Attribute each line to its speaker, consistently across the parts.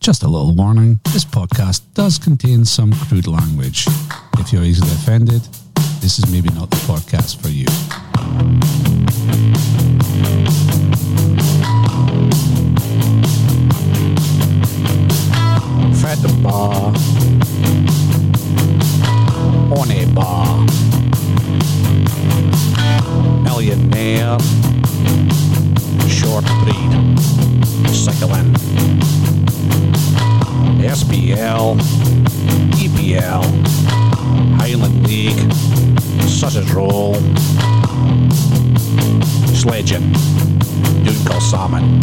Speaker 1: Just a little warning this podcast does contain some crude language. If you're easily offended, this is maybe not the podcast for you.
Speaker 2: Fat bar. Horny bar. Millionaire. Short breed. Cycling. SBL. EPL. E Highland League. Sausage roll. Sledging. Dude called Salmon.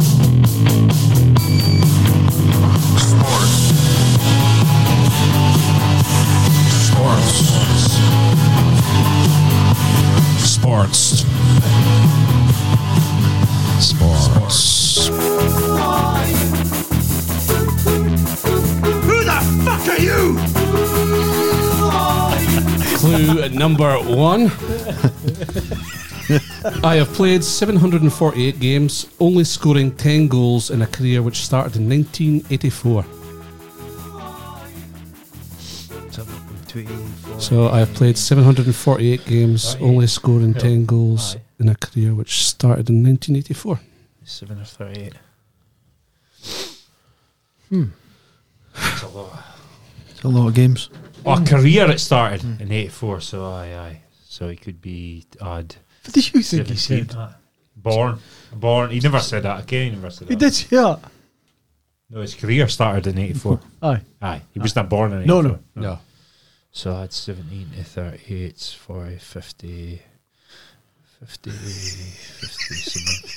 Speaker 3: Sports. Sports. Sports.
Speaker 1: Sports.
Speaker 3: Who the fuck are you?
Speaker 4: Clue number one. I have played 748 games, only scoring 10 goals in a career which started in 1984. So I have played 748 games, only scoring 10 goals
Speaker 5: Aye.
Speaker 4: in a career which started in 1984.
Speaker 5: Seven or thirty-eight.
Speaker 6: It's a lot of games.
Speaker 5: Well, Oh, career it started
Speaker 6: Mm.
Speaker 5: in '84, so aye, aye. So he could be odd.
Speaker 6: What did you think he
Speaker 5: 17,
Speaker 6: said?
Speaker 5: aye. Born, born. He never said that. Okay, he never said that.
Speaker 6: He did say that.
Speaker 5: No, his career started in '84.
Speaker 6: Aye.
Speaker 5: aye, he was not born in
Speaker 6: No,
Speaker 5: '84.
Speaker 6: no.
Speaker 4: No.
Speaker 5: So that's 17 to 38, 40, 50, 50, 50, something.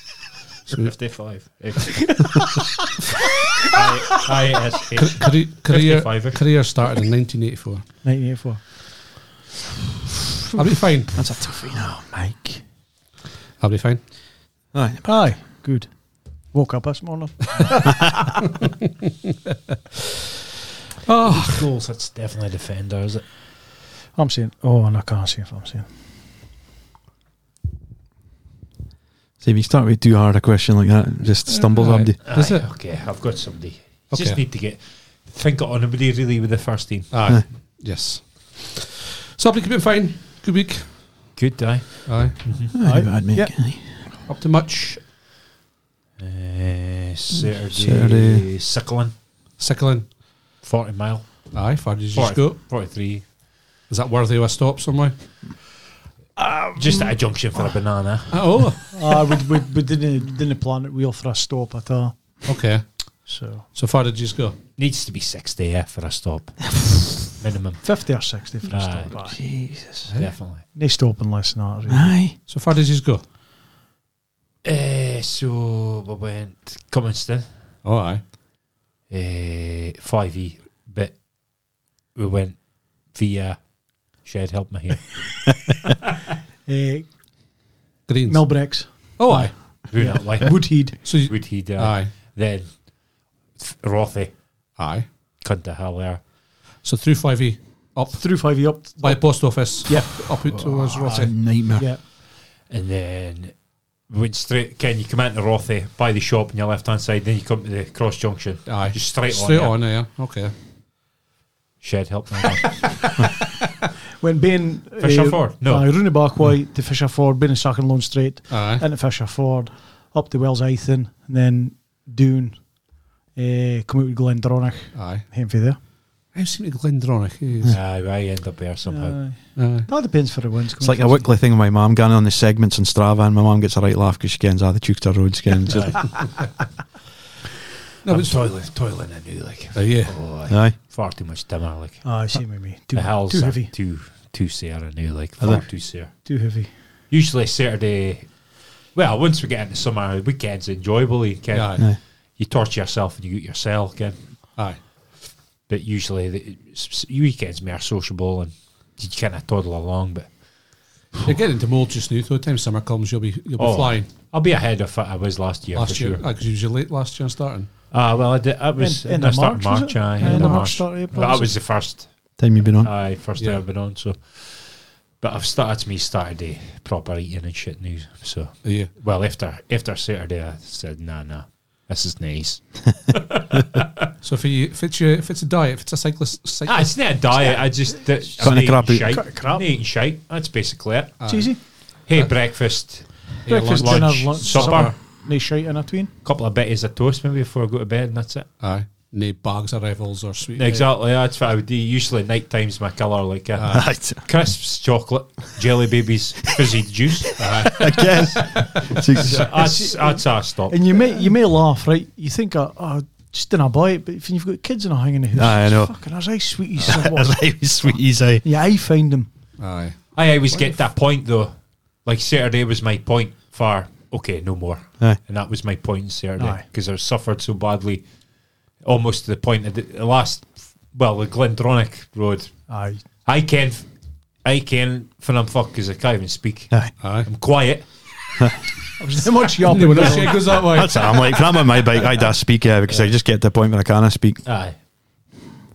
Speaker 4: So
Speaker 5: 55. I, I, S, H. eh?
Speaker 4: Career, career,
Speaker 5: 55-ish.
Speaker 4: career started in 1984.
Speaker 6: 1984.
Speaker 4: I'll be fine.
Speaker 6: That's a toughie now, Mike.
Speaker 4: I'll be fine.
Speaker 6: Aye. Aye. Good. Woke up this morning.
Speaker 4: Oh,
Speaker 5: Goals, that's definitely a defender, is it?
Speaker 6: I'm saying, oh, and I can't see if I'm saying.
Speaker 7: See, if you start with too hard a question like that, it just stumbles
Speaker 4: Aye.
Speaker 7: Abdi.
Speaker 4: Is
Speaker 5: Aye,
Speaker 4: it?
Speaker 5: Okay, I've got somebody.
Speaker 4: Okay. Ah.
Speaker 5: Just need to get think of anybody really with the first team.
Speaker 4: Aye. yes. So I'll be keeping fine. Good week.
Speaker 5: Good day.
Speaker 4: Aye.
Speaker 6: Aye.
Speaker 7: Aye, bad mate.
Speaker 6: Yep.
Speaker 7: Aye.
Speaker 4: Up to much.
Speaker 5: Uh, Saturday,
Speaker 7: Saturday.
Speaker 5: Sickling,
Speaker 4: Sickling.
Speaker 5: 40 mile,
Speaker 4: Aye, far did you just
Speaker 5: 40,
Speaker 4: go?
Speaker 5: 43.
Speaker 4: Is that worthy of a stop somewhere?
Speaker 5: Just at a junction
Speaker 4: Ah.
Speaker 5: for a banana.
Speaker 4: Oh,
Speaker 6: Ah, we, we, we didn't, didn't plan it wheel for a stop at all.
Speaker 4: okay.
Speaker 6: So
Speaker 4: So far did you just go?
Speaker 5: Needs to be 60 yeah, for a stop. Minimum.
Speaker 6: 50 or 60 for a
Speaker 5: Aye.
Speaker 6: stop. Aye.
Speaker 7: Jesus.
Speaker 5: Definitely.
Speaker 6: No stop unless not. Really.
Speaker 7: Aye.
Speaker 4: So far did you just go?
Speaker 5: Uh, so we went Cummingston,
Speaker 4: Oh, aye.
Speaker 5: uh, 5e, but we went via Shed Help Me Here.
Speaker 6: Eh,
Speaker 4: Greens.
Speaker 6: Millbrex,
Speaker 4: Oh, aye.
Speaker 5: Through that way.
Speaker 6: Woodheed,
Speaker 4: So you,
Speaker 5: Would he die?
Speaker 4: aye,
Speaker 5: Then th- Rothy,
Speaker 4: aye.
Speaker 5: cunt to hell there.
Speaker 4: So through 5e, up
Speaker 6: through 5e up.
Speaker 4: by post office,
Speaker 6: Yeah.
Speaker 4: up it towards
Speaker 7: What a
Speaker 4: Rotty.
Speaker 7: nightmare.
Speaker 6: Yeah.
Speaker 5: And then we went straight. Ken, you come into Rothy, by the shop on your left hand side, then you come to the cross junction.
Speaker 4: Aye.
Speaker 5: Just straight,
Speaker 4: Straight
Speaker 5: on. yeah.
Speaker 4: on, yeah. Okay.
Speaker 5: Shed help me.
Speaker 6: When being.
Speaker 5: Fisher Ford? No.
Speaker 6: Aye, Rooney Barkway to Fisher Ford, being in Sack and Lone Street.
Speaker 4: Aye.
Speaker 6: into Fisher Ford, up to Wells Eithin, and then Doon, uh, come out with Glendronach,
Speaker 4: Aye.
Speaker 6: him for there.
Speaker 4: I've seen it Glendronach. yes.
Speaker 5: Aye, I end up there somehow.
Speaker 6: Aye.
Speaker 4: Aye.
Speaker 6: that depends for the wins.
Speaker 7: It's like a weekly thing with my mum going on the segments on Strava, and my mum gets a right laugh because she gets ah, the Chukta Road skins. Aye.
Speaker 4: No,
Speaker 5: I'm
Speaker 4: but it's,
Speaker 5: toiling, toiling I knew like.
Speaker 4: Oh, yeah.
Speaker 5: Oh, aye.
Speaker 7: Aye.
Speaker 5: Far too much dimmer, like.
Speaker 6: Aye, same with me. Too,
Speaker 5: the hell's
Speaker 6: too
Speaker 5: that?
Speaker 6: heavy.
Speaker 5: Too, too sere, I knew like.
Speaker 7: Are
Speaker 5: Far
Speaker 7: they?
Speaker 5: too sere.
Speaker 6: Too heavy.
Speaker 5: Usually Saturday, well, once we get into summer, weekends enjoyable, you can.
Speaker 4: aye.
Speaker 7: Aye.
Speaker 5: You torture yourself and you get your cell, Ken.
Speaker 4: Aye.
Speaker 5: but usually the s- s- weekends more sociable and you kind of toddle along. But
Speaker 4: You're getting into mould just now, so by the time summer comes, you'll be you'll be
Speaker 5: Oh,
Speaker 4: flying.
Speaker 5: I'll be ahead of what I was last year
Speaker 4: last
Speaker 5: for
Speaker 4: year,
Speaker 5: sure.
Speaker 4: because you was late last year on starting.
Speaker 5: Ah, well, I did. I was
Speaker 6: In- in
Speaker 5: I
Speaker 6: the
Speaker 5: started
Speaker 6: March, was
Speaker 5: March.
Speaker 6: it?
Speaker 5: aye, in
Speaker 6: Yeah, in
Speaker 5: the
Speaker 6: the March,
Speaker 5: March.
Speaker 6: start of April,
Speaker 5: But that
Speaker 6: was it?
Speaker 5: was the first.
Speaker 7: Time you've been on.
Speaker 5: Aye, first
Speaker 4: Yeah.
Speaker 5: day I've been on. So, but I've started me Saturday proper eating and shit now. So,
Speaker 4: Yeah.
Speaker 5: well, after after Saturday, I said, nah, nah, this is nice.
Speaker 4: So if, you, if it's your, if it's a diet, if it's a cyclist,
Speaker 5: Ah,
Speaker 4: cyclist
Speaker 5: it's not a diet. I just uh,
Speaker 7: Kind of crap eat.
Speaker 5: shite.
Speaker 6: Cra- crap.
Speaker 5: I'm eating shite. That's basically it.
Speaker 4: Uh,
Speaker 6: It's easy.
Speaker 5: Hey, breakfast,
Speaker 6: Breakfast,
Speaker 5: lunch,
Speaker 6: dinner, lunch,
Speaker 5: supper,
Speaker 6: No shite in between.
Speaker 5: couple of bitties of toast maybe before I go to bed, and that's it.
Speaker 4: aye, nay bags of revels or sweet.
Speaker 5: Exactly. That's what I would do. Usually, night time's my colour. Like uh,
Speaker 7: Right.
Speaker 5: crisps, chocolate, jelly babies, fizzy juice.
Speaker 7: Again. Jesus.
Speaker 5: that's that's our stop.
Speaker 6: And you may you may laugh, right? You think, uh, oh, just didn't buy it, but if you've got kids in a hang in the house,
Speaker 7: Aye, I
Speaker 6: it's
Speaker 7: know.
Speaker 6: Fucking, as I sweeties.
Speaker 7: Right, sweeties, aye.
Speaker 6: yeah, I find them.
Speaker 4: Aye.
Speaker 5: I always get that point though. Like Saturday was my point for okay, no more,
Speaker 7: Aye.
Speaker 5: and that was my point on Saturday
Speaker 6: Aye.
Speaker 5: because I suffered so badly, almost to the point of the, the last. Well, the Glendronic Road.
Speaker 6: Aye,
Speaker 5: I can, I can, when I'm fucked because I can't even speak.
Speaker 7: Aye.
Speaker 4: Aye.
Speaker 5: I'm quiet.
Speaker 6: how much you up
Speaker 4: Yeah,
Speaker 6: and
Speaker 4: when that
Speaker 6: down?
Speaker 4: shit goes that way.
Speaker 7: That's it. I'm like, if I'm on my bike, I don't speak yeah, because I just get to the point where I can't speak.
Speaker 5: Aye.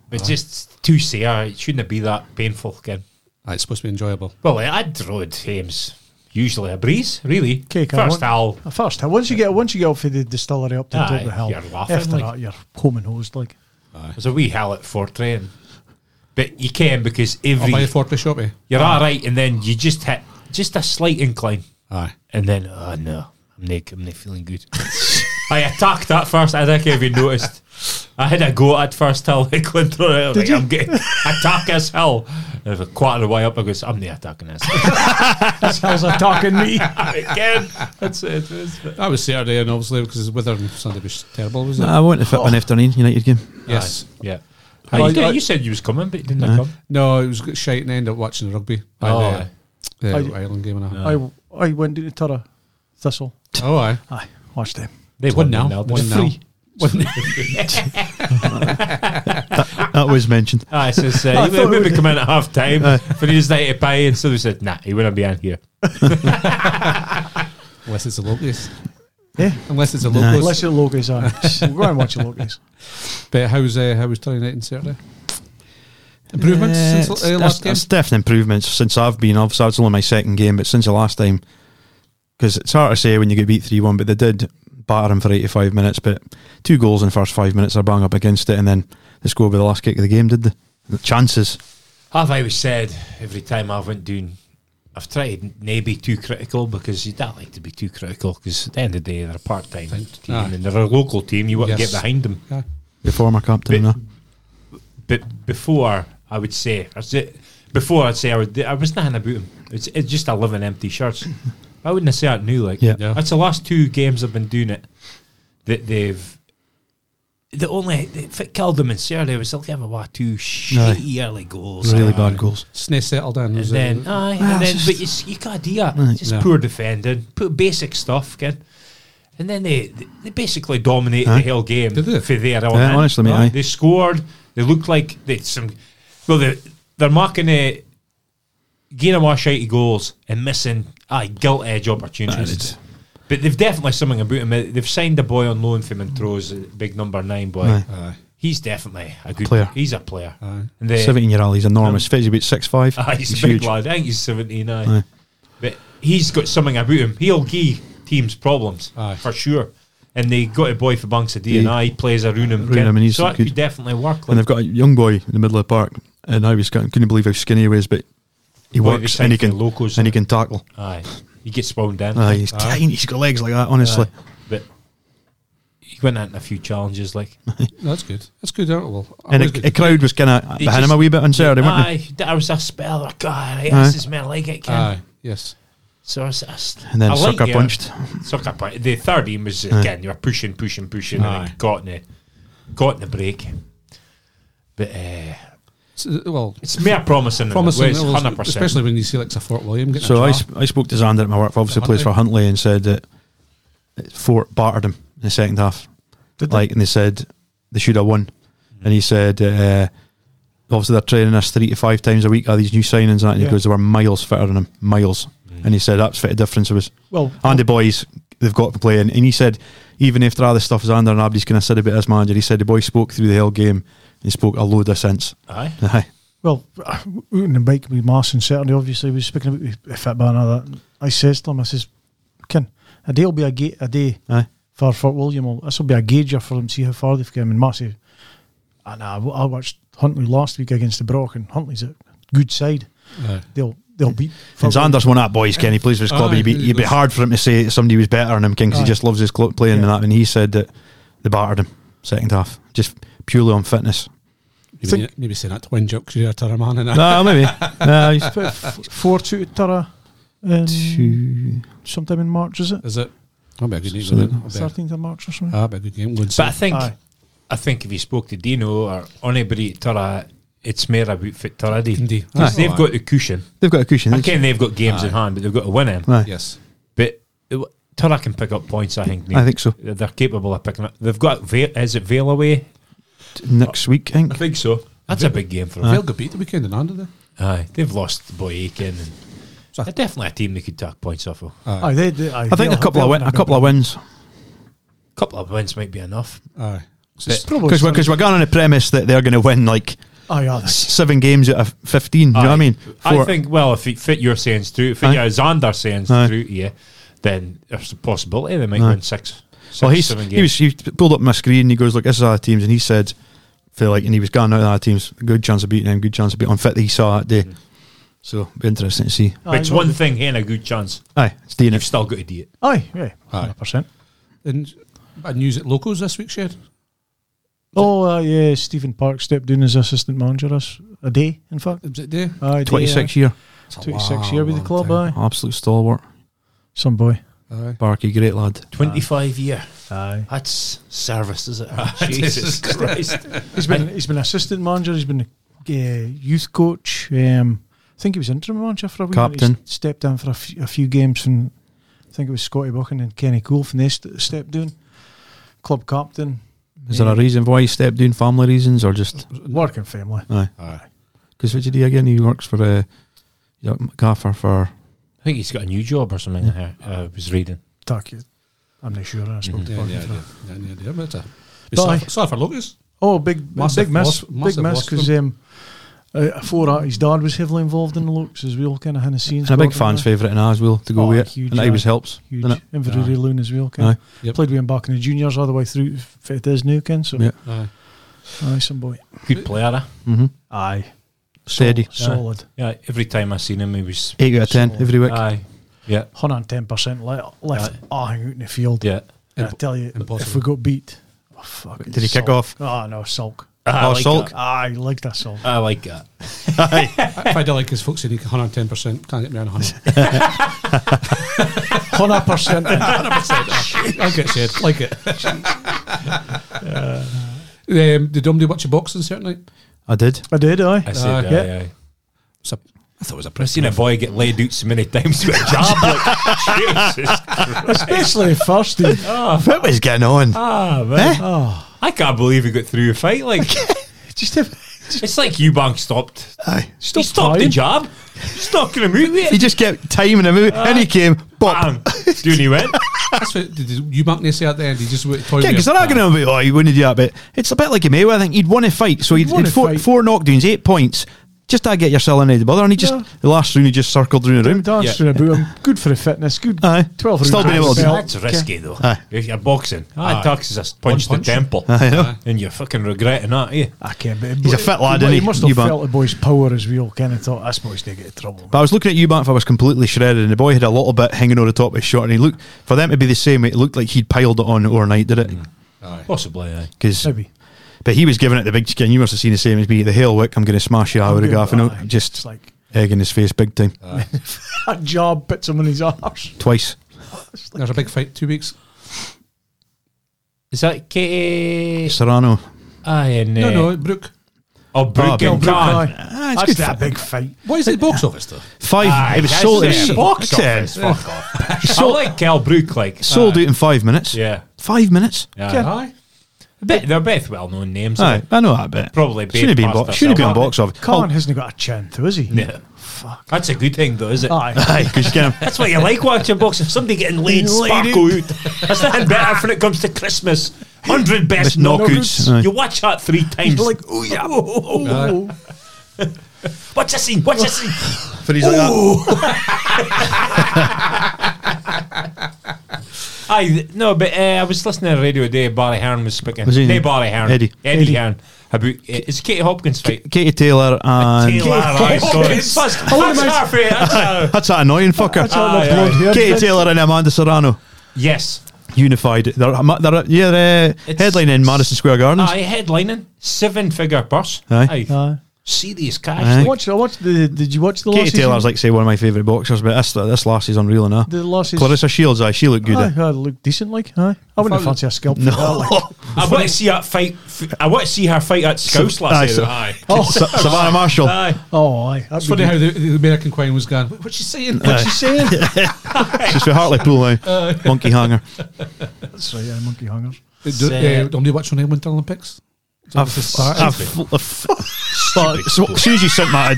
Speaker 5: But it's just too sore. It shouldn't be that painful again.
Speaker 4: Aye, it's supposed to be enjoyable.
Speaker 5: Well, eh, I rode Thames. Usually a breeze, really.
Speaker 6: Okay, come
Speaker 5: First
Speaker 6: on.
Speaker 5: owl.
Speaker 6: At First, uh, once you get once you get off of the distillery up to the top of the
Speaker 5: Aye,
Speaker 6: hill,
Speaker 5: you're laughing,
Speaker 6: after
Speaker 5: like-
Speaker 6: that you're home and hosed like.
Speaker 5: There's a wee hell at Fortran. But you can because
Speaker 4: I'll
Speaker 5: every
Speaker 4: buy a eh? forty shoppy.
Speaker 5: you're all right, and then you just hit just a slight incline,
Speaker 4: Aye.
Speaker 5: and then oh no, I'm not, I'm not feeling good. I attacked that first. I don't think I even noticed. I had a go at first hill. I climbed through it. I was like, I'm getting attack as hell. And I was a quarter of the way up. I goes, I'm not attacking this
Speaker 6: That's hell's attacking me.
Speaker 5: again. That's it. That's it.
Speaker 4: That was Saturday, and obviously because the weather on Sunday was terrible, was it?
Speaker 7: I want to fit an afternoon United game.
Speaker 4: yes.
Speaker 5: Yeah. How you,
Speaker 6: I-
Speaker 5: doing?
Speaker 6: I-
Speaker 5: you said you was coming, but you didn't
Speaker 7: No.
Speaker 5: come.
Speaker 4: No, it was good shite, and I ended up watching the rugby. by
Speaker 5: Oh,
Speaker 4: the-
Speaker 5: aye.
Speaker 4: the
Speaker 6: Aye.
Speaker 4: Ireland game and all.
Speaker 6: I I went into Turra Thistle.
Speaker 4: Oh, aye.
Speaker 6: Aye, watch them.
Speaker 5: They
Speaker 4: One
Speaker 5: won
Speaker 4: now.
Speaker 5: now.
Speaker 4: One now.
Speaker 6: Free.
Speaker 7: That was mentioned.
Speaker 5: Ah, so it's, uh,
Speaker 6: I
Speaker 5: he
Speaker 6: thought it
Speaker 5: would maybe
Speaker 6: would-
Speaker 5: come in at half time for his night to pay, and so they said, "Nah, he wouldn't be in here."
Speaker 4: Unless it's a locus.
Speaker 6: Yeah.
Speaker 4: Unless it's a locus.
Speaker 6: Unless you're Logies, aye. we'll go and watch the Logies.
Speaker 4: But how's uh, how was Turning Night on Saturday? Improvements
Speaker 7: Uh,
Speaker 4: since
Speaker 7: it's-
Speaker 4: uh, last game.
Speaker 7: it's definite improvements since I've been. Obviously, it's only my second game, but since the last time, because it's hard to say when you get beat three one, but they did batter him for eighty five minutes. But two goals in the first five minutes, are bang up against it, and then they scored with the last kick of the game. Did they? the chances?
Speaker 5: Have I always said every time I went down, I've tried n- nay be too critical because you don't like to be too critical because at the end of the day they're a part time team
Speaker 4: Ah.
Speaker 5: and they're a local team. You want to
Speaker 4: Yes.
Speaker 5: get behind them.
Speaker 4: Aye.
Speaker 7: The former captain,
Speaker 5: But-
Speaker 7: no?
Speaker 5: But before I would say, I say before I'd say I, would, I was nothing about him. It's, it's just I live in empty shirts. I wouldn't say that new. Like
Speaker 7: Yeah.
Speaker 4: Yeah.
Speaker 5: that's the last two games I've been doing it. That they've the only if it killed them in Saturday was they'll give away two shitty early goals.
Speaker 7: really bad goals.
Speaker 4: Sne settled in.
Speaker 5: And
Speaker 4: Was
Speaker 5: then,
Speaker 4: it?
Speaker 5: aye,
Speaker 7: Well,
Speaker 5: and then,
Speaker 7: it's
Speaker 5: but you, s- you can't do that. Just
Speaker 4: No.
Speaker 5: poor defending, put basic stuff, kid. And then they they, they basically dominated
Speaker 7: Aye.
Speaker 5: the whole game.
Speaker 4: Did they?
Speaker 5: For there,
Speaker 7: Yeah, honestly, mate, aye.
Speaker 5: they scored. They looked like they had some. Well, they they're marking a gain of shitey goals and missing aye gilt edge opportunities. But they've definitely something about him. They've signed a boy on loan from Montrose, a big number nine boy.
Speaker 7: Aye.
Speaker 4: Aye.
Speaker 5: He's definitely a good
Speaker 7: player.
Speaker 5: He's a player.
Speaker 4: Aye.
Speaker 5: And they-
Speaker 7: Seventeen year old, he's enormous. Fizzy about six five.
Speaker 5: Ah, Um, he's, a big lad. I think he's 79.
Speaker 7: Aye.
Speaker 5: But he's got something about him. He'll give teams problems
Speaker 4: Aye.
Speaker 5: for sure. And they got a boy for Banks of D and
Speaker 7: Yeah.
Speaker 5: I. He plays a Runham.
Speaker 7: Roonham,
Speaker 5: kid.
Speaker 7: and he's
Speaker 5: so that
Speaker 7: good.
Speaker 5: could definitely work.
Speaker 7: And
Speaker 5: Like,
Speaker 7: they've got a young boy in the middle of the park, and I was couldn't believe how skinny he was, but he
Speaker 5: Boy,
Speaker 7: works
Speaker 5: they
Speaker 7: and he
Speaker 5: take
Speaker 7: can
Speaker 5: the locals
Speaker 7: and he
Speaker 5: and-
Speaker 7: can tackle.
Speaker 5: aye. He gets wound down.
Speaker 7: Aye, he's tiny. He's got legs like that. Honestly,
Speaker 5: But he went in a few challenges. Like,
Speaker 4: No, that's good. That's good. aren't it? Well,
Speaker 7: and
Speaker 4: always
Speaker 7: a, a crowd was kind of
Speaker 5: They
Speaker 7: behind him
Speaker 5: just-
Speaker 7: a wee bit on Saturday, weren't
Speaker 5: aye, there was a spell. Like, God, right,
Speaker 7: Aye.
Speaker 5: this is my leg it,
Speaker 4: good.
Speaker 5: kid.
Speaker 4: Aye. Yes.
Speaker 5: So I, s- I s-
Speaker 7: they? And then
Speaker 5: I like
Speaker 7: sucker
Speaker 5: their-
Speaker 7: punched.
Speaker 5: Sucker punch. The third aim was again you were pushing, pushing, pushing, and
Speaker 4: Aye.
Speaker 5: it got in the got in the break. But uh,
Speaker 4: So, well,
Speaker 5: It's mere promising.
Speaker 4: promising.
Speaker 5: Promising,
Speaker 4: well,
Speaker 5: hundred percent.
Speaker 4: Especially when you see like Sir Fort William getting
Speaker 7: So
Speaker 4: a
Speaker 7: I,
Speaker 4: draw.
Speaker 7: sp- I spoke to Xander at my work. Obviously,
Speaker 4: For
Speaker 7: plays for Huntley, and said that Fort battered him in the second half.
Speaker 6: Did they?
Speaker 7: like, and they said they should have won. And he said, uh, obviously they're training us three to five times a week. Are these new signings? And that? And he
Speaker 6: Yeah.
Speaker 7: goes, they were miles fitter than him, miles. And he said that's what the difference was.
Speaker 6: Well,
Speaker 7: Andy boys, they've got to play. And, and he said, even after all this stuff is under and Abdi's kind of said about his manager, he said the boys spoke through the whole game and spoke a load of sense.
Speaker 5: Aye.
Speaker 7: Aye.
Speaker 6: Well, we in the bike with Mars on Saturday, obviously, we were speaking about the fit ban and all that. I says to him, I says, Ken, a day will be a, ga- a day
Speaker 7: Aye.
Speaker 6: for Fort William. This will be a gauger for them to see how far they've come. And Mark says, And I, I watched Huntley last week against the Brock, and Huntley's a good side.
Speaker 4: Aye.
Speaker 6: They'll they'll beat.
Speaker 7: And Xander's one of that boys, Kenny, plays for his club.
Speaker 4: Aye,
Speaker 7: you'd, be,
Speaker 4: he
Speaker 7: you'd be
Speaker 4: was-
Speaker 7: hard for him to say somebody was better than him, King, 'cause
Speaker 6: Aye.
Speaker 7: he just loves his club playing and
Speaker 6: Yeah.
Speaker 7: that. And he said that they battered him second half, just purely on fitness.
Speaker 4: Maybe,
Speaker 6: Think-
Speaker 4: maybe saying that to wind up because you're a Tara man and that.
Speaker 7: no, maybe. No, he's
Speaker 6: four two to Tara, in
Speaker 7: two.
Speaker 6: sometime in March is it?
Speaker 4: Is it? That'll be a good game.
Speaker 7: So
Speaker 4: wouldn't it? That'll be
Speaker 6: Thirteenth of March or
Speaker 4: a-
Speaker 6: something.
Speaker 4: That'll be a good game. Go and see.
Speaker 5: But I think
Speaker 6: Aye.
Speaker 5: I think if you spoke to Dino or anybody at Tara, it's more about fit Tara.
Speaker 4: Indeed.
Speaker 5: Because
Speaker 4: Aye.
Speaker 5: they've got the cushion.
Speaker 7: They've got a cushion.
Speaker 5: I
Speaker 7: they've-
Speaker 5: can they've got games in hand, but they've got to win them.
Speaker 7: Aye.
Speaker 4: yes.
Speaker 5: But it- Tara can pick up points. I think. Neil.
Speaker 7: I think so.
Speaker 5: They're they're capable of picking up. They've got Vale, is it Vale away?
Speaker 7: Next week, I think.
Speaker 5: I think so. That's a big game for them.
Speaker 4: They'll go beat the weekend in under there.
Speaker 5: Aye, they've lost Boy Aiken. And they're definitely a team they could take points off of.
Speaker 6: Aye, they, they, aye,
Speaker 7: I think a couple of win, a couple of wins
Speaker 5: A couple of wins might be enough.
Speaker 4: Aye.
Speaker 7: because we're, cause we're going on the premise that they're going to win like
Speaker 6: aye, aye,
Speaker 7: s- seven games out of fifteen. Do you know what I mean?
Speaker 5: I
Speaker 7: Four-
Speaker 5: think, well, if it fit your sayings through, if fit
Speaker 7: Aye.
Speaker 5: your Xander sayings
Speaker 7: Aye.
Speaker 5: through, yeah, then there's a possibility they might
Speaker 7: Aye.
Speaker 5: win six, six
Speaker 7: Well, he's,
Speaker 5: seven
Speaker 7: he was
Speaker 5: games.
Speaker 7: he pulled up my screen. and He goes, "Look, this is our teams," and he said, "Feel like," and he was going out of our teams. Good chance of beating him. Good chance of beating. On fit that he saw that day. So be interesting to see.
Speaker 5: But it's one thing here and a good chance.
Speaker 7: Aye, it's doing
Speaker 5: You've
Speaker 7: it.
Speaker 5: still got to do it.
Speaker 6: Aye, yeah, hundred percent.
Speaker 4: And bad news at locals this week, Shed.
Speaker 6: Oh uh, yeah, Stephen Park stepped down as assistant manager us a day, in fact.
Speaker 4: Was it there?
Speaker 6: Aye,
Speaker 7: Twenty six year,
Speaker 6: twenty six year with the
Speaker 4: long
Speaker 6: club.
Speaker 4: time.
Speaker 6: Aye,
Speaker 7: absolute stalwart.
Speaker 6: some boy.
Speaker 4: Aye.
Speaker 7: Barkey, great lad.
Speaker 5: 25 year.
Speaker 6: Aye,
Speaker 5: That's service, is it? Jesus Christ.
Speaker 6: he's been he's been assistant manager. He's been a uh, youth coach. Um, I think he was interim manager for a week. but he
Speaker 7: Captain.
Speaker 6: s- stepped in for a few, a few games from. I think it was Scotty Buchan and Kenny Goulf, and they st- stepped down. Club captain, Um,
Speaker 7: Is there a reason why he stepped down? Family reasons or just
Speaker 6: working family.
Speaker 7: aye?
Speaker 4: Aye.
Speaker 7: Because what did he do again? He works for uh, he's a gaffer for
Speaker 5: I think he's got a new job or something. I uh, was reading.
Speaker 6: Tuck you. I'm not sure. I spoke to
Speaker 4: Mhm. Yeah,
Speaker 6: Park.
Speaker 4: yeah, yeah. Yeah, yeah, yeah. But, uh, we
Speaker 6: But
Speaker 4: saw-
Speaker 6: aye.
Speaker 4: saw for locals.
Speaker 6: Oh, big,
Speaker 4: Massive
Speaker 6: big miss,
Speaker 4: loss- massive
Speaker 6: big miss
Speaker 4: loss
Speaker 6: because
Speaker 4: for
Speaker 6: um, uh, for that his dad was heavily involved in the looks as well, kind of behind the scenes.
Speaker 7: and a big
Speaker 6: God,
Speaker 7: fans
Speaker 6: uh,
Speaker 7: favourite in as well to go
Speaker 6: Oh,
Speaker 7: with it.
Speaker 6: huge,
Speaker 7: and that he
Speaker 6: aye.
Speaker 7: was helps.
Speaker 6: huge,
Speaker 7: didn't it?
Speaker 6: Inverary
Speaker 4: Aye.
Speaker 6: Loon as well.
Speaker 7: Aye.
Speaker 6: Kind
Speaker 4: Yep.
Speaker 6: played with him back in the juniors all the way through. f- It is now, kind so
Speaker 7: Yeah.
Speaker 4: Aye.
Speaker 6: aye, some boy,
Speaker 5: Good player. eh?
Speaker 6: aye,
Speaker 7: Mm-hmm. Steady.
Speaker 6: solid,
Speaker 5: Yeah, every time I seen him, he was.
Speaker 7: Eight out of ten
Speaker 6: Solid.
Speaker 7: every week.
Speaker 5: Aye. Yeah,
Speaker 6: hundred and ten percent left, left all hanging out in the field.
Speaker 5: yeah.
Speaker 6: And I tell you,
Speaker 4: Impossible.
Speaker 6: if we got beat, oh, fucking
Speaker 7: Did he kick
Speaker 6: sulk.
Speaker 7: off?
Speaker 6: Oh no, sulk.
Speaker 5: I
Speaker 7: oh,
Speaker 5: like
Speaker 7: Sulk.
Speaker 5: that.
Speaker 6: I like that sulk.
Speaker 5: I like that.
Speaker 4: if I do like his folks, he need 110%. Can't get me on 100.
Speaker 6: Hundred percent.
Speaker 4: like it, Shed. Like it. Uh, um, did Domdy watch a boxing certainly?
Speaker 7: I did.
Speaker 6: I did. Aye.
Speaker 5: I said,
Speaker 6: Aye.
Speaker 5: aye, aye.
Speaker 4: It's a, I thought it was a
Speaker 5: I've
Speaker 4: press.
Speaker 5: seen a boy get laid out so many times with a jab. Like, Jesus.
Speaker 6: especially first. team.
Speaker 7: What was getting on?
Speaker 5: Ah,
Speaker 7: Eh?
Speaker 5: man.
Speaker 6: Oh,
Speaker 5: I can't believe he got through a fight. Like,
Speaker 6: just have.
Speaker 5: it's like Eubank stopped.
Speaker 7: Aye.
Speaker 5: he stopped the
Speaker 6: time.
Speaker 5: jab. He's not going to move
Speaker 7: He
Speaker 5: it.
Speaker 7: just kept timing him out,
Speaker 6: Ah.
Speaker 7: and he came, bop.
Speaker 5: Bang. Doing he went.
Speaker 4: That's what did did you mark say at the end? He just went
Speaker 7: Yeah, because they're not going to be, oh, he wouldn't do that, but it's a bit like a Mayweather. I think he'd won a fight, so he'd,
Speaker 6: He'd won
Speaker 7: he'd
Speaker 6: a
Speaker 7: four,
Speaker 6: fight.
Speaker 7: four knockdowns, eight points, just to get yourself in the bother, and he just,
Speaker 6: Yeah.
Speaker 7: the last round, he just circled round the room.
Speaker 6: Danced
Speaker 5: Yeah.
Speaker 6: yeah. about him. Good for the fitness. Good.
Speaker 7: Aye.
Speaker 6: Twelve.
Speaker 7: Still
Speaker 6: rounds
Speaker 7: been able to
Speaker 6: of
Speaker 7: do
Speaker 6: belt.
Speaker 5: That's risky, though.
Speaker 7: Aye.
Speaker 5: If you're boxing, ah, taxes a punch to
Speaker 4: punch.
Speaker 5: temple.
Speaker 7: I know.
Speaker 5: And you're fucking regretting that, eh?
Speaker 6: I can't. But
Speaker 7: He's a fit lad,
Speaker 6: He,
Speaker 7: isn't
Speaker 6: he
Speaker 7: he?
Speaker 6: must
Speaker 7: You
Speaker 6: have
Speaker 7: man.
Speaker 6: felt the boy's power as well. Kind of thought this boy's going to get in trouble.
Speaker 7: But I was looking at Eubank if I was completely shredded, and the boy had a little bit hanging over the top of his shot, and he looked, for them to be the same, it looked like he'd piled it on overnight, did it?
Speaker 5: Possibly, aye.
Speaker 7: Because
Speaker 6: Maybe.
Speaker 7: But he was giving it the big skin. You must have seen the same as me. The hell wick, I'm going to smash you out of gaff.
Speaker 6: Aye,
Speaker 7: And
Speaker 6: it's
Speaker 7: just
Speaker 6: like
Speaker 7: egg in his face big time.
Speaker 6: a job bits him in his arse.
Speaker 7: Twice.
Speaker 4: There's a big fight two weeks.
Speaker 5: Is that Katie?
Speaker 7: Serrano.
Speaker 5: Aye, and.
Speaker 4: No,
Speaker 5: uh,
Speaker 4: no, Brooke.
Speaker 5: Oh, Brooke
Speaker 7: Bill
Speaker 5: and Khan.
Speaker 7: Ah, it's
Speaker 6: That's
Speaker 7: good
Speaker 6: that
Speaker 7: fi-
Speaker 6: big fight.
Speaker 4: What is it, box office though?
Speaker 7: Five.
Speaker 5: Aye,
Speaker 7: it was
Speaker 5: that's
Speaker 7: sold. It
Speaker 5: the
Speaker 7: was
Speaker 5: box
Speaker 7: sold-
Speaker 5: office.
Speaker 7: Yeah.
Speaker 5: Fuck off. I like Cal Brook, like. uh,
Speaker 7: sold out in five minutes.
Speaker 5: Yeah.
Speaker 7: Five minutes.
Speaker 5: yeah.
Speaker 4: Aye.
Speaker 5: I bet they're both well known names.
Speaker 7: Aye,
Speaker 5: aren't
Speaker 7: I know that bit.
Speaker 5: Probably
Speaker 7: should have
Speaker 5: been
Speaker 7: been
Speaker 5: past
Speaker 7: bo- should have been
Speaker 5: ourselves,
Speaker 7: box office. Oh.
Speaker 6: Khan hasn't got a chin, though, has he?
Speaker 5: they? Yeah.
Speaker 6: Fuck.
Speaker 5: That's a good thing, though, is it?
Speaker 6: Aye.
Speaker 7: Aye, because you can.
Speaker 5: That's why you like watching boxing. Somebody getting laid, sparkle out. That's nothing better when it comes to Christmas. Hundred best
Speaker 7: Best knockouts,
Speaker 5: knockouts.
Speaker 7: aye.
Speaker 5: You watch that three times.
Speaker 6: like,
Speaker 5: oh yeah. "Oh, What's a scene? What's a scene?
Speaker 7: But he's like that.
Speaker 5: Aye, th- no, but uh, I was listening to the radio today. Barry Hearn was speaking.
Speaker 7: Was he-
Speaker 5: Nay, Barry Hearn.
Speaker 7: Eddie.
Speaker 5: Eddie,
Speaker 6: Eddie.
Speaker 5: Hearn. About, uh, it's Katie Hopkins fight.
Speaker 7: Katie Taylor and
Speaker 5: Taylor, aye, sorry.
Speaker 4: Hopkins.
Speaker 5: That's, that's our favourite, that's our-
Speaker 7: that's uh, that annoying fucker.
Speaker 5: Aye, aye.
Speaker 7: Katie Taylor and Amanda Serrano
Speaker 5: Yes.
Speaker 7: unified. They're, they're yeah, uh,
Speaker 5: It's-
Speaker 7: headline in Madison Square Gardens.
Speaker 5: Aye, headlining. Seven figure purse.
Speaker 7: Aye.
Speaker 6: Aye.
Speaker 5: Serious cash.
Speaker 7: Aye.
Speaker 5: like-
Speaker 6: Watch, I watched the. Did you watch the
Speaker 7: Katie
Speaker 6: last
Speaker 7: Taylor's
Speaker 6: season?
Speaker 7: like say one of my favourite boxers, but this this lassie's unreal enough.
Speaker 6: the last season.
Speaker 7: Clarissa Shields, aye, Oh, she looked good.
Speaker 6: Aye, aye, looked decent. Like, aye. I wouldn't have
Speaker 4: Found-
Speaker 6: fancy a scalp.
Speaker 7: No,
Speaker 6: No. That, like.
Speaker 5: I want to see her fight. f- I want to see her fight at Scouse
Speaker 7: Aye, Oh,
Speaker 5: last
Speaker 7: so-
Speaker 5: year. Aye.
Speaker 7: Sa- Savannah Marshall.
Speaker 5: Aye.
Speaker 6: Oh, aye. That's
Speaker 4: It's funny how the, the American Queen was Uh, going, "What- what's she saying?
Speaker 6: What's she saying?
Speaker 7: She's from Hartlepool now. Monkey hanger.
Speaker 6: That's right, yeah, monkey hungers.
Speaker 4: Uh, do- uh, Don't they watch on the Winter Olympics?
Speaker 7: I've, I've, I've, started- so- as soon as you sent that a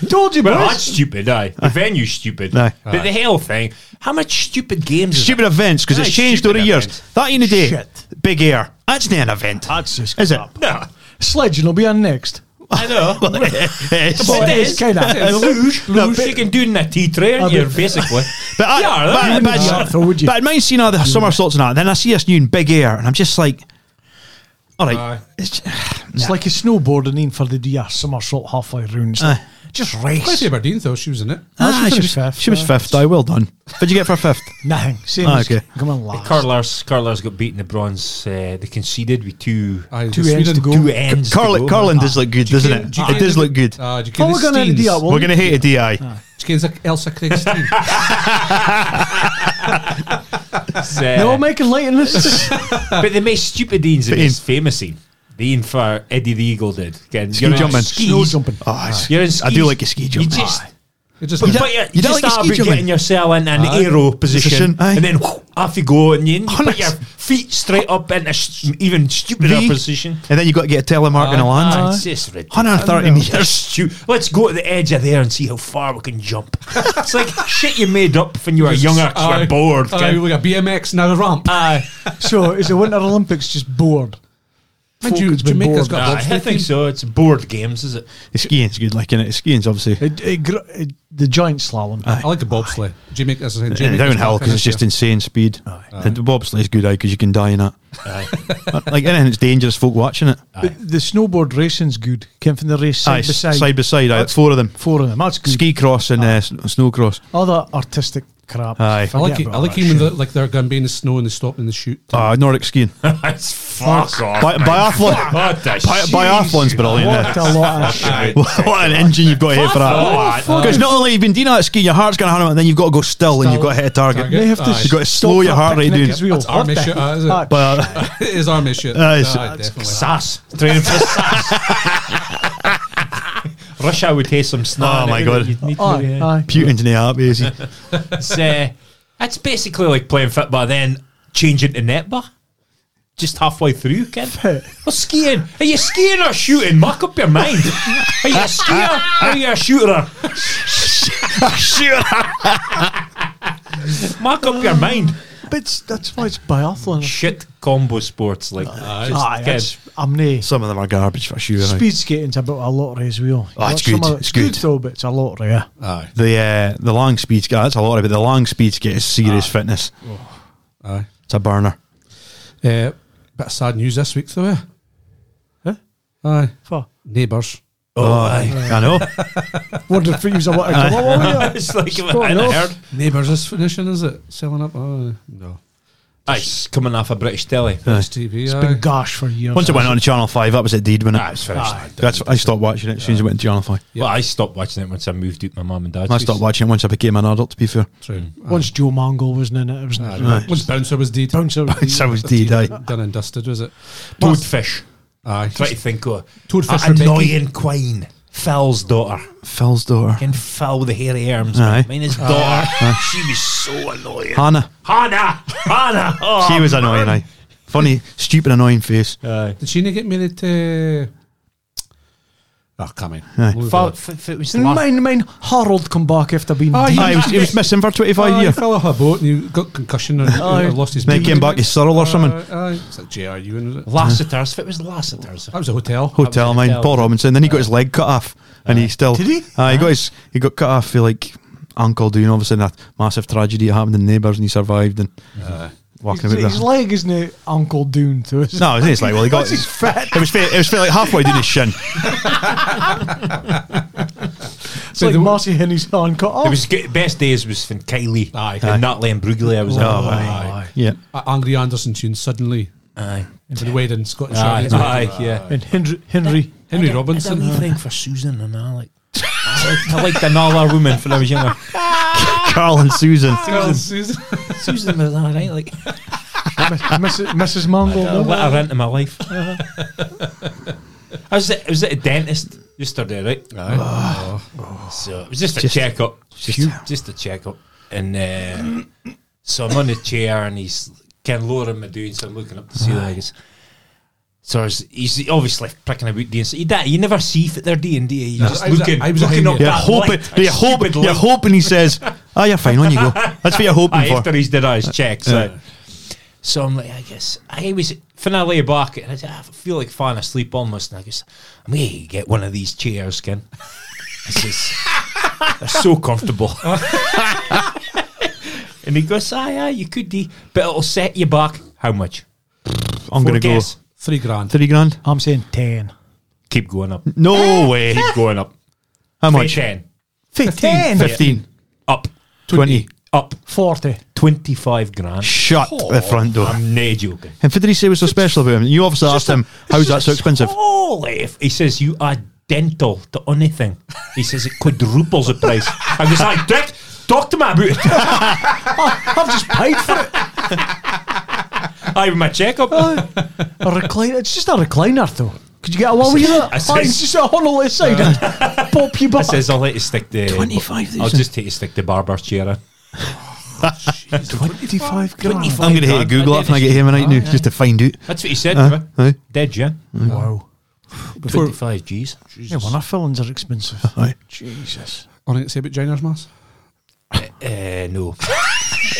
Speaker 7: day,
Speaker 6: Told you,
Speaker 5: Well,
Speaker 6: about
Speaker 5: that's stupid. Aye. The venue's stupid.
Speaker 7: Aye.
Speaker 5: But the hell thing. How much stupid games? is
Speaker 7: stupid events because
Speaker 5: Aye,
Speaker 7: it's changed over
Speaker 5: stupid
Speaker 7: the years.
Speaker 5: events.
Speaker 7: That ain't a day.
Speaker 6: Shit. Ah.
Speaker 7: Big Air. That's not an event.
Speaker 6: That's just
Speaker 7: Is it?
Speaker 6: crap.
Speaker 5: there? No.
Speaker 6: Sledging will be on next.
Speaker 5: I know.
Speaker 7: Well, it's-
Speaker 5: But
Speaker 6: Well,
Speaker 5: it
Speaker 6: it
Speaker 5: is
Speaker 6: is kinda-
Speaker 5: It is. Luge, luge. You can do it in a tea tray, and
Speaker 6: but-
Speaker 5: you're basically.
Speaker 7: But I,
Speaker 5: Yeah, that
Speaker 7: but,
Speaker 5: wouldn't
Speaker 7: but,
Speaker 6: be
Speaker 7: but,
Speaker 6: awful, would you?
Speaker 7: but I mind seeing all the somersaults and that. Then I see us doing big air, and I'm just like, all right, it's,
Speaker 6: It's like a snowboarding in for the day, a somersault halfway round.
Speaker 7: Aye.
Speaker 6: Just race.
Speaker 4: Classy Aberdeen though, she was in it.
Speaker 7: ah, she was
Speaker 6: fifth.
Speaker 7: She was
Speaker 6: aye.
Speaker 7: fifth. I well done. What'd you get for fifth?
Speaker 6: Nothing. Same
Speaker 7: Ah,
Speaker 6: as-
Speaker 7: okay.
Speaker 6: Come on, lad.
Speaker 5: Curlers, curlers got beaten the bronze. Uh, they conceded with two,
Speaker 4: Aye,
Speaker 6: Two
Speaker 4: the
Speaker 6: ends to
Speaker 4: Sweden-
Speaker 6: go.
Speaker 5: two ends. to
Speaker 7: Carl,
Speaker 5: go.
Speaker 7: Carlin does look good, doesn't
Speaker 4: Jane-
Speaker 7: it?
Speaker 4: Jane-
Speaker 7: It does look good.
Speaker 4: Uh, did you get
Speaker 6: Oh,
Speaker 4: the
Speaker 6: we're going to
Speaker 4: Steens?
Speaker 6: do that one.
Speaker 7: We're gonna hate a di.
Speaker 4: Did you get the Elsa Craig Steen?
Speaker 5: It's, uh,
Speaker 6: No, I'm making light in this.
Speaker 5: but they made stupid deans in
Speaker 7: Fitting.
Speaker 5: this famous scene. The in for Eddie the Eagle did. Again,
Speaker 7: Ski
Speaker 5: you're in
Speaker 7: jumping.
Speaker 5: skis.
Speaker 6: Snow jumping.
Speaker 7: Oh, it's-
Speaker 5: You're in
Speaker 7: I
Speaker 5: skis.
Speaker 7: do like a ski jump.
Speaker 5: You just,
Speaker 4: It just
Speaker 5: but,
Speaker 7: don't-
Speaker 5: but you,
Speaker 7: you
Speaker 5: you
Speaker 7: don't
Speaker 5: just
Speaker 7: like ski
Speaker 5: are about
Speaker 7: jumping?
Speaker 5: getting yourself in an aero position,
Speaker 7: Position, aye.
Speaker 5: and then whoo, off you go, and you, you put
Speaker 7: Honest.
Speaker 5: your feet straight up in an even stupider
Speaker 7: V.
Speaker 5: position.
Speaker 7: and then you got to get a telemark and a
Speaker 5: Ah,
Speaker 7: land.
Speaker 5: it's just ridiculous.
Speaker 7: 130 meters.
Speaker 5: Stu- Let's go to the edge of there and see how far we can jump. it's like shit you made up when you were younger 'cause you
Speaker 4: Aye.
Speaker 5: were bored.
Speaker 4: Aye,
Speaker 5: kid.
Speaker 4: we got BMX now a ramp.
Speaker 5: Aye.
Speaker 6: so, is the Winter Olympics just bored?
Speaker 4: Mind you,
Speaker 6: Folk has been
Speaker 4: Jamaica's
Speaker 6: bored.
Speaker 4: got a
Speaker 5: Aye, I
Speaker 4: bobsled
Speaker 5: think
Speaker 4: team.
Speaker 5: so. It's board games, is it?
Speaker 7: The skiing's good, like in it. Skiing's obviously
Speaker 6: It, it, gr- it, the giant slalom.
Speaker 4: I like the bobsleigh. Jamaica, as I said,
Speaker 7: and
Speaker 4: Jamaica's
Speaker 7: downhill
Speaker 4: got
Speaker 7: because it's
Speaker 4: finish
Speaker 7: just insane speed. And the bobsleigh's good, aye, because you can die in it. like and it's dangerous. Folk watching it.
Speaker 6: The, the snowboard racing's good. Came from the race side
Speaker 7: Aye,
Speaker 6: by side.
Speaker 7: side by side. Aye,
Speaker 6: That's-
Speaker 7: four of them.
Speaker 6: Four of them. That's good.
Speaker 7: Ski cross and uh, s- snow cross.
Speaker 6: Other artistic crap.
Speaker 7: Aye.
Speaker 4: I like
Speaker 6: Forget
Speaker 4: it. I
Speaker 6: about
Speaker 4: like
Speaker 6: that
Speaker 4: it when
Speaker 6: shit.
Speaker 4: the, like they're going to be in the snow and they stop and they shoot.
Speaker 7: Ah, Nordic skiing.
Speaker 5: That's fuck off.
Speaker 7: Bi-
Speaker 5: man.
Speaker 7: biathlon.
Speaker 5: What the
Speaker 7: Bi-
Speaker 5: shit?
Speaker 7: biathlon's brilliant. eh?
Speaker 6: What a lot of shit.
Speaker 7: what an engine you've got here for that.
Speaker 5: Fuck
Speaker 7: Because not only you've been doing that ski, your heart's going to hurt, and then you've got to go still, and you've got to hit a target.
Speaker 4: Target.
Speaker 6: They have to
Speaker 4: Aye.
Speaker 7: You've got to
Speaker 6: stop
Speaker 7: slow your
Speaker 6: for
Speaker 7: heart rate
Speaker 6: picnic
Speaker 7: down.
Speaker 6: as well.
Speaker 4: That's
Speaker 6: What
Speaker 4: army
Speaker 6: the
Speaker 4: shit, that, is it?
Speaker 6: fuck?
Speaker 7: But
Speaker 4: it is army shit.
Speaker 7: Aye, it's-
Speaker 4: Aye, definitely.
Speaker 5: Sass. Training for sass. Rush hour would taste some snow.
Speaker 7: Oh
Speaker 5: and
Speaker 7: my
Speaker 5: everything.
Speaker 7: God.
Speaker 5: You'd need to be,
Speaker 6: Aye,
Speaker 5: uh,
Speaker 6: aye.
Speaker 7: Putin's in the heart, is he?
Speaker 5: It's, uh, it's basically like playing football, then changing to netball. Just halfway through, kid. Well, skiing. Are you skiing or shooting? Mark up your mind. Are you a skier or are you a shooter?
Speaker 7: Sure.
Speaker 5: Mark up your mind.
Speaker 6: But it's- that's why it's biathlon.
Speaker 5: Shit combo sports like that. Just,
Speaker 6: Aye,
Speaker 5: kid,
Speaker 6: it's, I'm nae.
Speaker 7: Some of them are garbage for sure. aye.
Speaker 6: Speed skating's about a lottery as well.
Speaker 7: Oh, it's
Speaker 6: Some
Speaker 7: good,
Speaker 6: of
Speaker 7: it's
Speaker 6: It's
Speaker 7: good.
Speaker 6: good though, but it's a lottery. Yeah.
Speaker 4: Aye.
Speaker 7: The uh, the long speed skate. That's a lot of it. The long speed skate is serious fitness.
Speaker 4: Aye.
Speaker 7: It's a burner.
Speaker 4: Uh, bit of sad news this week, though. eh?
Speaker 6: Huh?
Speaker 4: Aye.
Speaker 6: Fuck.
Speaker 4: Neighbours.
Speaker 7: Oh, aye. I know.
Speaker 6: Wondered for you was a what? Come
Speaker 8: oh,
Speaker 6: on, what were you?
Speaker 5: it's like
Speaker 6: Spot
Speaker 5: I
Speaker 6: off.
Speaker 5: heard.
Speaker 4: Neighbours is finishing, is it? Selling up? Oh, no.
Speaker 5: Aye, it's coming off a British telly.
Speaker 4: It's TV.
Speaker 6: It's
Speaker 4: aye.
Speaker 6: been gosh for years.
Speaker 7: Once it went on Channel 5, that was a deed, wasn't it?
Speaker 5: Nah, it's finished.
Speaker 6: Aye.
Speaker 7: That's, I stopped watching it as soon as it went to Channel 5.
Speaker 5: Well, I stopped watching it once I moved out with my mum and dad's.
Speaker 7: I
Speaker 5: house.
Speaker 7: stopped watching it once I became an adult, to be fair.
Speaker 4: True.
Speaker 6: Once Joe Mangle wasn't in it,
Speaker 5: Ah,
Speaker 6: it was not
Speaker 7: Aye.
Speaker 4: Once Bouncer was deed.
Speaker 6: bouncer.
Speaker 7: Bouncer was deed, aye.
Speaker 4: Done and dusted, was it?
Speaker 5: Toadfish.
Speaker 4: Aye.
Speaker 5: Try to think of
Speaker 4: Toadfish
Speaker 5: an
Speaker 4: Rebecca.
Speaker 5: annoying queen. Phil's daughter.
Speaker 7: Phil's daughter.
Speaker 5: Can Phil the hairy arms.
Speaker 7: Aye.
Speaker 5: Mine is daughter. She was so annoying.
Speaker 7: Hannah.
Speaker 5: Hannah! Hannah! Oh,
Speaker 7: she was annoying, aye. Funny, stupid, annoying face.
Speaker 4: Did she not get married to? Oh, come on. Move
Speaker 5: Phil,
Speaker 4: on.
Speaker 5: f- f- it was
Speaker 6: And
Speaker 5: la-
Speaker 6: mine, mine, Harold come back after being.
Speaker 5: Ah,
Speaker 4: Aye,
Speaker 6: deed.
Speaker 7: Aye, he was, he was missing for 25
Speaker 4: Aye, he
Speaker 7: years.
Speaker 4: fell off a boat and he got concussion and
Speaker 6: Aye.
Speaker 4: and lost his.
Speaker 7: Then he came back to Surrey or something.
Speaker 4: Uh, Aye, aye. It's like J.R. Ewing, was it?
Speaker 5: Lassiter's. If it was Lassiter's.
Speaker 4: That was a hotel.
Speaker 7: Hotel
Speaker 5: That was a
Speaker 7: man,
Speaker 5: hotel.
Speaker 7: Paul Robinson. Then he got his leg cut off, and he still did he? Uh, he got his he got cut off for like uncle doing. All of a sudden, that massive tragedy happened in neighbours, and he survived and walking
Speaker 8: His,
Speaker 7: about.
Speaker 8: his
Speaker 7: there.
Speaker 8: leg isn't it Uncle Dune to us.
Speaker 7: no, it's like well, he got.
Speaker 8: That's his fat.
Speaker 7: It was fair, it was fair like halfway down his shin.
Speaker 8: It's like Marcy Henry's hand cut off.
Speaker 5: It was good, best days was from Kylie
Speaker 4: Aye.
Speaker 5: and Nutley and Brugley. I was
Speaker 7: Oh,
Speaker 5: at.
Speaker 7: aye.
Speaker 4: Aye.
Speaker 7: Yeah,
Speaker 4: Uh, Andy Anderson tune suddenly.
Speaker 5: Aye.
Speaker 4: With the wedding, Scottish
Speaker 5: Aye,
Speaker 4: Rite.
Speaker 5: aye, yeah.
Speaker 6: And Henry, Henry
Speaker 4: Henry Robinson.
Speaker 5: for Susan and Alec. I liked, I liked another woman when I was younger.
Speaker 7: Carl and Susan.
Speaker 4: Well, Susan.
Speaker 5: Susan was alright, like
Speaker 6: Mrs. Mrs. Mangle.
Speaker 5: I
Speaker 6: no?
Speaker 5: let her into my life. I was at, I was at a dentist yesterday, right? Oh. So it was just a
Speaker 7: Just-
Speaker 5: checkup,
Speaker 7: Phew.
Speaker 5: just a checkup, and uh, so I'm on the chair and he's can lowering my doing, so I'm looking up to see that. He's, so I was- he's obviously pricking about doing. So you, da- you never see if they're D and D. You just
Speaker 4: I was-
Speaker 5: looking,
Speaker 4: I was
Speaker 5: looking
Speaker 4: hanging-
Speaker 5: up
Speaker 7: You're
Speaker 5: that
Speaker 7: hoping,
Speaker 5: light,
Speaker 7: you're
Speaker 5: that
Speaker 7: hoping,
Speaker 5: stupid
Speaker 7: you're
Speaker 5: light. Ah,
Speaker 7: hoping he says, "Ah, you're fine. On you go." That's what you're hoping
Speaker 5: Aye,
Speaker 7: for. Uh,
Speaker 5: after he's done his checks.
Speaker 7: Yeah.
Speaker 5: aye. So I'm like, I guess I was finally back, and I, said, "Ah, I feel like falling asleep almost. And I guess I'm gonna get one of these chairs, Ken. This is they're so comfortable. and he goes, aye, aye, you could do, but it'll set you back. How much? Four
Speaker 7: I'm going to go
Speaker 5: guess.
Speaker 4: Three grand.
Speaker 7: three grand.
Speaker 8: I'm saying 10.
Speaker 5: Keep going up.
Speaker 7: No way.
Speaker 5: Keep going up.
Speaker 7: How much?
Speaker 5: Ten.
Speaker 8: 15.
Speaker 7: 15,
Speaker 5: Up.
Speaker 7: 20.
Speaker 5: Up.
Speaker 8: 40.
Speaker 5: Twenty-five grand.
Speaker 7: Shut the front door.
Speaker 5: I'm nay joking.
Speaker 7: And what did he say was so special about him? You obviously asked him, um, how's that so expensive?
Speaker 5: Holy! If he says you are dental to anything, he says it quadruples the price. I'm just like, Dick, talk to me about it.
Speaker 8: I've just paid for it.
Speaker 5: I have my checkup.
Speaker 8: A recliner. It's just a recliner, though. Could you get one with that?
Speaker 5: I
Speaker 8: Aye,
Speaker 5: says-
Speaker 8: It's just a on the left side. Pop your
Speaker 5: I
Speaker 8: butt.
Speaker 5: says I'll let you stick the
Speaker 7: 25,000.
Speaker 5: I'll just take you stick the barber's chair in.
Speaker 6: 25 grand.
Speaker 7: I'm going to hate
Speaker 5: grand.
Speaker 7: Google
Speaker 5: I
Speaker 7: that when I
Speaker 5: did
Speaker 7: get home tonight now, just to find out.
Speaker 5: That's what he said
Speaker 7: Huh?
Speaker 5: to
Speaker 7: Aye.
Speaker 5: me. Dead, yeah.
Speaker 8: Wow.
Speaker 5: Twenty-five G's.
Speaker 6: Yeah, well, our fillings are expensive.
Speaker 7: Aye.
Speaker 6: Jesus.
Speaker 4: Or I can say about Giner's Mass.
Speaker 5: Uh, no.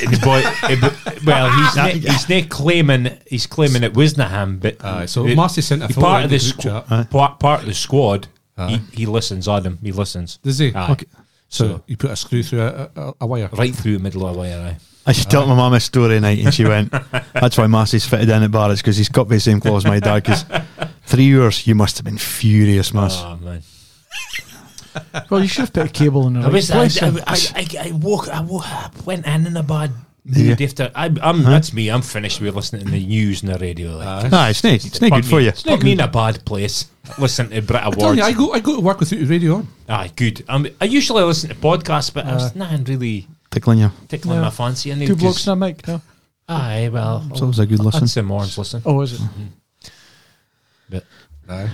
Speaker 5: the boy, eh, but- well, he's na, he's na claiming he's claiming it wasn't him, but
Speaker 4: Aye, so
Speaker 5: the-
Speaker 4: Marcy sent a
Speaker 5: the
Speaker 4: photo
Speaker 5: part
Speaker 4: in
Speaker 5: of
Speaker 4: the
Speaker 5: the
Speaker 4: group chat.
Speaker 5: squ- part, part of the squad. He, he listens, Adam. He listens.
Speaker 4: Does he?
Speaker 5: Aye.
Speaker 4: Okay. So, you put a screw through a, a, a wire.
Speaker 5: right through the middle of the wire. Aye.
Speaker 7: I should tell my mum a story night, and she went, That's why Massey's fitted in at Barrett's because he's got the same clothes as my dad. Because three hours, you must have been furious, Mass.
Speaker 5: Oh man!
Speaker 6: Well, you should have put a cable in the
Speaker 5: I
Speaker 6: right
Speaker 5: was I,
Speaker 6: place.
Speaker 5: I,
Speaker 6: then.
Speaker 5: I, I, I walk I walk I went in in a bad mood after I, I'm that's me. I'm finished with listening to the news and the radio. Like,
Speaker 7: Aye, it's not, it's not
Speaker 5: Put
Speaker 7: good for
Speaker 5: Oh. me-
Speaker 7: you.
Speaker 5: It's not me in a bad place. Listen to Brit
Speaker 4: Tell
Speaker 5: Awards.
Speaker 4: you, I go, I go to work with the radio on.
Speaker 5: Aye, good. Um, I usually listen to podcasts, but I was nothing really
Speaker 7: Tickling you.
Speaker 5: tickling
Speaker 6: No.
Speaker 5: my fancy. Anyway,
Speaker 6: Two blocks and a mic. No.
Speaker 5: Aye, well,
Speaker 7: It's always a good
Speaker 5: I'd
Speaker 7: listen.
Speaker 5: say more's listen.
Speaker 6: Oh, is it?
Speaker 5: I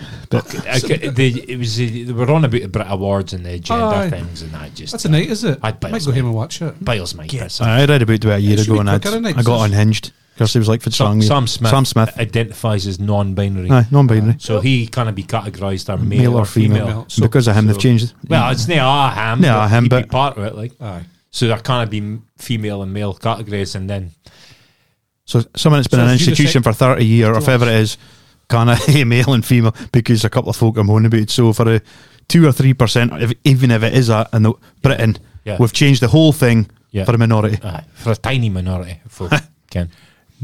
Speaker 5: c- they, it was uh, they were on about the Brit Awards and the gender
Speaker 4: Aye.
Speaker 5: things, and I just
Speaker 4: That's a night, is it?
Speaker 5: I'd buy
Speaker 4: might
Speaker 5: us
Speaker 4: go
Speaker 5: night.
Speaker 4: home and watch it.
Speaker 5: Biles my piss off.
Speaker 7: I read about it a year
Speaker 4: should
Speaker 7: ago
Speaker 4: be
Speaker 7: and I'd,
Speaker 4: quicker, innit?
Speaker 7: I got unhinged because it was like for
Speaker 5: Sam,
Speaker 7: song.
Speaker 5: Sam Smith,
Speaker 7: Sam Smith.
Speaker 5: identifies as non-binary,
Speaker 7: Aye, non binary.
Speaker 5: so he can't be categorised as male,
Speaker 7: Male or female.
Speaker 4: female. So-
Speaker 7: because of him,
Speaker 5: so-
Speaker 7: they've changed it.
Speaker 5: Well, it's not ah him.
Speaker 7: Nah, him,
Speaker 5: he'd be
Speaker 7: but-
Speaker 5: part of it, like
Speaker 4: Aye.
Speaker 5: so there can't be m- female and male categories, and then
Speaker 7: So someone that's been
Speaker 4: So
Speaker 7: an
Speaker 4: if you
Speaker 7: institution for 30 years or whatever it is, can I hey, male and female because a couple of folk are moaning about it. So for a two or three percent, if, even if it is that in the, Britain,
Speaker 5: Yeah.
Speaker 7: we've changed the whole thing
Speaker 5: Yeah.
Speaker 7: for a minority.
Speaker 5: aye, uh, for a tiny minority, for Ken.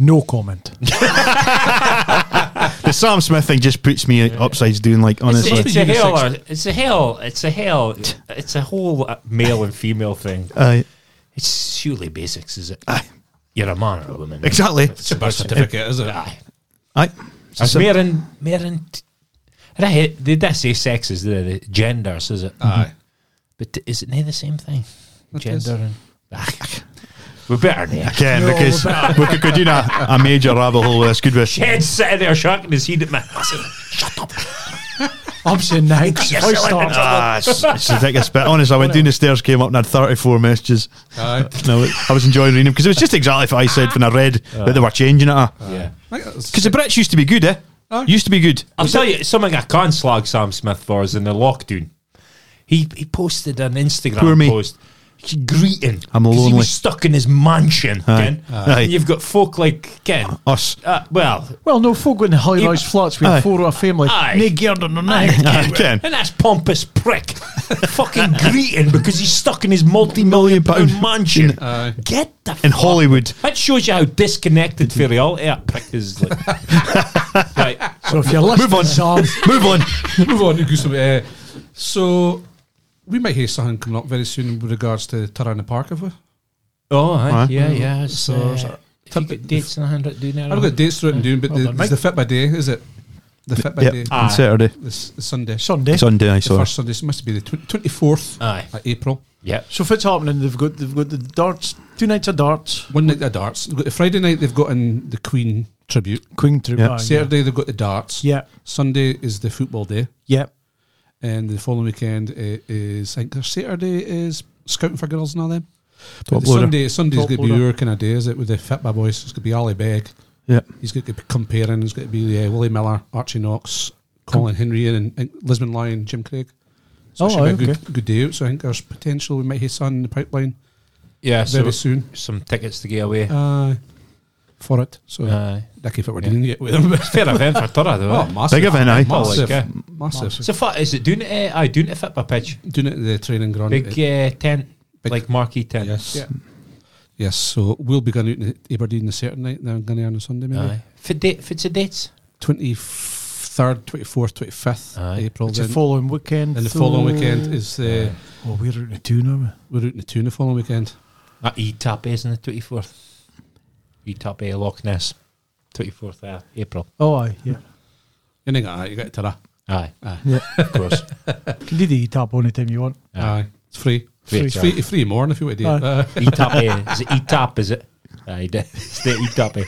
Speaker 8: No comment.
Speaker 7: The Sam Smith thing just puts me upside down, like
Speaker 5: It's,
Speaker 7: honestly.
Speaker 5: it's a hell. It's a hell. It's a hell. It's a whole uh, male and female thing.
Speaker 7: Aye.
Speaker 5: It's surely basics, is it? You're a man or a woman.
Speaker 7: exactly.
Speaker 5: It's a birth
Speaker 4: certificate, is it?
Speaker 5: Aye.
Speaker 7: Aye.
Speaker 5: It's
Speaker 7: So-
Speaker 5: more in, more in t- right, they did say sexes, the, the genders, is it? Mm-hmm.
Speaker 4: Aye.
Speaker 5: But t- is it near the same thing?
Speaker 4: is.
Speaker 5: Gender and. ah. Ach, we better now.
Speaker 7: Again, because we could, could do a, a major rabbit hole with this, could we?
Speaker 5: Ted's sitting there shaking his head at me. I said, Shut up.
Speaker 8: I'm saying 9.
Speaker 5: Yes,
Speaker 8: I
Speaker 5: Ellen.
Speaker 8: start.
Speaker 7: Ah, it's, it's ridiculous. But honestly, I went down the stairs, came up, and had 34 messages.
Speaker 4: Aye.
Speaker 7: No, it- I was enjoying reading them because it was just exactly what I said when I read that they were changing it.
Speaker 5: Yeah.
Speaker 4: Like, that's-
Speaker 7: Because the Brits used to be good, eh? Used to be good.
Speaker 5: I'll tell you something I can't slag Sam Smith for is in the lockdown. He he posted an Instagram
Speaker 7: Poor me.
Speaker 5: post greeting.
Speaker 7: I'm
Speaker 5: 'Cause He
Speaker 7: lonely.
Speaker 5: was stuck in his mansion.
Speaker 7: Aye.
Speaker 5: Ken.
Speaker 7: Aye.
Speaker 5: And you've got folk like Ken.
Speaker 7: Us.
Speaker 5: Uh, well,
Speaker 8: Well, no, folk in high rise
Speaker 5: You-
Speaker 8: flats with
Speaker 7: Aye.
Speaker 8: a four row family.
Speaker 5: Aye.
Speaker 8: Nae geared on their neck.
Speaker 7: Aye, Ken.
Speaker 5: and that's pompous prick fucking greeting because he's stuck in his multi-million pound mansion.
Speaker 4: Aye.
Speaker 5: Get the
Speaker 7: In Hollywood.
Speaker 5: That shows you how disconnected for reality that prick is. Like. right.
Speaker 8: So if you're listening,
Speaker 7: Move on.
Speaker 8: Sam,
Speaker 7: Move on.
Speaker 4: Move on, you Gustav. Uh, so, we might hear something coming up very soon with regards to Tirana Park, have we?
Speaker 5: Oh, aye.
Speaker 7: Aye.
Speaker 5: yeah, yeah. So,
Speaker 4: So-
Speaker 5: uh, if you got dates in hand, do that.
Speaker 4: I've got dates throughout and doing, but
Speaker 8: Well
Speaker 4: the,
Speaker 8: done,
Speaker 4: it's the fit by day, is it? The fit by
Speaker 7: Yep.
Speaker 4: day.
Speaker 7: On Saturday.
Speaker 4: This, this Sunday.
Speaker 8: Sunday.
Speaker 7: Sunday, I
Speaker 4: The
Speaker 7: saw.
Speaker 4: first Sunday. so It must be the tw- 24th
Speaker 5: Aye.
Speaker 4: of April.
Speaker 5: Yep.
Speaker 8: So if it's happening, they've got they've got the darts, two nights of darts,
Speaker 4: One night the darts. They've got the Friday night they've got in the Queen tribute.
Speaker 8: Queen Troop.
Speaker 7: Yeah.
Speaker 8: aye,
Speaker 4: Saturday they've got the darts.
Speaker 8: Yeah,
Speaker 4: Sunday is the football day,
Speaker 8: yeah.
Speaker 4: and the following weekend i- is I think their Saturday is scouting for girls and all them. But
Speaker 7: Top
Speaker 4: the
Speaker 7: loader.
Speaker 4: Sunday Sunday's
Speaker 8: Top
Speaker 4: going to be
Speaker 8: loader.
Speaker 4: your kind of day, is it? With the fit my boys, it's going to be Ali Beg.
Speaker 7: Yeah.
Speaker 4: He's going to be comparing. It's going to be uh, Willie Miller, Archie Knox, Colin Henry, and, and Lisbon Lion, Jim Craig. So it
Speaker 8: Oh,
Speaker 4: should be a
Speaker 8: aye,
Speaker 4: good,
Speaker 8: okay.
Speaker 4: good day out. So I think there's potential we might have sun in the pipeline
Speaker 5: Yeah,
Speaker 4: very
Speaker 5: so
Speaker 4: soon.
Speaker 5: some tickets to get away.
Speaker 4: Uh, for it. So
Speaker 5: Aye.
Speaker 4: Dicky, if it were
Speaker 5: Yeah.
Speaker 4: dealing yet with him.
Speaker 5: Fair event for Tura, though.
Speaker 4: Oh,
Speaker 5: eh?
Speaker 4: massive.
Speaker 7: Big event, aye.
Speaker 4: Massive.
Speaker 5: Like,
Speaker 4: massive.
Speaker 5: So far, is it doing it? Uh, aye, doing it fit by pitch.
Speaker 4: Doing it at the training ground.
Speaker 5: Big uh, tent,
Speaker 4: Big-
Speaker 5: like marquee tent.
Speaker 4: Yes.
Speaker 5: Yeah.
Speaker 4: Yes, so we'll be going out in Aberdeen the Saturday night, then going on the Sunday maybe.
Speaker 5: Aye. For date, for the dates.
Speaker 4: Twenty third, twenty fourth, twenty fifth
Speaker 5: Aye.
Speaker 4: April.
Speaker 8: It's the
Speaker 4: Then,
Speaker 8: following weekend.
Speaker 4: and the following weekend is the
Speaker 8: Oh, we're out of two now.
Speaker 4: we're out in the tune the following weekend.
Speaker 5: That ETAP is on the twenty fourth. ETAP A Loch Ness, twenty fourth of April.
Speaker 8: Oh, aye, yeah.
Speaker 4: You think aye, you get to that.
Speaker 5: Aye,
Speaker 4: Aye.
Speaker 5: of course.
Speaker 8: You can do the tap on anytime you want.
Speaker 5: Aye.
Speaker 4: Aye. It's free.
Speaker 5: Free.
Speaker 4: Free free, free morning if you want to do it.
Speaker 8: Aye.
Speaker 4: Uh,
Speaker 5: ETAP A is it ETAP? Is it? Aye, de- it's the ETAP A.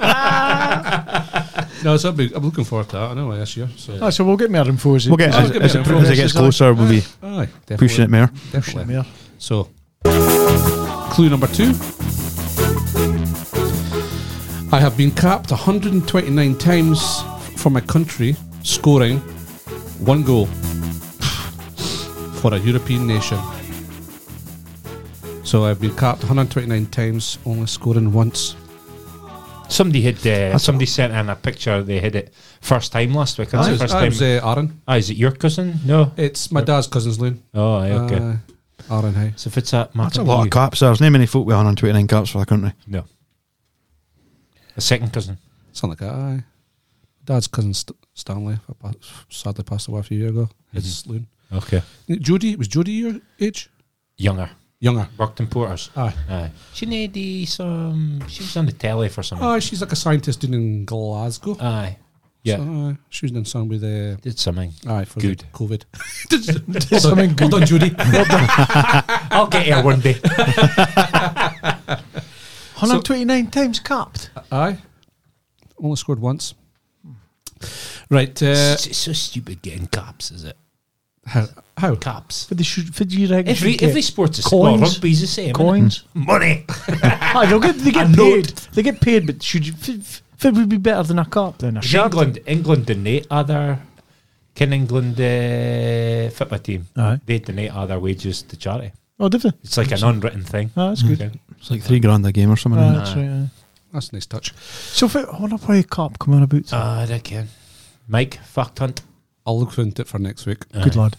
Speaker 5: That's it.
Speaker 4: no, so I'll be, I'm looking forward to that, I know this year. So
Speaker 8: Ah, so we'll get more info as it
Speaker 7: We'll get,
Speaker 8: as
Speaker 7: as,
Speaker 8: it-
Speaker 4: give
Speaker 7: as,
Speaker 4: me a
Speaker 7: it-
Speaker 4: minute.
Speaker 7: as it gets closer, we'll be
Speaker 4: aye, definitely.
Speaker 7: pushing it more.
Speaker 4: Definitely.
Speaker 8: more.
Speaker 4: So clue number two. I have been capped 129 times for my country, scoring one goal for a European nation. So I've been capped 129 times, only scoring once.
Speaker 5: Somebody had. Uh, somebody sent in a picture. They had it first time last week. That's
Speaker 4: I
Speaker 5: the
Speaker 4: was,
Speaker 5: first
Speaker 4: I
Speaker 5: time.
Speaker 4: was, uh, Aaron.
Speaker 5: aye, is it your cousin? No.
Speaker 4: It's my dad's cousin's loon.
Speaker 5: Oh, aye, okay.
Speaker 4: Uh, Aaron, hey.
Speaker 5: so if it's at
Speaker 7: That's a lot of caps. There's not many folk with 129 caps for the country.
Speaker 5: No. A second cousin.
Speaker 4: Something like that. Aye. Dad's cousin St- Stanley, who pa- sadly passed away a few years ago. His
Speaker 5: Mm-hmm.
Speaker 4: loon.
Speaker 5: Okay.
Speaker 4: Jody was Jody your age?
Speaker 5: Younger.
Speaker 4: Younger.
Speaker 5: Worked in Porters.
Speaker 4: Aye.
Speaker 5: Aye. She made the some. She was on the telly for something.
Speaker 4: Oh, she's like a scientist doing in Glasgow.
Speaker 5: Aye. Yeah.
Speaker 4: So, uh, she was doing something with the
Speaker 5: Did something.
Speaker 4: aye for
Speaker 5: Good.
Speaker 4: the COVID. Did something good. Well done, Judy.
Speaker 5: I'll get here one day.
Speaker 8: 129 times capped.
Speaker 4: aye. Only scored once. Right. Uh,
Speaker 5: it's, so stupid getting caps, is it?
Speaker 4: how? how?
Speaker 5: Caps.
Speaker 8: But they should, for you reckon
Speaker 5: Every
Speaker 8: should get
Speaker 5: every sport's a
Speaker 8: coins.
Speaker 5: well, rugby's the same.
Speaker 8: coins.
Speaker 5: innit? Money.
Speaker 8: Aye, they'll get, they
Speaker 5: A
Speaker 8: get
Speaker 5: note.
Speaker 8: paid. They get paid, but should you, f- f- if it would be better than a cap then a
Speaker 5: Is
Speaker 8: shard.
Speaker 5: England, England donate other. Can England uh, fit my team?
Speaker 8: Aye.
Speaker 5: They donate other wages to charity.
Speaker 8: Oh, did they?
Speaker 5: It's like an unwritten thing.
Speaker 8: Ah, that's good.
Speaker 5: Okay.
Speaker 7: It's like three grand a game or something.
Speaker 8: Ah,
Speaker 7: isn't it?
Speaker 8: that's right. aye.
Speaker 4: That's a nice touch.
Speaker 8: So if it, I wonder why a cap coming about.
Speaker 5: Ah, they can. Mike, fuck hunt.
Speaker 4: I'll look into it for next week.
Speaker 8: good lad.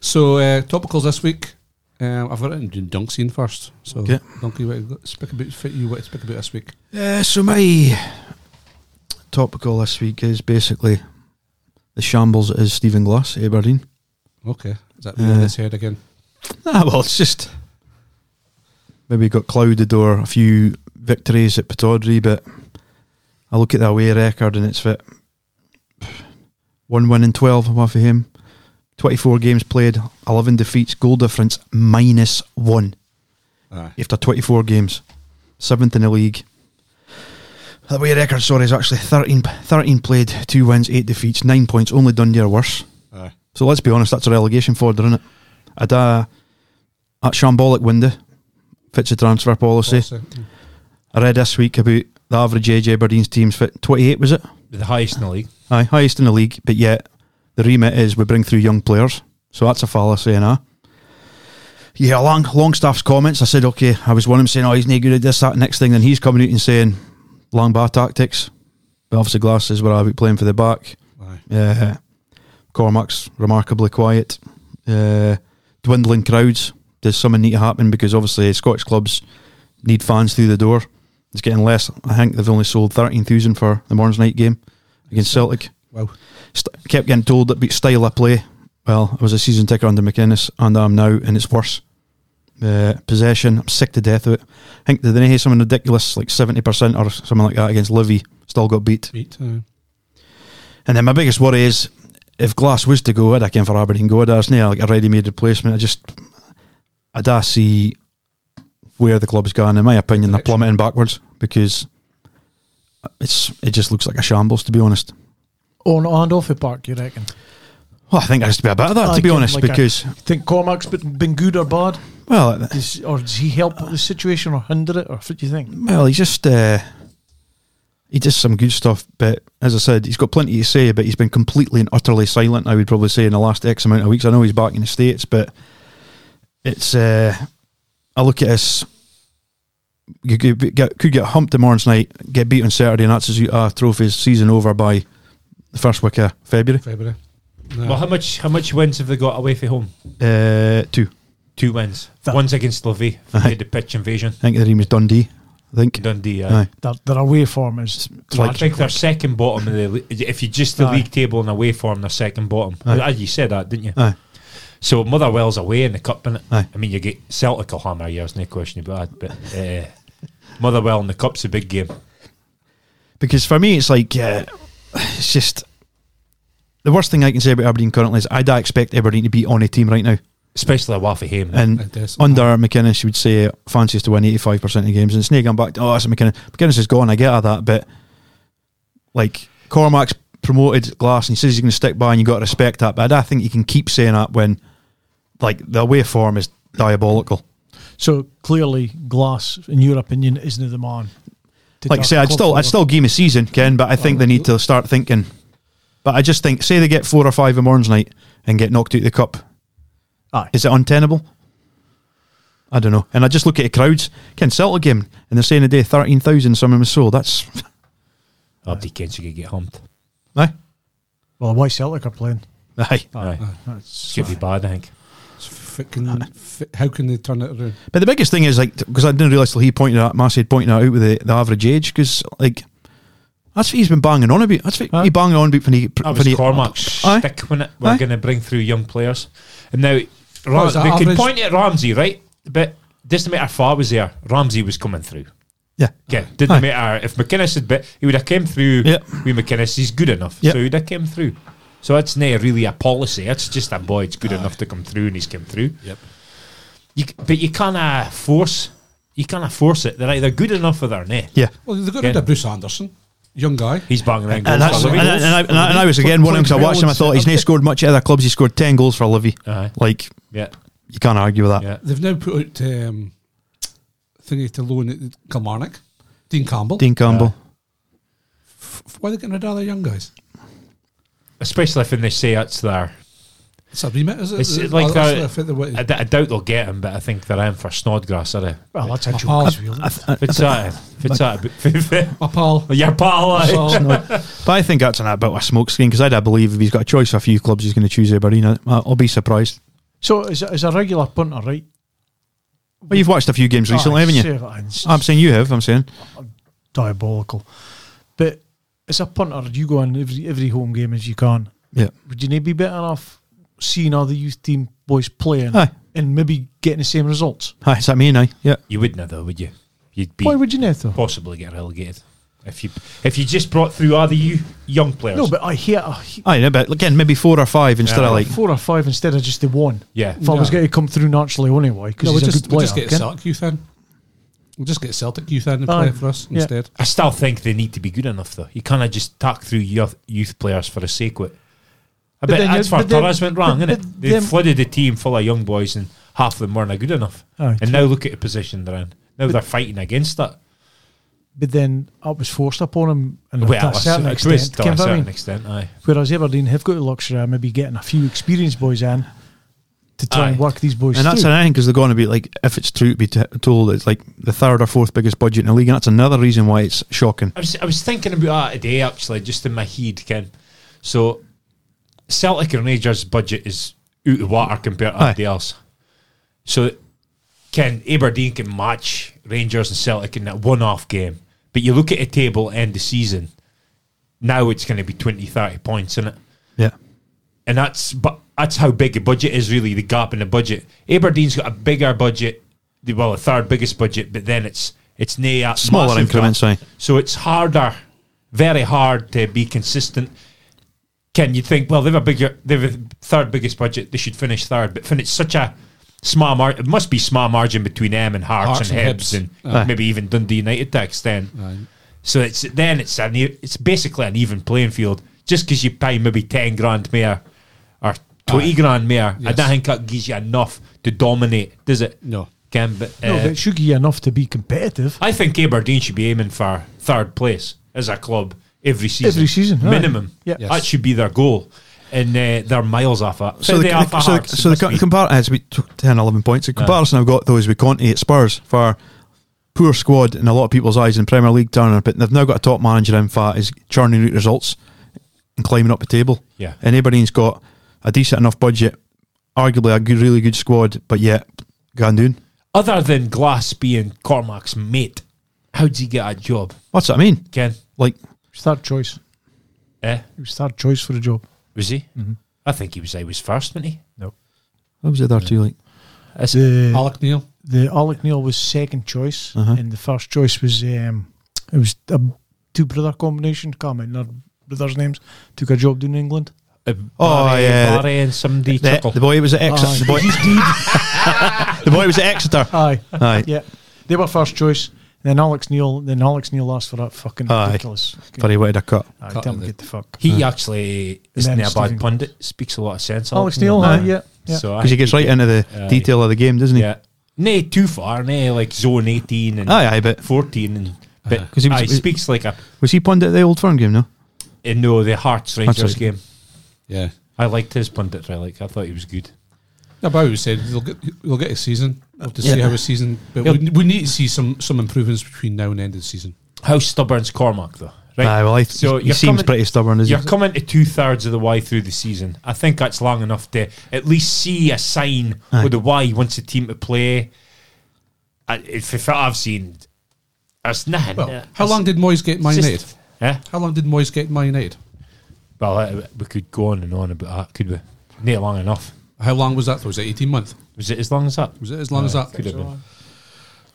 Speaker 4: So uh, topicals this week. Um, I've got it in the dunk scene first. So
Speaker 7: Okay.
Speaker 4: donkey, what you got- speak about fit you what to speak about this week.
Speaker 7: Uh, so my topical this week is basically the shambles that is Stephen Glass, eh, Aberdeen.
Speaker 4: Okay. Is that
Speaker 7: Uh,
Speaker 4: uh, his head again?
Speaker 7: Ah, well, it's just maybe got clouded or a few victories at Pataudry, but I look at the away record and it's fit. One win in 12 off of him. 24 games played, 11 defeats, goal difference minus one
Speaker 4: Aye.
Speaker 7: after 24 games. Seventh in the league. The away record, sorry, is actually 13, 13 played, 2 wins, 8 defeats, 9 points, only done year worse.
Speaker 4: Aye.
Speaker 7: So let's be honest, that's a relegation fodder, isn't it? At a, at shambolic window, fits the transfer policy.
Speaker 4: Also, mm.
Speaker 7: I read this week about the average age Aberdeen's team's fit 28, was it?
Speaker 5: The highest in the league.
Speaker 7: Aye, highest in the league, but yet the remit is we bring through young players. So that's a fallacy, and you hear Long, Longstaff's comments. I said, okay, I was one of them saying, oh, he's not good at this, that, next thing. Then he's coming out and saying, long bar tactics. But obviously, Glass is where I'll be playing for the back.
Speaker 4: Aye.
Speaker 7: Yeah. Cormack's remarkably quiet. Uh, dwindling crowds. Does something need to happen? Because obviously, Scottish clubs need fans through the door. It's getting less. I think they've only sold 13,000 for the Morns night game against Celtic.
Speaker 4: Wow.
Speaker 7: St- kept getting told that be- style of play. Well, I was a season ticker under McInnes, and I'm now, and it's worse. Uh, possession, I'm sick to death of it. I think did they hear something ridiculous like seventy percent or something like that against Livy? Still got beat.
Speaker 4: Beat. Uh,
Speaker 7: And then my biggest worry is if Glass was to go, I'd have came for Aberdeen go. There's no like a ready-made replacement. I just, I don't see where the club's going. In my opinion, they're
Speaker 4: Direction.
Speaker 7: plummeting backwards because it's it just looks like a shambles. To be honest,
Speaker 8: On Oh, and off the park, you reckon?
Speaker 7: well, I think there has to be a bit of that.
Speaker 8: Like
Speaker 7: to be
Speaker 8: a-
Speaker 7: honest,
Speaker 8: like a-
Speaker 7: because
Speaker 8: You think Cormac's been been good or bad?
Speaker 7: well,
Speaker 8: Is, or does he help the situation or hinder it? Or what do you think?
Speaker 7: Well, he's just uh, he does some good stuff, but as I said, he's got plenty to say. But he's been completely and utterly silent. I would probably say in the last X amount of weeks. I know he's back in the states, but it's uh, I look at us. You could be- get, could get humped tomorrow's night, get beat on Saturday, and that's as you are trophies season over by the first week of February.
Speaker 4: February. No.
Speaker 5: Well, how much how much wins have they got away from home?
Speaker 7: Uh, two,
Speaker 5: Two wins.
Speaker 8: That-
Speaker 5: One's against Livy. They
Speaker 7: Aye.
Speaker 5: had the pitch invasion.
Speaker 7: I think the team was Dundee. I think
Speaker 5: Dundee.
Speaker 7: Aye.
Speaker 5: Uh,
Speaker 8: Their, their away form is
Speaker 5: well, I
Speaker 8: tragic.
Speaker 5: think they're second bottom. Of the, le- if you just the
Speaker 8: Aye.
Speaker 5: league table and away form, they're second bottom.
Speaker 7: Aye.
Speaker 5: As you said that, didn't you?
Speaker 7: Aye.
Speaker 5: So Motherwell's away in the cup, innit?
Speaker 7: Aye.
Speaker 5: I mean, you get Celtic will hammer you. There's no question about that. But uh, Motherwell in the cup's a big game.
Speaker 7: because for me it's like uh, it's just the worst thing I can say about Aberdeen currently is I don't expect Aberdeen to be on a team right now.
Speaker 5: especially away from home.
Speaker 7: And
Speaker 4: I guess.
Speaker 7: under McInnes, you would say fancies to win eighty five percent of games, and it's not gone back. To, oh, that's McInnes. McInnes is gone. I get all that, but like Cormac's promoted Glass, and he says he's going to stick by, and you got to respect that. But I don't think you can keep saying that when like the away form is diabolical.
Speaker 8: So clearly, Glass, in your opinion, isn't the man. to
Speaker 7: like I
Speaker 8: take
Speaker 7: say, I'd
Speaker 8: club
Speaker 7: still I'd
Speaker 8: forward.
Speaker 7: still game a season, Ken, but I think they need to start thinking. But I just think, say they get four or five in Morns night and get knocked out of the cup,
Speaker 8: Aye.
Speaker 7: is it untenable? I don't know. And I just look at the crowds. Ken Celtic game, and they're saying a day thirteen thousand. Someone was sold. That's
Speaker 5: Abdi Kent could get humped.
Speaker 7: aye,
Speaker 8: Well, why Celtic are playing?
Speaker 7: eh? aye.
Speaker 5: Aye.
Speaker 8: That's,
Speaker 5: It's gonna be bad, I think.
Speaker 4: F- can- f- how can they turn it around?
Speaker 7: But the biggest thing is like because I didn't realise till he pointed out, Massey had pointed that out with the, the average age because like that's what he's been banging on about. That's what
Speaker 8: Aye.
Speaker 7: he banged on about when he
Speaker 5: That
Speaker 7: when
Speaker 5: was
Speaker 7: he
Speaker 5: Cormac's
Speaker 7: Aye.
Speaker 5: stick when it. We're
Speaker 7: Aye.
Speaker 5: going to bring through young players, and now Ram-
Speaker 4: is that
Speaker 5: they could
Speaker 4: average?
Speaker 5: point at Ramsey, right? But doesn't matter if I was there. Ramsey was coming through.
Speaker 7: yeah.
Speaker 5: Okay, didn't
Speaker 7: Aye.
Speaker 5: matter if McInnes had bit. He would have came through.
Speaker 7: Yep.
Speaker 5: With McInnes, he's good enough,
Speaker 7: Yep.
Speaker 5: so he would have came through. So it's not really a policy. It's just a boy. It's good enough to come through, and he's come through.
Speaker 4: Yep.
Speaker 5: You, c- but you can't uh, force. You can't force it. They're either good enough or they're not.
Speaker 7: Yeah.
Speaker 4: Well, they got
Speaker 5: Yeah.
Speaker 4: rid of Bruce Anderson, young guy.
Speaker 5: He's banging in
Speaker 7: And, that's,
Speaker 5: goals.
Speaker 7: and, I, and, I, and, I, and I was again one of them 'cause I watched him. I thought he's not scored much at other clubs. He scored ten goals for Livy.
Speaker 5: Aye.
Speaker 7: Like
Speaker 5: Yeah,
Speaker 7: you can't argue with that.
Speaker 5: yeah.
Speaker 4: They've now put out um, thingy to loan at Kilmarnock, Dean Campbell.
Speaker 7: Dean Campbell.
Speaker 4: F- Why are they getting rid of other young guys?
Speaker 5: Especially if when they say it's there.
Speaker 4: It's a remit, is it?
Speaker 5: It's
Speaker 4: Is it-
Speaker 5: like
Speaker 4: oh, that's
Speaker 5: that-
Speaker 4: what I think they wanted.
Speaker 5: I, d- I doubt they'll get him, but I think they're in for Snodgrass, are they?
Speaker 8: well, that's a
Speaker 4: Paul.
Speaker 8: joke. That's real.
Speaker 7: Uh,
Speaker 5: If it's that, if it's that, but-
Speaker 4: My pal.
Speaker 5: your pal, aye.
Speaker 7: but I think that's an, a bit of a smokescreen because I don't believe if he's got a choice of a few clubs, he's going to choose Aberdeen. I- I'll be surprised.
Speaker 8: So, is a, is a regular punter, right?
Speaker 7: Well, you've watched a few
Speaker 5: Oh,
Speaker 7: games recently, haven't you? I'm saying you have. I'm saying
Speaker 8: diabolical. But as a punter, you go on every every home game as you can.
Speaker 7: Yeah.
Speaker 8: Would you not be better off seeing other youth team boys playing
Speaker 7: Aye.
Speaker 8: and maybe getting the same results?
Speaker 7: Aye, is that me and I? Yeah.
Speaker 5: You wouldn't, though, would you? You'd be
Speaker 8: Why would you not though?
Speaker 5: possibly get relegated if you if you just brought through other you young players.
Speaker 8: No, but I hate, I hate
Speaker 7: Aye, no, but again, maybe four or five instead
Speaker 5: Yeah.
Speaker 7: of like.
Speaker 8: four or five instead of just the one.
Speaker 5: yeah,
Speaker 8: If I was going to come through naturally anyway, because
Speaker 4: No, we'll
Speaker 8: he's a
Speaker 4: just,
Speaker 8: good
Speaker 4: we'll
Speaker 8: player.
Speaker 4: just get
Speaker 8: okay?
Speaker 4: Celtic youth in. We'll just get Celtic youth in and
Speaker 8: Aye.
Speaker 4: play for us
Speaker 8: Yeah.
Speaker 4: instead.
Speaker 5: I still think they need to be good enough, though. You can't just tack through youth, youth players for the sake of it. I bet
Speaker 8: then
Speaker 5: that's
Speaker 8: you-
Speaker 5: where
Speaker 8: but then-
Speaker 5: Torres went wrong,
Speaker 8: but-
Speaker 5: innit?
Speaker 8: but
Speaker 5: They
Speaker 8: then-
Speaker 5: flooded the team full of young boys, and half of them weren't good enough.
Speaker 8: Aye,
Speaker 5: and now look at the position they're in. Now they're fighting against that.
Speaker 8: But then that was forced upon him and
Speaker 5: Well,
Speaker 8: to a
Speaker 5: it's-
Speaker 8: certain
Speaker 5: it was
Speaker 8: extent.
Speaker 5: to a
Speaker 8: Ken, I
Speaker 5: certain
Speaker 8: mean,
Speaker 5: extent, aye.
Speaker 8: Whereas Aberdeen have got the luxury of maybe getting a few experienced boys in
Speaker 6: to try and
Speaker 5: Aye.
Speaker 6: work these boys
Speaker 7: And that's
Speaker 6: through.
Speaker 7: another thing because they're going to be like, if it's true to be t- told, it's like the third or fourth biggest budget in the league, and that's another reason why it's shocking.
Speaker 5: I was, I was thinking about that today, actually, just in my head, Ken. So, Celtic and Rangers' budget is out the water compared to
Speaker 7: Aye.
Speaker 5: everybody else. So, Ken, Aberdeen can match Rangers and Celtic in that one off game. But you look at a table end of season, now it's going to be 20, 30 points in it.
Speaker 7: Yeah,
Speaker 5: and that's but that's how big the budget is really the gap in the budget. Aberdeen's got a bigger budget, the- well, a third biggest budget, but then it's it's nay a
Speaker 7: Smaller
Speaker 5: massive
Speaker 7: increments,
Speaker 5: gap.
Speaker 7: aye.
Speaker 5: so it's harder, very hard to be consistent. Can you think? Well, they've a bigger, they've a third biggest budget. They should finish third, but fin- it's such a small margin. It must be small margin between them and Hearts,
Speaker 4: Hearts
Speaker 5: and, Hibs,
Speaker 4: and Hibs.
Speaker 5: and
Speaker 7: Aye.
Speaker 5: Uh, maybe even Dundee United to that extent. So it's then it's an e- it's basically an even playing field. Just because you pay maybe ten grand more or twenty grand more, I don't think that gives you enough to dominate, does it?
Speaker 4: No.
Speaker 5: Ken, but, uh,
Speaker 6: no, but it should give you enough to be competitive.
Speaker 5: I think Aberdeen should be aiming for third place as a club every season.
Speaker 6: Every season, aye.
Speaker 5: minimum.
Speaker 6: Yeah.
Speaker 5: that should be their goal, and uh, they're miles off that.
Speaker 7: so the,
Speaker 5: they are for
Speaker 7: the, so the,
Speaker 5: Hearts,
Speaker 7: so the
Speaker 5: must
Speaker 7: co-
Speaker 5: be.
Speaker 7: compar- it's be t- 10, 11 points. The comparison I've got though is with Conte at Spurs for poor squad in a lot of people's eyes in Premier League turnover, but they've now got a top manager in fat is churning out results and climbing up the table.
Speaker 5: Yeah.
Speaker 7: and Aberdeen's got a decent enough budget, arguably a good, really good squad, but yet Gandoon.
Speaker 5: other than Glass being Cormac's mate, how would he get a job,
Speaker 7: What's that mean?
Speaker 5: Ken?
Speaker 7: Like
Speaker 6: It's third choice.
Speaker 5: Eh?
Speaker 6: It was third choice for the job.
Speaker 5: Was he?
Speaker 7: Mm-hmm.
Speaker 5: I think he was. He was first, wasn't he?
Speaker 7: I was there too. Like
Speaker 6: The
Speaker 4: Alec Neil.
Speaker 6: the Alec Neil was second choice, and the first choice was um, it was a two brother combination. Can't remember their brothers' names. Took a job doing in England.
Speaker 5: Uh,
Speaker 7: Oh,
Speaker 5: Barry,
Speaker 7: yeah.
Speaker 5: Barry and somebody
Speaker 7: the,
Speaker 5: chuckle. Oh,
Speaker 7: the boy was at Exeter.
Speaker 6: Aye.
Speaker 7: the, boy, the boy was at Exeter.
Speaker 6: Aye,
Speaker 7: Aye,
Speaker 6: yeah, they were first choice. Then Alex Neil, then Alex Neil asked for that fucking
Speaker 7: Aye.
Speaker 6: ridiculous.
Speaker 7: but he wanted a cut.
Speaker 6: Aye,
Speaker 4: Cut
Speaker 6: tell him
Speaker 4: of
Speaker 6: to
Speaker 4: the-
Speaker 6: get the fuck.
Speaker 5: he actually isn't
Speaker 6: then
Speaker 5: a bad
Speaker 6: Stephen-
Speaker 5: pundit. Speaks a lot of sense.
Speaker 6: Alex
Speaker 5: Neil,
Speaker 6: Neal,
Speaker 5: man.
Speaker 6: aye, yeah, yeah.
Speaker 5: So I,
Speaker 7: Because Oh, he gets right into the
Speaker 5: Aye.
Speaker 7: detail of the game, doesn't he?
Speaker 5: yeah, nay too far. Nay like zone eighteen and
Speaker 7: Aye, aye, but
Speaker 5: fourteen and. But
Speaker 7: 'Cause he was-
Speaker 5: aye, speaks like a
Speaker 7: was he pundit at the Old Firm game? No,
Speaker 5: in no the Hearts Rangers
Speaker 7: right.
Speaker 5: game.
Speaker 4: Yeah.
Speaker 5: I liked his pundit. I like. I thought he was good.
Speaker 4: Yeah, but I always said they'll get we'll get a season. We'll have to see
Speaker 7: Yeah.
Speaker 4: how a season. But we, we need to see some some improvements between now and end of the season.
Speaker 5: How stubborn's Cormac though? Right.
Speaker 7: aye. Well, I,
Speaker 5: So
Speaker 7: he
Speaker 5: you're
Speaker 7: seems
Speaker 5: coming-
Speaker 7: pretty stubborn, isn't
Speaker 5: You're
Speaker 7: he?
Speaker 5: coming to two thirds of the way through the season. I think that's long enough to at least see a sign
Speaker 7: Aye.
Speaker 5: with the why he wants the team to play. I, if, if I've seen, that's nothing.
Speaker 4: Well,
Speaker 5: Yeah.
Speaker 4: how long did Moyes get Man
Speaker 5: It's
Speaker 4: United?
Speaker 5: just- Eh?
Speaker 4: How long did Moyes get Man United?
Speaker 5: Well, uh, we could go on and on about that, could we? Near long enough.
Speaker 4: How long was that? Was it eighteen months?
Speaker 5: Was it as long as that?
Speaker 4: Was it as long as that?
Speaker 5: Could have been.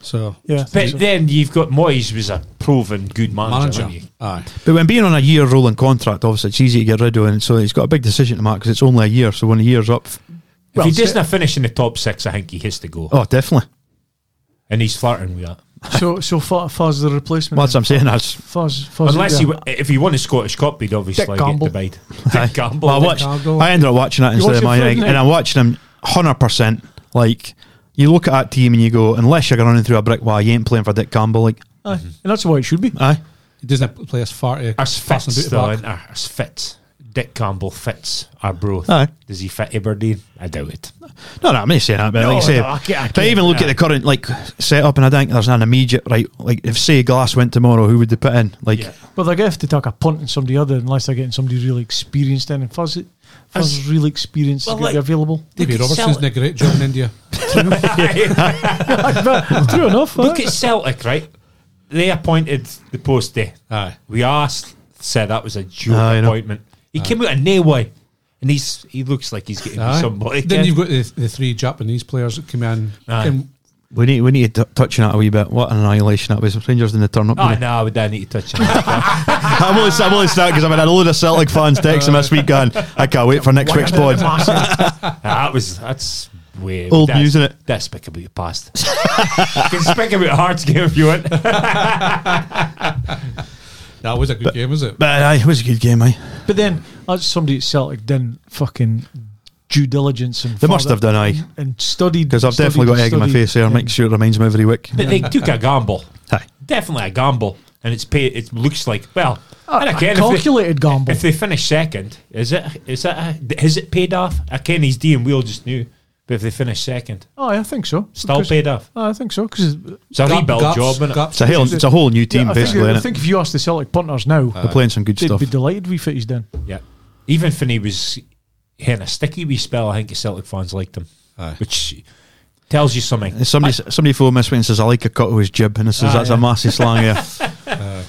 Speaker 4: So
Speaker 6: Yeah,
Speaker 5: But then you've got Moyes was a proven good manager.
Speaker 4: manager.
Speaker 5: wasn't he?
Speaker 4: Aye.
Speaker 7: But when being on a year rolling contract, obviously it's easy to get rid of, and so he's got a big decision to make because it's only a year. So when the year's up,
Speaker 5: If he doesn't finish in the top six, I think he has to go.
Speaker 7: oh, definitely.
Speaker 5: And he's flirting with that.
Speaker 6: so so far, far's the replacement.
Speaker 7: Well, that's what I'm saying. That's
Speaker 6: Fuzz, fuzz
Speaker 5: Unless
Speaker 6: yeah.
Speaker 5: he, w- if he won a Scottish Cup, he'd obviously
Speaker 6: Dick
Speaker 5: get
Speaker 6: Campbell.
Speaker 5: debated. Dick Campbell.
Speaker 7: well, I
Speaker 5: Dick
Speaker 7: watched.
Speaker 6: Chicago.
Speaker 7: I ended up watching that instead
Speaker 6: watched
Speaker 7: of
Speaker 6: it
Speaker 7: my
Speaker 6: Friday
Speaker 7: night,
Speaker 6: night?
Speaker 7: and I'm watching him hundred percent. Like you look at that team and you go, unless you're running through a brick wall, you ain't playing for Dick Campbell. Like,
Speaker 6: Aye. and that's why it should be.
Speaker 7: aye,
Speaker 4: He doesn't play as far. to-
Speaker 5: Us
Speaker 4: fast and
Speaker 5: fits
Speaker 4: boot
Speaker 5: though,
Speaker 4: back.
Speaker 5: aren't there? Us fits. Dick Campbell fits our bro.
Speaker 7: aye.
Speaker 5: Does he fit Aberdeen? I doubt it.
Speaker 7: No, no, I'm not saying that, but
Speaker 5: No,
Speaker 7: like I say,
Speaker 5: no, I can't- I
Speaker 7: but
Speaker 5: can't-
Speaker 7: even look at the current like setup, and I think there's an immediate right. Like, if say Glass went tomorrow, who would they put in? Like,
Speaker 5: Yeah.
Speaker 6: But they're going to have to take a punt on somebody other unless they're getting somebody really experienced in. And Fuzz, Fuzz is really experienced
Speaker 5: Well,
Speaker 6: to
Speaker 5: like-
Speaker 6: be available.
Speaker 4: David
Speaker 5: Look at
Speaker 4: Robertson's done a great job in India.
Speaker 6: True enough.
Speaker 5: Look
Speaker 6: aye.
Speaker 5: at Celtic, right? They appointed the postie.
Speaker 4: Aye.
Speaker 5: We asked, said that was a joke
Speaker 7: Aye, I know.
Speaker 5: appointment. He came out of nowhere, and he's he looks like he's getting
Speaker 4: Aye.
Speaker 5: somebody.
Speaker 4: Then
Speaker 5: Ken.
Speaker 4: you've got the, the three Japanese players that came in.
Speaker 5: Aye.
Speaker 4: Came-
Speaker 7: we need we need to t- touch on that a wee bit. What an annihilation that was! Rangers didn't turn up.
Speaker 5: Ah,
Speaker 7: didn't they?
Speaker 5: no, I would not need to touch on that.
Speaker 7: I'm only I'm only starting because I've had a load of Celtic fans texting this week, going, I can't wait for next week's pod.
Speaker 5: Ah, that was that's weird.
Speaker 7: Old
Speaker 5: that's,
Speaker 7: news, innit?
Speaker 5: That's speak about your past. you can speak about Hearts game if you want.
Speaker 4: that was a good game, was it?
Speaker 7: But aye, it was a good game, aye.
Speaker 6: But then that's somebody at Celtic didn't fucking due diligence and
Speaker 7: They must have done, aye.
Speaker 6: and studied
Speaker 7: Because I've
Speaker 6: studied
Speaker 7: definitely got
Speaker 6: and
Speaker 7: egg in my
Speaker 6: studied.
Speaker 7: face here. Make sure it reminds me every week.
Speaker 5: But they took a gamble.
Speaker 7: Aye.
Speaker 5: Definitely a gamble. And it's pay, it looks like well I don't care
Speaker 6: Oh, A
Speaker 5: if they-
Speaker 6: calculated gamble.
Speaker 5: If they finish second, is it is that a, has it paid off? I ken he's D and Wheel just knew But if they finish second,
Speaker 6: Oh, yeah, I think so.
Speaker 5: still
Speaker 6: Because-
Speaker 5: paid off.
Speaker 6: Oh, I think so because
Speaker 5: It's a rebuild job, innit?
Speaker 7: It's a whole, it's a whole new team,
Speaker 6: I, think,
Speaker 7: basically,
Speaker 6: I
Speaker 7: innit?
Speaker 6: think if you ask the Celtic punters now,
Speaker 7: They're playing some good
Speaker 6: they'd
Speaker 7: stuff.
Speaker 6: be delighted we fit he's done.
Speaker 5: Yeah. Even when he was in a sticky wee spell, I think the Celtic fans liked him,
Speaker 1: Aye.
Speaker 5: which tells you something.
Speaker 7: And Somebody, somebody phoned me this week and says, I like a cut to his jib. And this says,
Speaker 5: Ah,
Speaker 7: that's
Speaker 5: yeah.
Speaker 7: a massive slang here.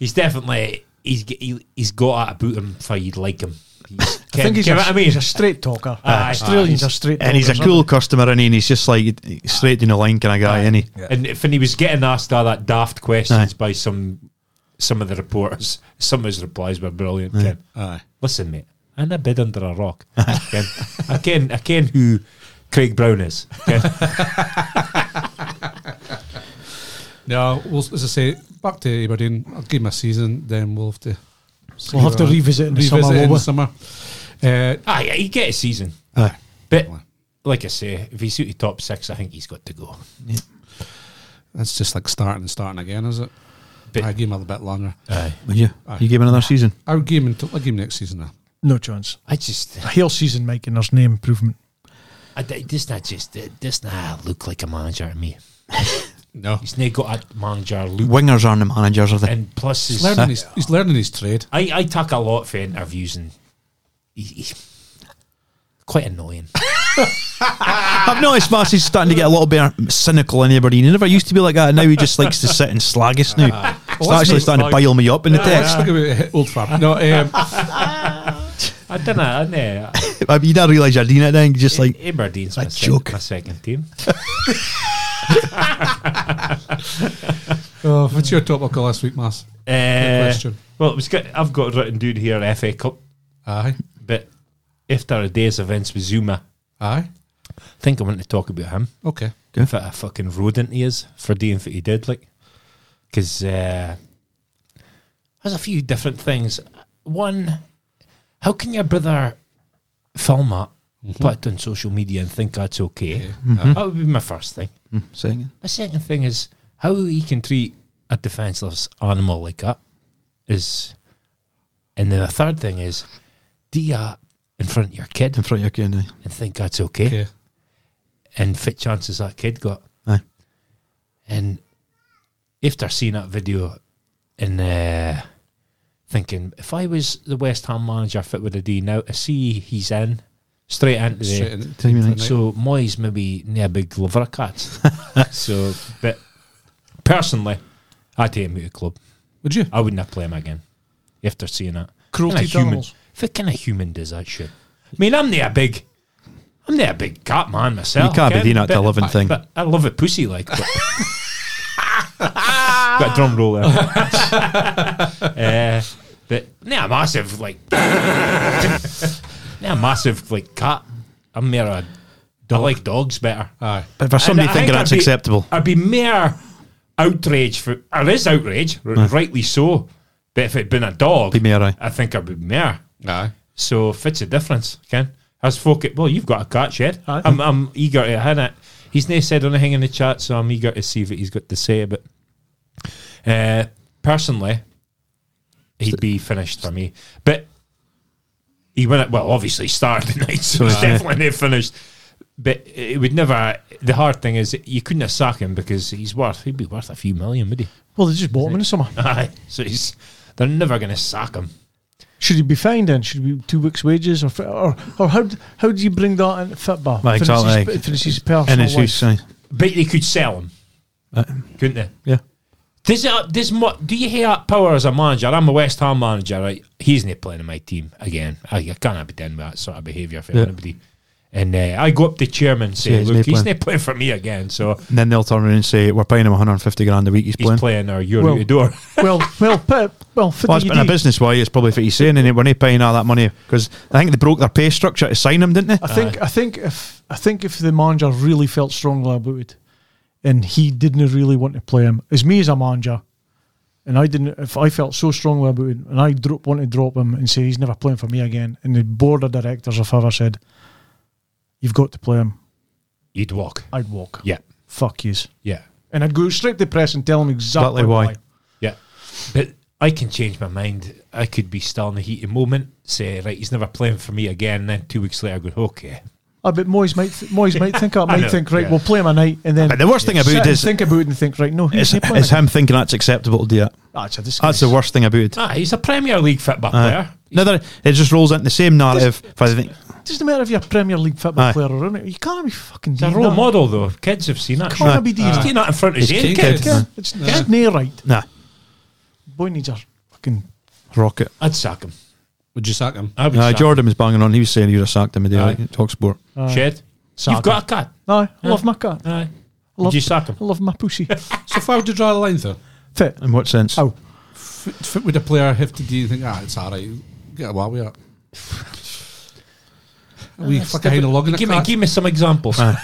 Speaker 5: He's definitely he's g- he, he's got it about him for you'd like him. He's,
Speaker 6: I think he's
Speaker 5: Ken-
Speaker 6: a,
Speaker 5: I mean,
Speaker 6: he's a straight talker.
Speaker 5: Aye.
Speaker 6: Australians are straight
Speaker 7: And he's a
Speaker 6: talkers,
Speaker 7: cool customer, and he's just like he's straight down the line kind of guy, and he
Speaker 5: and if- when he was getting asked all that daft questions
Speaker 7: Aye.
Speaker 5: by some some of the reporters, some of his replies were brilliant. Ken.
Speaker 1: Aye.
Speaker 5: Listen, mate, I'm a bed under a rock. Ken. I ken I ken who Craig Brown is. Ken.
Speaker 4: No, well, as I say, back to Aberdeen. I'll give him a season, then we'll have to. see
Speaker 6: We'll have to
Speaker 4: what-
Speaker 6: revisit in the
Speaker 4: revisit
Speaker 6: summer,
Speaker 4: in
Speaker 6: will
Speaker 4: the
Speaker 6: we?
Speaker 4: summer. Uh,
Speaker 5: Aye, yeah, he get a season.
Speaker 7: Aye.
Speaker 5: But like I say, if he's out of top six, I think he's got to go.
Speaker 4: that's just like starting and starting again, is it?
Speaker 5: Bit-
Speaker 4: I give him a little bit longer.
Speaker 5: Aye.
Speaker 7: yeah, you gave him another season.
Speaker 4: I would give him. Until, I give him next season. Now.
Speaker 6: No chance.
Speaker 5: I just,
Speaker 6: A whole season making there's name improvement.
Speaker 5: I, d- this not just this not look like a manager to me.
Speaker 4: No,
Speaker 5: He's not got a manager look,
Speaker 7: Wingers aren't the managers, are they?
Speaker 5: and plus
Speaker 4: he's
Speaker 5: his,
Speaker 4: learning. His, he's learning his trade.
Speaker 5: I I took a lot for interviews and he, he's quite annoying.
Speaker 7: I've noticed Marcy's starting to get a little bit cynical in everybody. He never used to be like that. Now he just likes to sit and slag us now. It's
Speaker 4: that's
Speaker 7: actually
Speaker 4: me.
Speaker 7: starting to bile me up in the
Speaker 4: Let's
Speaker 7: text.
Speaker 4: look at old firm. No, um,
Speaker 5: I don't know. I know.
Speaker 7: I mean, you don't realise you're doing it then. You're just like,
Speaker 5: Aberdeen's my,
Speaker 7: a
Speaker 5: sec-
Speaker 7: joke.
Speaker 5: my second team.
Speaker 4: oh, what's your topical last week, Mas?
Speaker 5: Uh,
Speaker 4: question.
Speaker 5: well, it was good. I've got written down here FA Cup,
Speaker 4: Aye,
Speaker 5: but after a day's events with Zuma,
Speaker 4: aye.
Speaker 5: I think I want to talk about him.
Speaker 4: Okay.
Speaker 5: If it a fucking rodent he is for doing what he did, like, because uh, there's a few different things. One, how can your brother film it, put it on social media, and think that's okay? That would be my first thing.
Speaker 7: "Hmm, saying
Speaker 5: The second thing is how he can treat a defenseless animal like that is, and then the third thing is do that in front of your kid
Speaker 7: in front of your kid. eh? aye.
Speaker 5: and think that's okay
Speaker 4: Okay.
Speaker 5: and fit chances that kid got.
Speaker 7: Aye.
Speaker 5: And after seeing that video and uh, thinking, if I was the West Ham manager fit with a D now, I see he's in straight into
Speaker 4: Straight
Speaker 5: the.
Speaker 4: in.
Speaker 7: Tell me,
Speaker 4: Tonight.
Speaker 5: So Moyes maybe near a big lover of cats. so, but personally, I'd take him out of the club.
Speaker 4: Would you?
Speaker 5: I wouldn't play him again after seeing that.
Speaker 6: Cruelty
Speaker 5: Kinda
Speaker 6: to
Speaker 5: human.
Speaker 6: animals.
Speaker 5: What kind of human does that shit? I mean, I'm not a big, I'm not a big cat man myself.
Speaker 7: You can't be
Speaker 5: okay?
Speaker 7: doing that to
Speaker 5: But-
Speaker 7: a living
Speaker 5: but-
Speaker 7: thing.
Speaker 5: But I love a pussy like. But Got a drum roll there. uh, but not a massive like, not a massive like cat. I'm more a, I like dogs better.
Speaker 4: Aye.
Speaker 7: But for somebody
Speaker 5: And I
Speaker 7: thinking
Speaker 5: think
Speaker 7: that's
Speaker 5: I'd be-
Speaker 7: acceptable,
Speaker 5: I'd be mere outrage for. There is outrage, r- rightly so. But if it'd been a dog,
Speaker 7: Hmm. be mere, aye.
Speaker 5: I think I'd be mere.
Speaker 4: Aye.
Speaker 5: So if it's a difference, Ken. As folk, well, you've got a cat shed. I'm, I'm eager to hear it. He's not said anything in the chat, so I'm eager to see what he's got to say. But uh, personally, he'd be finished for me. But he went well. Obviously, started the night, so he's
Speaker 7: Right.
Speaker 5: definitely not finished. But it would never. The hard thing is you couldn't have sacked him because he's worth. He'd be worth a few million, would he?
Speaker 6: Well, they just bought him in the summer.
Speaker 5: Aye. So he's. They're never going to sack him.
Speaker 6: Should he be fined then? Should he be two weeks' wages or fi- or or how d- how do you bring that in football?
Speaker 7: Right, exactly.
Speaker 6: Finishes personal
Speaker 7: and it's
Speaker 6: life.
Speaker 7: who's aye.
Speaker 5: But they could sell him, couldn't they?
Speaker 7: Uh, Yeah.
Speaker 5: Does it, uh, does mo- do you hear that power as a manager? I'm a West Ham manager, right? He's not playing in my team again. I, I can't be done with that sort of behaviour for
Speaker 7: Yeah.
Speaker 5: anybody. And uh, I go up to chairman and say,
Speaker 7: Yeah, he's
Speaker 5: look,
Speaker 7: not
Speaker 5: he's
Speaker 7: playing."
Speaker 5: not playing for me again. So
Speaker 7: And then they'll turn around and say, We're paying him 150 grand a week. He's,
Speaker 5: he's
Speaker 7: playing.
Speaker 5: playing or you're
Speaker 6: Well-
Speaker 5: out the door.
Speaker 6: well, well, pe- well.
Speaker 7: Well, it's been a business way. It's probably what he's saying, and we're not paying all that money because I think they broke their pay structure to sign him, didn't they?
Speaker 6: I think I think if I think if the manager really felt strongly about it, and he didn't really want to play him, as me as a manager, and I didn't. If I felt so strongly about it, and I drop, want to drop him and say he's never playing for me again, and the board of directors if ever said, "You've got to play him,"
Speaker 5: You'd walk.
Speaker 6: I'd walk.
Speaker 5: Yeah,
Speaker 6: Fuck yous.
Speaker 5: yeah,
Speaker 6: And I'd go straight to the press and tell them exactly
Speaker 7: Exactly why.
Speaker 5: yeah. But I can change my mind. I could be still in the heat of the moment, say, right, he's never playing for me again. And then two weeks later, I go, okay,
Speaker 6: Ah, but Moyes might th- Moyes might think that,
Speaker 5: I
Speaker 6: might
Speaker 5: know,
Speaker 6: think right.
Speaker 5: yeah.
Speaker 6: We'll play him a night, and then
Speaker 7: But the worst thing
Speaker 6: sit
Speaker 7: about it
Speaker 6: and
Speaker 7: is,
Speaker 6: think about it and think right. No,
Speaker 7: is,
Speaker 6: he's not playing
Speaker 7: is him thinking that's acceptable to do it.
Speaker 6: That's a
Speaker 7: That's
Speaker 6: disgrace.
Speaker 7: the worst thing about it.
Speaker 5: Ah, he's a Premier League football player.
Speaker 7: No, there- it just rolls into the same narrative. If I think,
Speaker 6: doesn't matter if you're a Premier League football
Speaker 7: Aye.
Speaker 6: player or not. You can't be fucking.
Speaker 5: He's a
Speaker 6: doing
Speaker 5: role
Speaker 6: that.
Speaker 5: model, though. Kids have seen that.
Speaker 6: Can't
Speaker 5: shit.
Speaker 6: be doing
Speaker 5: He's
Speaker 6: that.
Speaker 5: doing that in front of his
Speaker 7: He's
Speaker 5: own
Speaker 7: kidding.
Speaker 5: kids.
Speaker 7: Kid.
Speaker 6: It's it's nae right.
Speaker 7: nah,
Speaker 6: Boy needs a fucking.
Speaker 7: rocket.
Speaker 5: I'd sack him.
Speaker 4: Would you sack him?
Speaker 5: I would
Speaker 7: Uh,
Speaker 5: sack
Speaker 7: Jordan was banging on. He was saying he would have sacked him a day
Speaker 5: Aye.
Speaker 7: like, talk sport.
Speaker 5: him. Shed. You've got a cat.
Speaker 6: No, I love my cat. I
Speaker 5: Aye.
Speaker 6: Love,
Speaker 5: Would you sack him?
Speaker 6: I love my pussy.
Speaker 4: So far, would you draw the line though?
Speaker 6: Fit.
Speaker 7: In what sense?
Speaker 6: Oh.
Speaker 4: F- f- would a player have to do you think, ah, it's all right, get away with it? We fucking hang a log in a
Speaker 5: Give me,
Speaker 4: crack.
Speaker 5: give me some examples.
Speaker 6: Aye.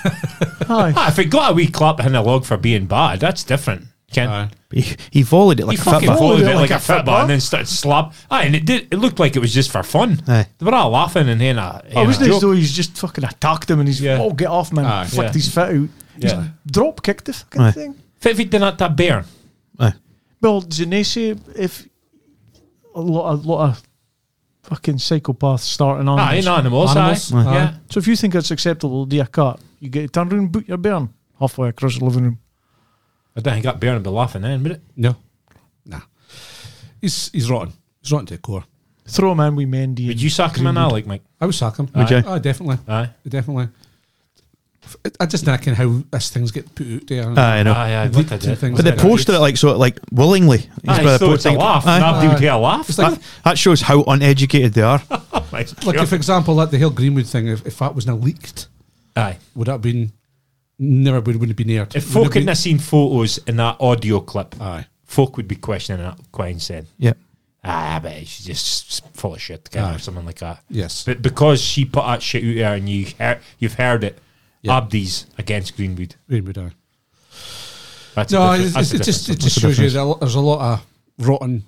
Speaker 5: Ah, if it got a wee clap behind the log for being bad, that's different. Ken.
Speaker 4: Aye.
Speaker 7: He, he volleyed it like
Speaker 5: he
Speaker 7: a
Speaker 5: fucking
Speaker 7: football.
Speaker 5: followed it like, a football and then started slap. Aye, and it did. It looked like it was just for fun.
Speaker 7: Aye.
Speaker 5: They were all laughing and then a,
Speaker 6: I
Speaker 5: and
Speaker 6: was
Speaker 5: a
Speaker 6: as
Speaker 5: joke.
Speaker 6: though he's just fucking attacked him and he's
Speaker 5: Yeah.
Speaker 6: oh get off man,
Speaker 4: Aye.
Speaker 6: flicked
Speaker 5: Yeah.
Speaker 6: his foot out,
Speaker 5: Yeah.
Speaker 6: drop kicked the fucking
Speaker 7: Aye.
Speaker 6: thing.
Speaker 5: If if he'd done that to a bear,
Speaker 6: Well, do they say if a lot, a lot of fucking psychopaths starting on?
Speaker 5: aye, in animals,
Speaker 4: Animals,
Speaker 5: aye.
Speaker 4: aye.
Speaker 5: yeah.
Speaker 6: So if you think that's acceptable, do a cat, you get turned around and boot your bear halfway across the living room.
Speaker 5: I don't think that bear would be laughing then, would it?
Speaker 4: No. Nah. He's, he's rotten. He's rotten to the core.
Speaker 6: Throw him in with Mendy.
Speaker 5: Would you sack him in I like Mike?
Speaker 4: I would sack him.
Speaker 7: Would you?
Speaker 4: Oh, definitely.
Speaker 5: Aye.
Speaker 4: Definitely. F- I just don't know how this things get put out there.
Speaker 7: Aye, I know.
Speaker 5: Aye, aye, what
Speaker 4: Leaked
Speaker 5: I
Speaker 4: to
Speaker 5: did.
Speaker 4: things
Speaker 7: but they
Speaker 4: like
Speaker 7: posted it like so, like willingly. He's
Speaker 5: Aye,
Speaker 7: got
Speaker 5: Ah, so it's a
Speaker 7: posting-
Speaker 5: laugh.
Speaker 7: Aye.
Speaker 5: That dude here laugh.
Speaker 4: It's
Speaker 7: That,
Speaker 4: like,
Speaker 7: that shows how uneducated they are.
Speaker 5: Oh my
Speaker 4: like
Speaker 5: God.
Speaker 4: for example, like the Hill Greenwood thing, if, if that was now leaked,
Speaker 5: Aye.
Speaker 4: would that have been, never would, would have been aired.
Speaker 5: If
Speaker 4: Would
Speaker 5: folk
Speaker 4: have been-
Speaker 5: hadn't have seen photos in that audio clip, uh,
Speaker 4: Aye.
Speaker 5: folk would be questioning that Quine said.
Speaker 7: yeah,
Speaker 5: Ah, but she's just full of shit, kind
Speaker 4: Aye.
Speaker 5: or something like that.
Speaker 4: Yes.
Speaker 5: But because she put that shit out there and you hear, you've heard it,
Speaker 4: Yeah.
Speaker 5: Abdi's against Greenwood.
Speaker 4: Greenwood, aye.
Speaker 5: That's a
Speaker 4: No,
Speaker 5: different-
Speaker 4: it's,
Speaker 5: that's
Speaker 4: it's,
Speaker 5: a
Speaker 4: it just it
Speaker 5: different
Speaker 4: just
Speaker 7: What's the
Speaker 4: shows you there, there's a lot of rotten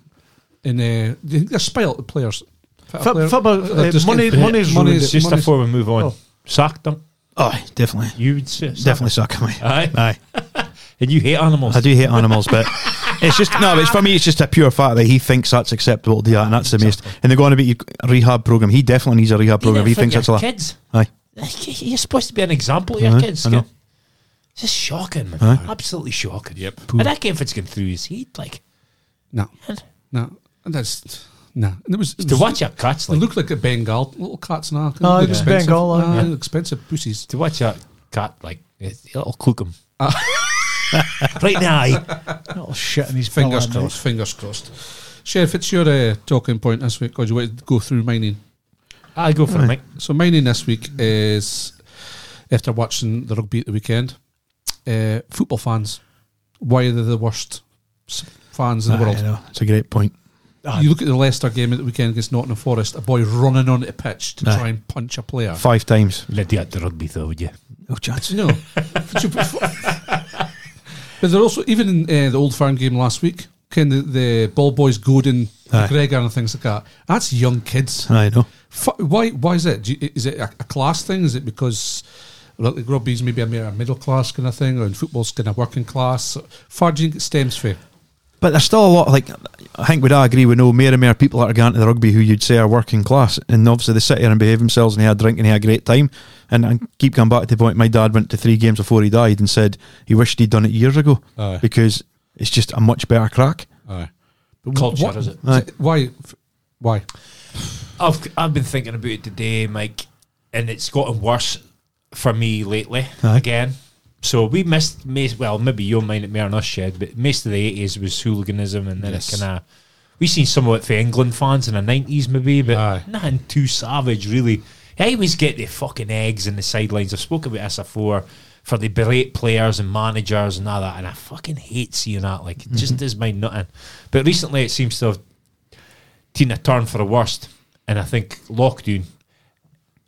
Speaker 4: in uh, they- they're spoilt the players. Fit a
Speaker 6: Fut-
Speaker 4: player-
Speaker 6: football,
Speaker 4: they're
Speaker 6: uh,
Speaker 4: just
Speaker 6: money-
Speaker 4: getting-
Speaker 6: money's
Speaker 5: subject.
Speaker 6: ruined
Speaker 4: money's-
Speaker 5: It's just
Speaker 4: money's-
Speaker 5: before we move on.
Speaker 6: Oh.
Speaker 5: Sack them.
Speaker 7: oh, definitely,
Speaker 5: You would say sack
Speaker 7: definitely suck him. Aye.
Speaker 5: Aye.
Speaker 7: Aye.
Speaker 5: And you hate animals.
Speaker 7: I do hate animals, but it's just no. It's for me. It's just a pure fact that he thinks that's acceptable to do that, and that's the most. And they're going about your rehab program. He definitely needs a rehab
Speaker 5: Do you
Speaker 7: program.
Speaker 5: not
Speaker 7: He
Speaker 5: think
Speaker 7: thinks that's a
Speaker 5: your
Speaker 7: lot.
Speaker 5: kids.
Speaker 7: Aye.
Speaker 5: You're supposed to be an example to your
Speaker 7: Aye,
Speaker 5: kids.
Speaker 7: I know.
Speaker 5: Ken. It's just shocking, man. Absolutely shocking. Yep. And that came it's going through his head. Like
Speaker 4: No, no, and that's no. And it was, it
Speaker 5: to
Speaker 4: was
Speaker 5: watch a cat's
Speaker 4: They
Speaker 5: like
Speaker 4: look like a Bengal, little cats and all.
Speaker 6: Aye,
Speaker 4: They're
Speaker 6: just
Speaker 4: expensive.
Speaker 6: Bengal, aye.
Speaker 4: Aye, expensive pussies.
Speaker 5: to watch a cat like it'll cook him. right now, aye.
Speaker 6: Oh shit! And his
Speaker 4: Fingers
Speaker 6: pillow,
Speaker 4: crossed. Fingers crossed. Sheriff, it's your uh, talking point this week. God, you wanted to go through mining.
Speaker 5: I go for it, Mike.
Speaker 4: So mining this week is after watching the rugby at the weekend. Uh, football fans, why are they the worst s- fans in the world?
Speaker 7: I know. It's a great point.
Speaker 4: You look at the Leicester game at the weekend against Nottingham Forest. A boy running on the pitch to
Speaker 7: Aye.
Speaker 4: try and punch a player.
Speaker 7: Five times.
Speaker 5: Lydia at the rugby, though, would you?
Speaker 7: No chance.
Speaker 4: No. but you- but they're also, even in uh, the Old Firm game last week, Ken, the, the ball boys, Godin,
Speaker 7: Aye.
Speaker 4: McGregor, and things like that. That's young kids.
Speaker 7: I know.
Speaker 4: Fu why Why is it? Do you, is it a, a class thing? Is it because like, like rugby's maybe a, mere middle class kind of thing, or in football's kind of working class? Far do you think it stems from?
Speaker 7: But there's still a lot, like, I think we'd all agree we know more and more people that are going to the rugby who you'd say are working class. And obviously they sit here and behave themselves and they had a drink and they had a great time. And I keep going back to the point my dad went to three games before he died and said he wished he'd done it years ago
Speaker 4: Aye.
Speaker 7: because it's just a much better crack.
Speaker 4: Aye.
Speaker 5: Culture, is it?
Speaker 7: Aye.
Speaker 4: Why? Why?
Speaker 5: I've I've been thinking about it today, Mike, and it's gotten worse for me lately
Speaker 7: Aye.
Speaker 5: again. So we missed, mis- well, maybe you'll mind it more than us, Shed, but most of the eighties was hooliganism, and then
Speaker 4: Yes.
Speaker 5: it kind of we seen some of it for England fans in the nineties, maybe, but
Speaker 4: Aye.
Speaker 5: nothing too savage, really. I always get the fucking eggs in the sidelines. I've spoken about this before for the berate players and managers and all that, and I fucking hate seeing that. Like, it
Speaker 4: Mm-hmm.
Speaker 5: just does my nothing. But recently, it seems to have taken a turn for the worst, and I think lockdown.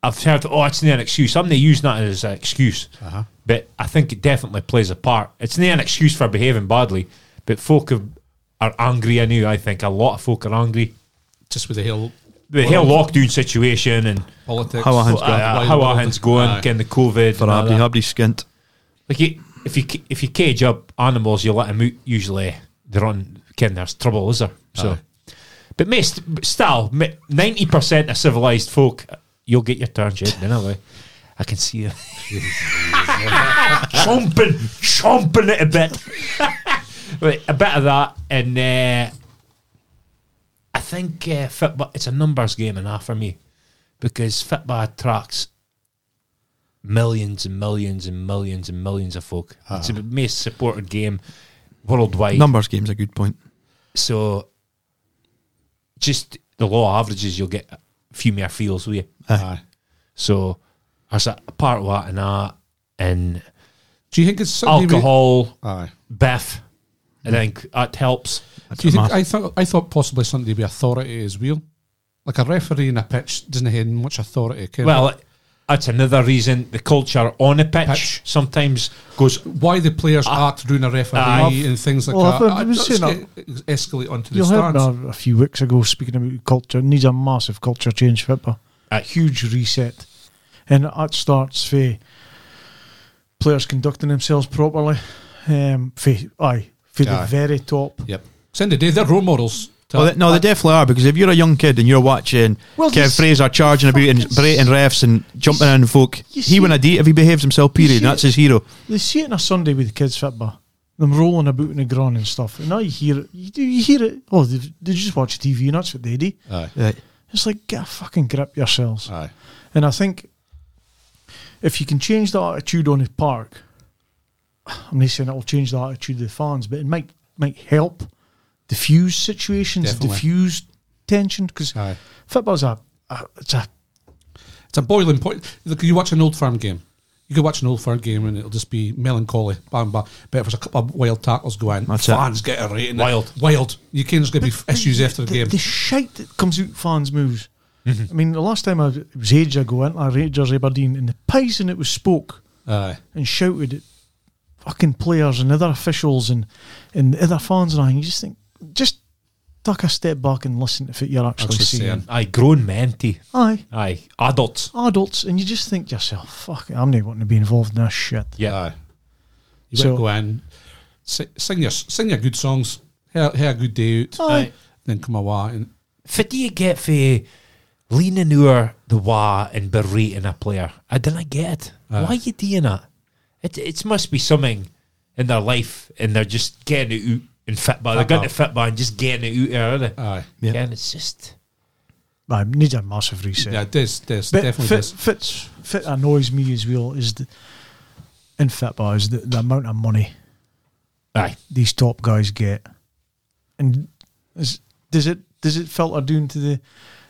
Speaker 5: I've heard, oh, it's not an excuse. I'm not using that as an excuse,
Speaker 7: Uh-huh.
Speaker 5: but I think it definitely plays a part. It's not an excuse for behaving badly, but folk have, are angry. I knew. I think a lot of folk are angry.
Speaker 4: Just with the hill
Speaker 5: The whole lockdown situation and
Speaker 4: politics.
Speaker 7: How our hands
Speaker 5: uh, how our hands going,
Speaker 4: Aye.
Speaker 5: can the COVID
Speaker 7: For
Speaker 5: and all
Speaker 7: Abdi,
Speaker 5: that.
Speaker 7: Abdi's skint.
Speaker 5: Like you, if you ca- if you cage up animals, you let them out. Usually they're on. Ken, there's trouble, is there? So, but most but still, ninety percent of civilized folk, you'll get your turn, Jed. Anyway, I can see him chomping, chomping it a bit. right, a bit of that, and uh, I think uh, Fitba, it's a numbers game enough for me because Fitba attracts millions and millions and millions and millions of folk. It's the most supported game worldwide.
Speaker 7: Numbers game's a good point.
Speaker 5: So, just the law of averages, you'll get a few more feels, will you?
Speaker 7: Aye.
Speaker 5: So, there's a part of that and that, and
Speaker 4: Do you think it's something we-
Speaker 5: alcohol,
Speaker 4: Aye.
Speaker 5: Beth, I think that helps.
Speaker 4: Do you think,
Speaker 7: Math.
Speaker 4: I thought I thought possibly somebody with authority as well, like a referee in a pitch doesn't have much authority. Can
Speaker 5: Well, that's another reason the culture on the pitch,
Speaker 4: Pitch.
Speaker 5: sometimes goes.
Speaker 4: why the players act during a referee
Speaker 5: I've-
Speaker 4: and things like
Speaker 6: Well, I've
Speaker 4: that.
Speaker 6: been- been
Speaker 4: That's
Speaker 6: seeing
Speaker 4: get- escalate onto the
Speaker 6: You'll heard
Speaker 4: stands.
Speaker 6: me a few weeks ago speaking about culture. It needs a massive culture change, football. A huge reset. And that starts for players conducting themselves properly. Um, for, aye, for
Speaker 4: Aye.
Speaker 6: the very top.
Speaker 4: Yep. Send the day they're role models.
Speaker 7: Well, they, no, they definitely are because if you're a young kid and you're watching
Speaker 6: Well, you
Speaker 7: Kev
Speaker 6: see-
Speaker 7: Fraser charging about and
Speaker 6: fucking
Speaker 7: berating refs and jumping in and folk,
Speaker 6: you
Speaker 7: he win
Speaker 6: see-
Speaker 7: a D if he behaves himself.
Speaker 6: you
Speaker 7: Period.
Speaker 6: see-
Speaker 7: and That's his hero.
Speaker 6: They see it on a Sunday with the kids football. Them rolling about in the ground and stuff. And now you hear it. You, do- you hear it. Oh, they, they just watch TV and that's what they do.
Speaker 7: Right.
Speaker 6: It's like, get a fucking grip yourselves.
Speaker 4: Aye.
Speaker 6: And I think if you can change the attitude on the park, I'm not saying it'll change the attitude of the fans, but it might might help diffuse situations,
Speaker 4: Definitely.
Speaker 6: diffuse tension because
Speaker 4: Aye.
Speaker 6: football's a, a it's a
Speaker 4: It's a boiling point. Look, you watch an old firm game. You could watch an old firm game and it'll just be melancholy, bam, bam. But if there's a couple of wild tackles going,
Speaker 7: That's it.
Speaker 4: fans get a rating.
Speaker 5: Wild.
Speaker 4: wild. You can there's going to be issues after the game. Mm-hmm.
Speaker 6: The shite that comes out fans' moves. I mean, the last time I was, it was ages ago, I went to Rangers Aberdeen, and the pison that was spoke
Speaker 4: Aye.
Speaker 6: and shouted at fucking players and other officials and and the other fans and I. You just think, just take a step back and listen to what you're actually,
Speaker 4: Actually
Speaker 6: seeing.
Speaker 4: saying.
Speaker 5: Aye, grown men, tee.
Speaker 6: Aye,
Speaker 5: Aye, adults.
Speaker 6: adults, and you just think to yourself, "Fuck, it, I'm not wanting to be involved in this shit."
Speaker 5: Yeah.
Speaker 4: Aye. You
Speaker 6: So-
Speaker 4: so, go in, si- sing your sing your good songs, have, have a good day out,
Speaker 5: Aye.
Speaker 4: then come away and
Speaker 5: What do you get for leaning over the wah and berating a player? I didn't get it. Why you doing that? It, it must be something in their life and they're just getting it out and fit by. They're
Speaker 4: Fuck
Speaker 5: going to
Speaker 4: off.
Speaker 5: fit by and just getting it out there, are
Speaker 4: aye.
Speaker 5: they?
Speaker 7: Yeah.
Speaker 5: And it's just.
Speaker 6: I need a massive reset.
Speaker 4: Yeah, this this
Speaker 6: But
Speaker 4: definitely
Speaker 6: fit,
Speaker 4: this.
Speaker 6: fits fit annoys me as well. Is the, in football is the, the amount of money
Speaker 5: Aye.
Speaker 6: these top guys get, and is, does it does it filter down to the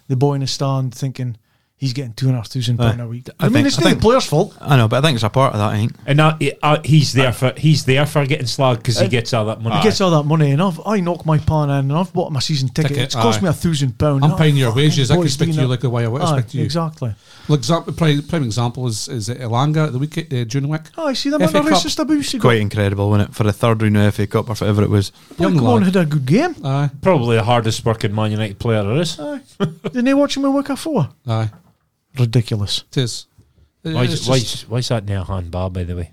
Speaker 6: the boy in the stand thinking he's getting two and a half thousand pound
Speaker 7: Aye.
Speaker 6: a week?
Speaker 7: I
Speaker 6: I, mean,
Speaker 7: think-
Speaker 6: it's
Speaker 7: I
Speaker 6: not the
Speaker 7: think-
Speaker 6: player's fault.
Speaker 7: I know, but I think it's a part of that. I think.
Speaker 5: And that, uh, he's there for he's there for getting slagged because he gets all that money.
Speaker 6: He gets all that money, and I've I knock my pan in, and I've bought my season ticket.
Speaker 4: Ticket,
Speaker 6: it's cost
Speaker 4: aye.
Speaker 6: me a thousand pound.
Speaker 4: I'm
Speaker 6: That
Speaker 4: paying your
Speaker 6: fucking
Speaker 4: wages. I can
Speaker 6: boy's
Speaker 4: speak to
Speaker 6: doing
Speaker 4: you
Speaker 6: it.
Speaker 4: like the way I would
Speaker 6: Aye,
Speaker 4: speak to you.
Speaker 6: Exactly.
Speaker 4: Look, example, prime, prime example is is it Elanga at the week uh, June week.
Speaker 6: Oh, I see that
Speaker 4: FA
Speaker 6: man a
Speaker 4: Cup.
Speaker 6: racist abuse. he got.
Speaker 7: Quite incredible, wasn't it? For a third round of FA Cup or whatever it was.
Speaker 6: Boy,
Speaker 4: young
Speaker 6: come on,
Speaker 4: lad.
Speaker 6: had a good game.
Speaker 4: Aye,
Speaker 5: Probably the hardest working Man United player there is.
Speaker 6: Aye. Didn't they watch him in Wicker Four?
Speaker 4: aye,
Speaker 6: Ridiculous.
Speaker 4: it is. It-
Speaker 5: Why
Speaker 4: it's
Speaker 5: is, why,
Speaker 4: just-
Speaker 5: is, why is that now handball, by the way?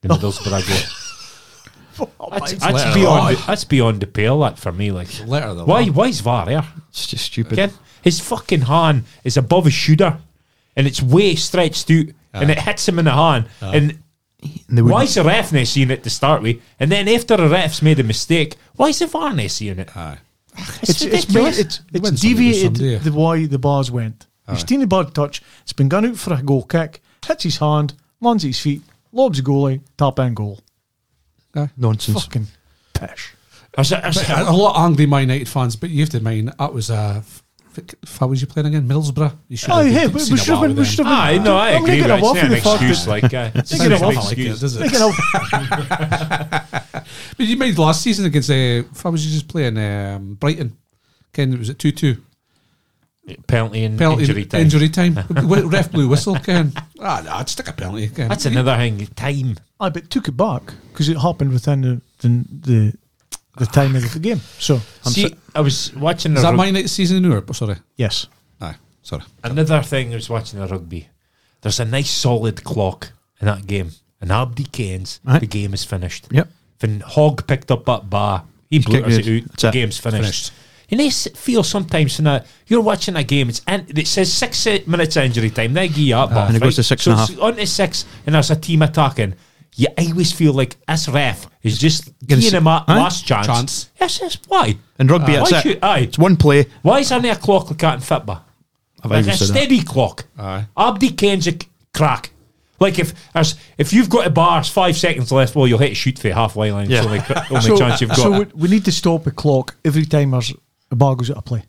Speaker 5: The Middlesbrough goal. that's, that's, beyond, that's beyond the pale, that for me. Like,
Speaker 4: letter of the
Speaker 5: why,
Speaker 4: law.
Speaker 5: why is VAR there?
Speaker 7: It's just stupid.
Speaker 5: Again, his fucking hand is above his shoulder and it's way stretched out and it hits him in the hand. and
Speaker 7: And they
Speaker 5: why
Speaker 7: wouldn't-
Speaker 5: is the ref not seeing it to start with? And then after the ref's made a mistake, why is the VAR not seeing it?
Speaker 4: Aye.
Speaker 5: It's,
Speaker 6: It's, it's, made-
Speaker 5: ridiculous.
Speaker 6: it's, it's
Speaker 4: When somebody does
Speaker 6: deviated
Speaker 4: something, yeah.
Speaker 6: the way the bars went. He's seen the bad touch. It's been gone out for a goal kick. Hits his hand, lands at his feet, lobs the goalie, tap in goal.
Speaker 7: nonsense.
Speaker 6: Fucking pish.
Speaker 5: There's a- there's a-
Speaker 4: A lot of angry Man United fans, but you have to mind that was a. How was you playing again? Middlesbrough. You should
Speaker 6: Aye, hey,
Speaker 4: been-
Speaker 6: we-
Speaker 4: seen
Speaker 6: we
Speaker 4: a
Speaker 6: should have
Speaker 4: while
Speaker 6: been- we
Speaker 4: then.
Speaker 6: should have
Speaker 5: Aye, no, I
Speaker 6: I'm
Speaker 5: agree. But
Speaker 6: gonna get
Speaker 5: it's
Speaker 6: off
Speaker 5: not
Speaker 6: with
Speaker 5: an
Speaker 6: the fact
Speaker 5: excuse.
Speaker 6: that-
Speaker 5: Like, uh, it's
Speaker 6: get
Speaker 5: not
Speaker 6: off
Speaker 5: an
Speaker 6: like
Speaker 5: excuse.
Speaker 4: does it?
Speaker 6: Thinking of-
Speaker 4: But you made last season against. Uh, how was you just playing um, Brighton? Ken, was it two two?
Speaker 5: penalty and
Speaker 4: Penalty
Speaker 5: injury time.
Speaker 4: Injury time. W- Ref blew whistle. Ken. Ah, nah, I'd stick a penalty. Ken.
Speaker 5: That's another thing. Time.
Speaker 6: Aye, but took it back because it happened within the the, the, the time of the game. So
Speaker 5: See, I was watching the
Speaker 4: Is that
Speaker 5: rug-
Speaker 4: Man United season in Europe? Oh, sorry.
Speaker 6: yes,
Speaker 4: Aye, sorry.
Speaker 5: another thing. I was watching the rugby. There's a nice solid clock in that game, and Abdi Keynes,
Speaker 7: Aye.
Speaker 5: the game is finished.
Speaker 7: Yep.
Speaker 5: When Hogg picked up that bar, he blew
Speaker 7: kicked
Speaker 5: us
Speaker 7: it.
Speaker 5: it out.
Speaker 7: That's it.
Speaker 5: Game's finished. And they s- feel sometimes in a you're watching a game. It's and it says six eh, minutes injury time. They give you up, off,
Speaker 7: and it goes
Speaker 5: right?
Speaker 7: to six
Speaker 5: so
Speaker 7: and a
Speaker 5: it's On to six, and there's a team attacking. You always feel like this ref is just
Speaker 7: Gonna
Speaker 5: giving
Speaker 7: s-
Speaker 5: him a
Speaker 7: Aye.
Speaker 5: last chance.
Speaker 4: Chance.
Speaker 5: Yes, yes. Why?
Speaker 7: In rugby,
Speaker 5: Aye. Uh,
Speaker 7: it's
Speaker 5: Why
Speaker 7: it.
Speaker 5: should- aye.
Speaker 7: It's one play.
Speaker 5: Why is there no a clock like that in football?
Speaker 7: I've
Speaker 5: Like
Speaker 7: always
Speaker 5: a
Speaker 7: said that.
Speaker 5: steady clock.
Speaker 4: Aye.
Speaker 5: Abdi Ken's a c- crack. Like if as if you've got a bar, it's five seconds left. Well, you'll hit a shoot for the halfway line. It's
Speaker 7: Yeah.
Speaker 5: only, cr- only chance you've got.
Speaker 6: So we, we need to stop the clock every time there's a bar goes out of play.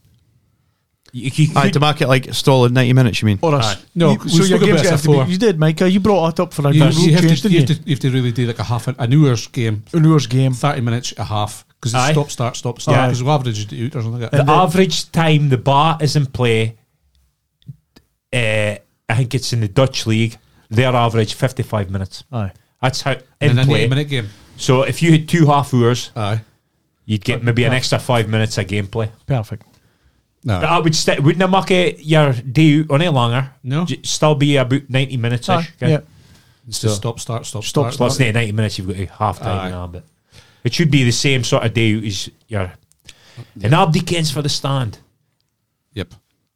Speaker 5: You- you
Speaker 7: Aye,
Speaker 5: could-
Speaker 7: to mark it like solid 90 minutes, you mean?
Speaker 6: Or us.
Speaker 4: No,
Speaker 6: You-
Speaker 4: we
Speaker 6: so
Speaker 4: spoke
Speaker 6: your
Speaker 4: about
Speaker 6: game's
Speaker 4: this
Speaker 6: got to be-
Speaker 4: before.
Speaker 6: You did, Micah. You brought it up for a
Speaker 4: You,
Speaker 6: rule
Speaker 4: you have
Speaker 6: change,
Speaker 4: to, you,
Speaker 6: didn't
Speaker 4: have
Speaker 6: you?
Speaker 4: to, you have to really do like a half an, an hour's game,
Speaker 6: An hour's game.
Speaker 4: 30 minutes, a half, because
Speaker 5: Aye.
Speaker 4: it's stop, start, stop, start,
Speaker 5: Yeah.
Speaker 4: because we'll average it out or something like
Speaker 5: the
Speaker 4: that.
Speaker 5: average time the bar is in play, uh, I think it's in the Dutch league. Their average fifty-five minutes.
Speaker 6: Aye.
Speaker 5: That's how in
Speaker 4: And an
Speaker 5: play.
Speaker 4: 80 minute game.
Speaker 5: So if you had two half hours,
Speaker 4: Aye.
Speaker 5: you'd get maybe an extra five minutes of gameplay.
Speaker 6: Perfect.
Speaker 4: No.
Speaker 5: That would st- wouldn't it make it your day out any longer?
Speaker 4: No.
Speaker 5: J- still be about ninety minutes ish.
Speaker 6: Aye, Yeah.
Speaker 4: it's just stop, start, stop,
Speaker 6: Stop,
Speaker 4: start.
Speaker 5: Well, it's not ninety minutes. You've got a half
Speaker 4: Aye.
Speaker 5: time now, but it should be the same sort of day as your. And Abdi Ken's for the stand.
Speaker 4: Yep.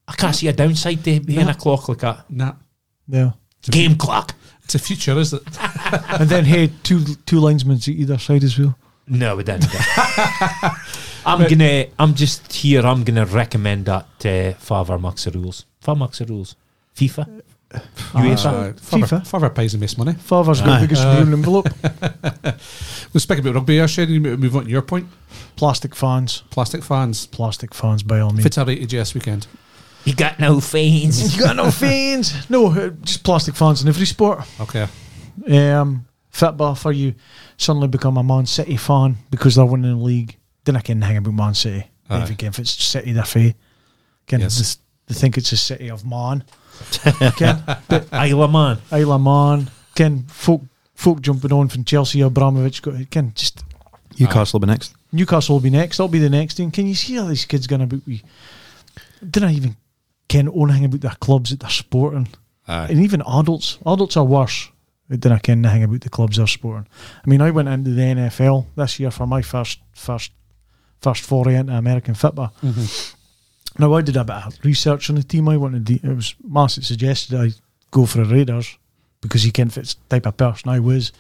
Speaker 5: I can't see a downside to being
Speaker 6: No.
Speaker 5: a clock like that.
Speaker 4: Nah.
Speaker 6: Yeah.
Speaker 5: Game clock.
Speaker 4: It's a future, is it?
Speaker 6: And then hey, two two linesmen to either side as well.
Speaker 5: No, we didn't. I'm gonna. I'm just here. I'm gonna recommend that to Father Max rules. Father Max rules.
Speaker 6: Uh,
Speaker 5: FIFA. UEFA.
Speaker 6: FIFA.
Speaker 4: Father pays the most money.
Speaker 6: Father's got the biggest
Speaker 4: Uh,
Speaker 6: round envelope.
Speaker 4: We speak about rugby here, Shane. You m- move on to your point.
Speaker 6: Plastic fans.
Speaker 4: Plastic fans.
Speaker 6: Plastic fans by all means.
Speaker 4: If it's a rated GS weekend.
Speaker 5: you got no fans.
Speaker 6: You got no fans. No, uh, just plastic fans in every sport.
Speaker 4: Okay.
Speaker 6: Um, football for you suddenly become a Man City fan because they're winning the league. Then I can hang about Man City.
Speaker 4: Aye.
Speaker 6: If, if it's City, they're free. Can
Speaker 4: Yes.
Speaker 6: just- they think it's a city of man. Ken,
Speaker 5: Isle of Man.
Speaker 6: Isle of Man. Ken, folk, folk jumping on from Chelsea, Abramovich. Got, Ken, just
Speaker 7: Newcastle will be next.
Speaker 6: Newcastle will be next. That'll be the next thing. Can you see how these kids going to be? Didn't I even ken own anything about their clubs that they're sporting? And even adults, adults are worse than I ken anything about the clubs they're sporting. I mean, I went into the NFL this year for my first first first foray into American football. Now I did a bit of research on the team. I wanted the, it was Mass that suggested I go for the Raiders because he can fit the type of person I was.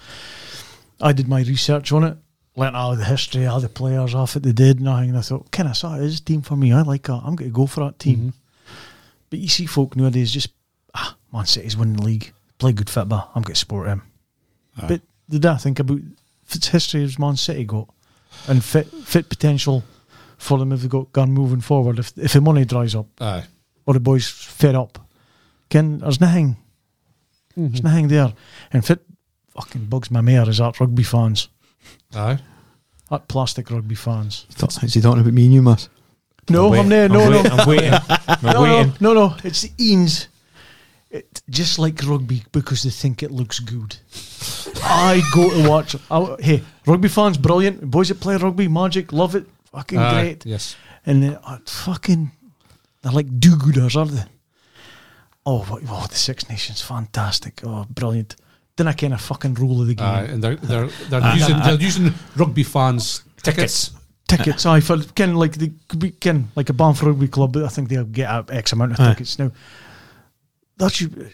Speaker 6: I did my research on it, learnt all the history, all the players, off that they did, and everything. And I thought, can I saw it is a team for me. I like that. I'm going to go for that team. But you see, folk nowadays just ah, Man City's winning the league, play good football. I'm going to support him. But did I think about its history as Man City got and fit fit potential for them if they got gone moving forward? If if the money dries up
Speaker 4: Aye.
Speaker 6: or the boys fed up. Ken, there's nothing. There's nothing there. And fit fucking bugs my mare is that rugby fans.
Speaker 4: Aye.
Speaker 6: That plastic rugby fans.
Speaker 7: Thought, is he talking about me and you, Matt?
Speaker 6: No, Oh, I'm, there. No,
Speaker 5: I'm
Speaker 6: no,
Speaker 5: waiting, I'm waiting. I'm
Speaker 6: no,
Speaker 5: waiting.
Speaker 6: no, no, no. It's the Eanes. It, just like rugby because they think it looks good. I go to watch. I, hey, rugby fans, brilliant. Boys that play rugby, magic, love it. Fucking
Speaker 4: Aye.
Speaker 6: great.
Speaker 4: Yes.
Speaker 6: And they are fucking, they're like do-gooders, aren't they? Oh, what, oh, the Six Nations, fantastic. Oh, brilliant. Then I kind of fucking rule of the game.
Speaker 4: Aye. And they're they're they're using they're using rugby fans tickets.
Speaker 6: Tickets, aye, for ken like the ken like a Banff Rugby Club, but I think they'll get out X amount of
Speaker 7: Aye.
Speaker 6: tickets now. That should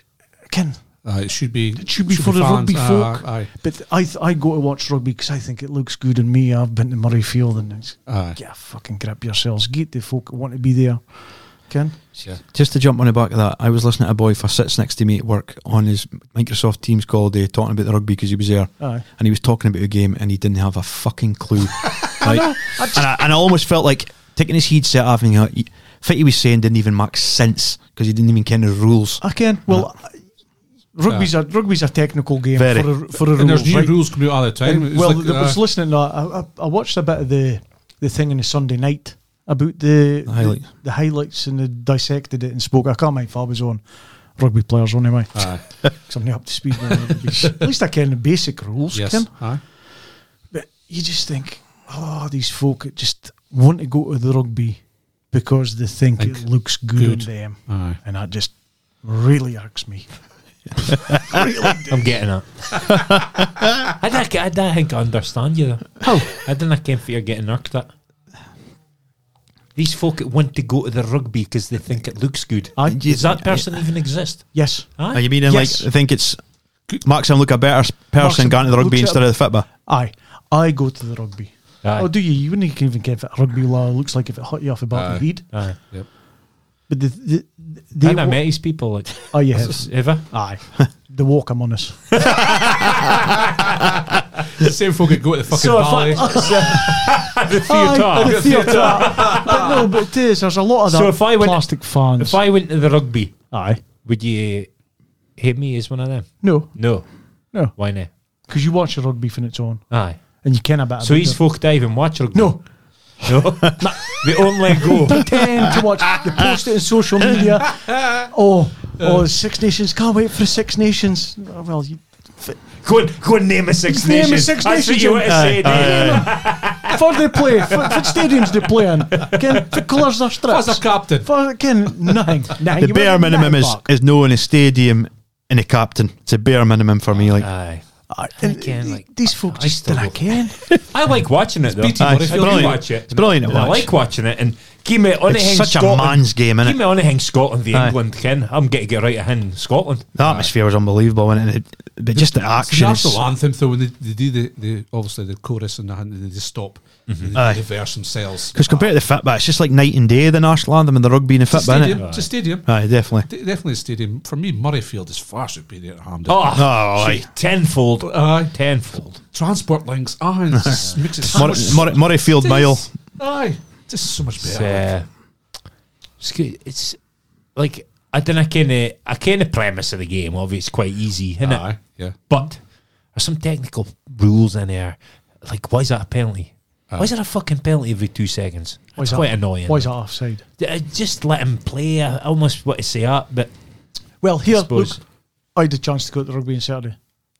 Speaker 6: ken,
Speaker 4: Aye, it should be
Speaker 6: it should be for the rugby
Speaker 4: aye,
Speaker 6: folk.
Speaker 4: Aye.
Speaker 6: But I th- I go to watch rugby because I think it looks good. And me, I've been to Murrayfield and it's,
Speaker 4: Aye.
Speaker 6: get a fucking grip yourselves. Get the folk that want to be there. Ken,
Speaker 7: Just to jump on the back of that, I was listening to a boy for sits next to me at work on his Microsoft Teams call day talking about the rugby because he was there.
Speaker 6: aye.
Speaker 7: and he was talking about a game and he didn't have a fucking clue. Like, and, I, and I almost felt like taking his headset off and he, fit he was saying didn't even make sense because he didn't even ken the rules.
Speaker 6: I can. Ah, Well, rugby's a rugby's a technical game
Speaker 7: Very.
Speaker 6: for a, for a rules.
Speaker 4: And there's new
Speaker 6: right?
Speaker 4: rules coming out all the time.
Speaker 6: And,
Speaker 4: It's
Speaker 6: well,
Speaker 4: like, uh,
Speaker 6: I was
Speaker 4: aye.
Speaker 6: listening. To, I, I I watched a bit of the the thing on the Sunday night about the the,
Speaker 7: highlights.
Speaker 6: the highlights and they dissected it and spoke. I can't mind if I was on rugby players on anyway.
Speaker 4: Aye.
Speaker 6: Because I'm not up to speed. with rugby. At least I can the basic rules.
Speaker 4: Yes.
Speaker 6: Ken.
Speaker 4: Aye.
Speaker 6: But you just think, oh, these folk that just want to go to the rugby because they think,
Speaker 4: Think
Speaker 6: it looks good,
Speaker 4: good.
Speaker 6: on them,
Speaker 4: Aye.
Speaker 6: and that just really irks me.
Speaker 5: I'm getting it. I don't, I don't think I understand you though. Oh. I didn't think for you getting irked at. These folk that want to go to the rugby because they think it looks good.
Speaker 6: Aye.
Speaker 5: Does that person even exist?
Speaker 6: Yes.
Speaker 5: Aye.
Speaker 7: Are you meaning
Speaker 6: Yes.
Speaker 7: like I think it's Maxim look a better s-
Speaker 6: Maxim
Speaker 7: person going to the rugby
Speaker 6: looks
Speaker 7: instead of the fitba?
Speaker 6: Aye. I go to the rugby.
Speaker 5: Aye.
Speaker 6: Oh, do you? You wouldn't even care if a rugby law looks like if it hit you off a bat
Speaker 4: Aye.
Speaker 6: of heat.
Speaker 5: Aye.
Speaker 6: But the, the, they
Speaker 5: And I
Speaker 6: wa-
Speaker 5: met these people like,
Speaker 6: Oh, you have.
Speaker 5: ever.
Speaker 6: Aye. the walk among us.
Speaker 4: The same folk that go to the fucking ballet.
Speaker 5: the
Speaker 6: Aye,
Speaker 5: theatre.
Speaker 6: the theatre. but no, but it is. There's a lot of that.
Speaker 5: So if I went-
Speaker 6: plastic fans.
Speaker 5: If I went to the rugby,
Speaker 6: aye.
Speaker 5: would you hit me as one of them?
Speaker 6: No,
Speaker 5: No.
Speaker 6: No.
Speaker 5: Why not?
Speaker 6: because you watch the rugby from its own,
Speaker 5: Aye.
Speaker 6: and you can a bit.
Speaker 5: So
Speaker 6: about
Speaker 5: these
Speaker 6: it.
Speaker 5: folk dive and watch rugby?
Speaker 6: no.
Speaker 5: No. they only go.
Speaker 6: Pretend to watch. They post it in social media. Oh, oh, Six Nations! Can't wait for Six Nations. Oh, well, you,
Speaker 5: Go and, go and name a Six
Speaker 6: Name a
Speaker 5: Nations.
Speaker 6: Six
Speaker 5: That's what
Speaker 6: Nations,
Speaker 5: you want to
Speaker 6: Jim.
Speaker 5: say. Dave.
Speaker 6: for they play, for, for stadiums they play in, can for colours they're stripped,
Speaker 4: As a captain.
Speaker 6: for can nothing. Nah,
Speaker 7: The bare minimum is, is knowing a stadium and a captain. It's a bare minimum for me. Like
Speaker 5: Aye.
Speaker 6: again,
Speaker 5: again,
Speaker 6: like,
Speaker 5: like,
Speaker 6: these folk
Speaker 5: I
Speaker 6: just
Speaker 5: still
Speaker 6: didn't
Speaker 5: go-
Speaker 6: can.
Speaker 5: I like watching it though.
Speaker 4: BT
Speaker 5: I
Speaker 4: Murray,
Speaker 5: do
Speaker 4: Phil, you
Speaker 5: watch it.
Speaker 7: It's brilliant to
Speaker 5: I
Speaker 7: watch.
Speaker 5: like watching it and give me on
Speaker 7: it's such a man's game,
Speaker 5: Give
Speaker 7: innit?
Speaker 5: me anything Scotland, the
Speaker 7: Aye.
Speaker 5: England kin. I'm getting to get right ahead in Scotland.
Speaker 7: The atmosphere was unbelievable, and it, but just the
Speaker 4: It's
Speaker 7: action.
Speaker 4: the
Speaker 7: is-
Speaker 4: national anthem, though, when they, they do the, the obviously the chorus and the hand, they just stop. They,
Speaker 7: Aye.
Speaker 4: they verse themselves.
Speaker 7: Because compared to the fitba, it's just like night and day the national anthem and the rugby and the
Speaker 4: It's a
Speaker 7: fitba,
Speaker 4: stadium.
Speaker 7: innit?
Speaker 4: It's a stadium.
Speaker 7: Aye, definitely.
Speaker 4: De- Definitely a stadium. For me, Murrayfield is far superior to Hamden.
Speaker 5: Oh,
Speaker 7: Oh,
Speaker 5: gee, tenfold.
Speaker 6: Uh,
Speaker 4: Aye.
Speaker 5: tenfold.
Speaker 4: Transport links. Aye, it just makes it so
Speaker 7: Murray,
Speaker 4: much-
Speaker 7: Murray, Murrayfield
Speaker 4: It
Speaker 7: Mile.
Speaker 4: is. Aye, it's just so much
Speaker 5: It's,
Speaker 4: better.
Speaker 5: uh, it's, good. it's like I don't know. I ken the- I ken the premise of the game. Obviously, it's quite easy, isn't it?
Speaker 4: Aye, yeah.
Speaker 5: But there's some technical rules in there. Like, why is that a penalty? Why is there a fucking penalty every two seconds?
Speaker 6: Ah. Why is
Speaker 5: It's
Speaker 6: that-
Speaker 5: quite annoying.
Speaker 6: Why is that offside?
Speaker 5: Uh, Just let him play. I almost want to say that, but
Speaker 6: Well,
Speaker 5: I
Speaker 6: here, look,
Speaker 5: suppose.
Speaker 6: I had the chance to go to the rugby on Saturday.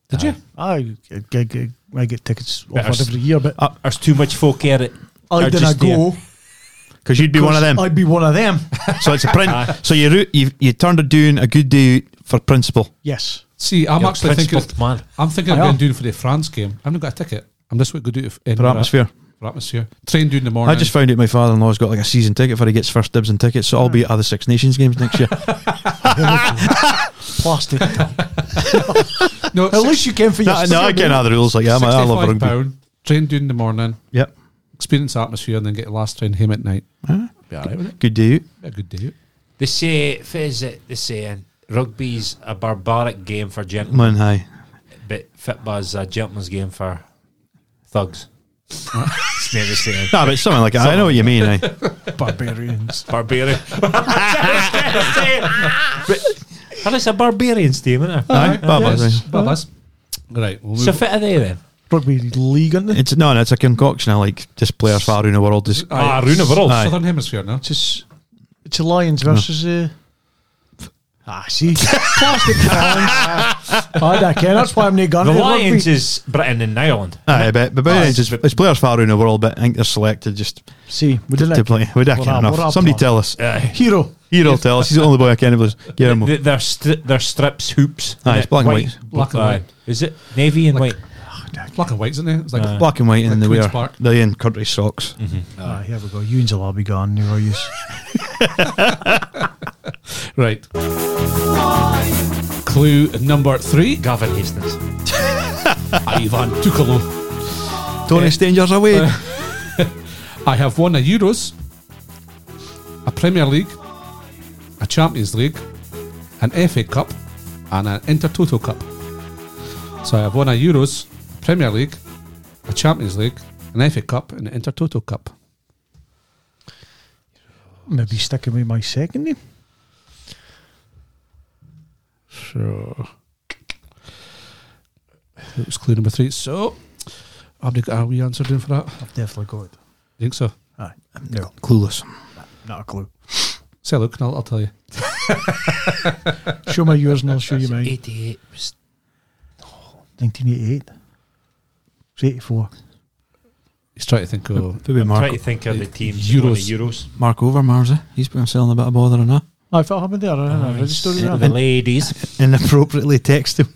Speaker 4: Did you?
Speaker 6: I, I, I, I get tickets offered
Speaker 5: Better.
Speaker 6: every year, but
Speaker 5: There's too much folk here. That
Speaker 6: I
Speaker 5: are
Speaker 6: didn't
Speaker 5: just there.
Speaker 6: go.
Speaker 7: Because you'd be one of them.
Speaker 6: I'd be one of them.
Speaker 7: So it's a print. so you root, you you turned it doing a good day for principle.
Speaker 6: Yes.
Speaker 4: See, I'm
Speaker 5: You're
Speaker 4: actually thinking.
Speaker 5: principled man.
Speaker 4: I'm thinking
Speaker 6: Aye,
Speaker 4: of
Speaker 6: aye.
Speaker 4: going doing for the France game. I've not got a ticket. I'm just going to do it for
Speaker 7: For
Speaker 4: Edinburgh.
Speaker 7: atmosphere.
Speaker 4: For atmosphere. Train during the morning.
Speaker 7: I just found out my father in law's got like a season ticket for he gets first dibs and tickets, so I'll be at other Six Nations games next year.
Speaker 6: Plastic. At
Speaker 4: no, at
Speaker 6: least you came for your
Speaker 7: no, no, I get other rules like yeah, I'm- I love rugby.
Speaker 4: Pound, train during the morning.
Speaker 7: Yep.
Speaker 4: Experience atmosphere, and then get the last train home at night. Be all right with it.
Speaker 7: Good day. out.
Speaker 4: Be a good day. out.
Speaker 5: They say, if it is it, they saying rugby's a barbaric game for gentlemen,
Speaker 7: Man, hi.
Speaker 5: but football's a gentleman's game for thugs. it's never saying
Speaker 7: No, but something like that. I know what you mean. Aye.
Speaker 6: barbarians.
Speaker 5: barbarian. but, and it's a barbarian statement. eh? isn't it?
Speaker 7: Aye, but- but-
Speaker 4: Yes. Well, that's right. We'll move
Speaker 5: So fit are they then?
Speaker 6: Rugby league, aren't they?
Speaker 7: It's no, no, it's a concoction. I like just players far around the world. Just
Speaker 4: Aye.
Speaker 5: Ah, round the world.
Speaker 7: Aye.
Speaker 4: Southern Hemisphere now.
Speaker 6: It's, just, it's the Lions versus. Uh, ah, see. Plastic fans. I don't care. Ah, That's why I'm not going
Speaker 5: The
Speaker 6: to
Speaker 5: Lions
Speaker 6: rugby.
Speaker 5: is Britain and Ireland.
Speaker 7: aye, I bet. But, but
Speaker 5: Aye.
Speaker 7: it's, just- it's players far around the world. But I think they're selected just
Speaker 6: See, we
Speaker 7: to
Speaker 6: didn't.
Speaker 7: play. We
Speaker 6: What
Speaker 7: reckon
Speaker 6: a- what a
Speaker 7: enough. Somebody
Speaker 6: plan.
Speaker 7: tell us.
Speaker 5: Aye.
Speaker 6: Hero.
Speaker 7: Hero, tell us. He's the only boy I can. Give him.
Speaker 5: Th- Their, stri- their strips, hoops.
Speaker 7: Aye,
Speaker 5: isn't
Speaker 7: it's
Speaker 5: it?
Speaker 7: black and white.
Speaker 4: Black and
Speaker 5: Aye.
Speaker 4: white.
Speaker 5: Is it navy and white?
Speaker 4: Black and white, isn't it? It's like
Speaker 5: Aye.
Speaker 7: Black and white, and they
Speaker 4: Like Queen's
Speaker 7: wear
Speaker 4: Park.
Speaker 7: they're in country socks.
Speaker 6: Ah, here we go. You and Jill will be gone. Now are you?
Speaker 4: right. Clue number three.
Speaker 5: Gavin Hastings.
Speaker 4: Ivan Tukalo.
Speaker 7: Tony Stanger's away.
Speaker 4: I have won a Euros, a Premier League, a Champions League, an FA Cup, and an Intertoto Cup. So I have won a Euros, Premier League, a Champions League, an FA Cup, and an Intertoto Cup.
Speaker 6: Maybe sticking with my second name.
Speaker 4: So it was clue number three. So have they got a wee answer doing for that?
Speaker 6: I've definitely got it.
Speaker 4: think so.
Speaker 6: Aye. Ah, No,
Speaker 7: Clueless.
Speaker 6: not a clue.
Speaker 4: Say look, and I'll, I'll tell you.
Speaker 6: Show me yours and I'll show you mine.
Speaker 5: 88 was
Speaker 6: 1988. It's 84.
Speaker 4: He's trying to think. Oh,
Speaker 7: Maybe
Speaker 5: Trying
Speaker 7: Mark,
Speaker 5: to think of the teams
Speaker 4: Euros.
Speaker 5: Euros. The Euros.
Speaker 7: Mark Overmars. eh? He's been selling a bit of bother on that.
Speaker 6: Ah, I thought happened there. I don't know. Is it
Speaker 5: The ladies.
Speaker 7: Inappropriately text him.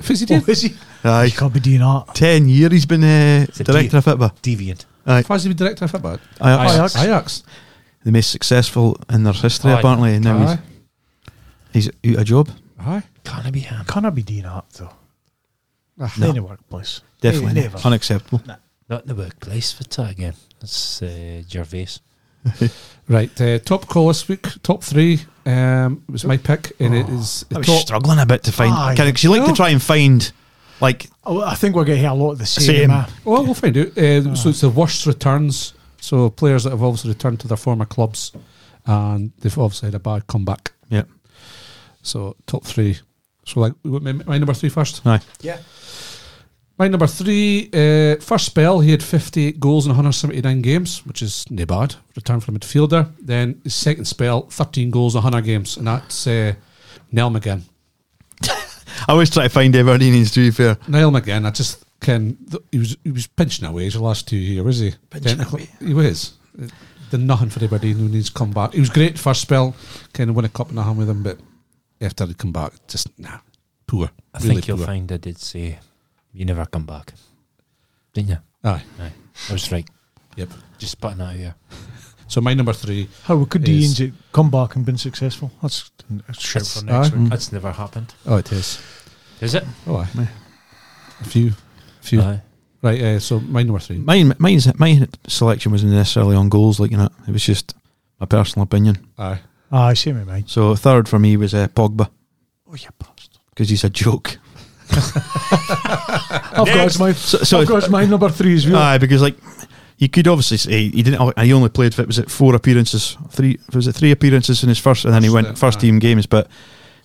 Speaker 4: fizzy
Speaker 6: Oh,
Speaker 4: did.
Speaker 6: is he?
Speaker 7: Aye.
Speaker 6: He can't be doing that.
Speaker 7: Ten years he's been uh,
Speaker 5: a
Speaker 7: director of football.
Speaker 5: Deviant.
Speaker 4: Fazzy be director of football.
Speaker 7: Aye.
Speaker 4: Ajax.
Speaker 7: the most successful in their history,
Speaker 5: Aye.
Speaker 7: apparently. And now
Speaker 4: Aye.
Speaker 7: he's, he's out of job.
Speaker 4: Aye.
Speaker 6: Can I be him? Can I be Dean Hart though?
Speaker 4: Ah,
Speaker 7: No.
Speaker 6: In the workplace.
Speaker 7: Definitely
Speaker 6: never.
Speaker 7: unacceptable.
Speaker 5: Not in the workplace for that again. That's uh, Gervais.
Speaker 4: Right, uh, top call this week, top three. Um, it was my pick, and it is
Speaker 7: I
Speaker 4: the
Speaker 7: was
Speaker 4: top.
Speaker 7: struggling a bit to
Speaker 6: Aye.
Speaker 7: find because you like
Speaker 4: No.
Speaker 7: to try and find like
Speaker 6: Oh, I think we're going to hear a lot of the same.
Speaker 7: Same.
Speaker 6: eh?
Speaker 4: Well, we'll find out. Uh, so it's the worst returns. So players that have obviously returned to their former clubs, and they've obviously had a bad comeback.
Speaker 7: Yeah.
Speaker 4: So top three. So like, we want my, my number three first.
Speaker 7: Aye.
Speaker 5: Yeah.
Speaker 4: My number three, uh, first spell, he had 58 goals in 179 games, which is no bad. Return from midfielder. Then his second spell, 13 goals in 100 games, and that's uh, Neil McGinn.
Speaker 7: I always try to find everybody needs to be fair.
Speaker 4: Neil McGinn, I just can. th- He was he was pinching away his last two years, was he?
Speaker 7: Pinching
Speaker 4: Technically, He was. Did nothing for anybody who needs to come back. He was great first spell, kind of win a cup and a hand with him, but after he'd come back, just nah, poor.
Speaker 5: I
Speaker 4: really
Speaker 5: think you'll
Speaker 4: poor.
Speaker 5: find I did say, you never come back. Didn't you?
Speaker 4: Aye,
Speaker 5: Aye. I was right.
Speaker 4: yep.
Speaker 5: Just putting that out here.
Speaker 4: So my number three,
Speaker 6: How could
Speaker 4: Yes.
Speaker 6: Dean's it come back and been successful? That's a shout
Speaker 5: That's-
Speaker 6: for next
Speaker 4: aye.
Speaker 6: week.
Speaker 5: That's never happened.
Speaker 4: oh, it is.
Speaker 5: Is it?
Speaker 4: Oh, aye. A few, a few.
Speaker 5: Aye.
Speaker 4: Right. Uh, so my number three.
Speaker 7: Mine, mine's, my selection wasn't necessarily on goals, like you know, it was just my personal opinion.
Speaker 4: Aye.
Speaker 6: Aye, same with mine.
Speaker 7: So third for me was uh, Pogba
Speaker 6: Oh, you bastard.
Speaker 7: because he's a joke.
Speaker 6: I've got as my,
Speaker 7: So, so uh,
Speaker 6: I've got as my number three as well.
Speaker 7: aye, because like you could obviously say he didn't. He only played for was it four appearances, three was it three appearances in his first, and then he
Speaker 4: That's
Speaker 7: went
Speaker 4: it,
Speaker 7: first
Speaker 4: aye.
Speaker 7: team games. But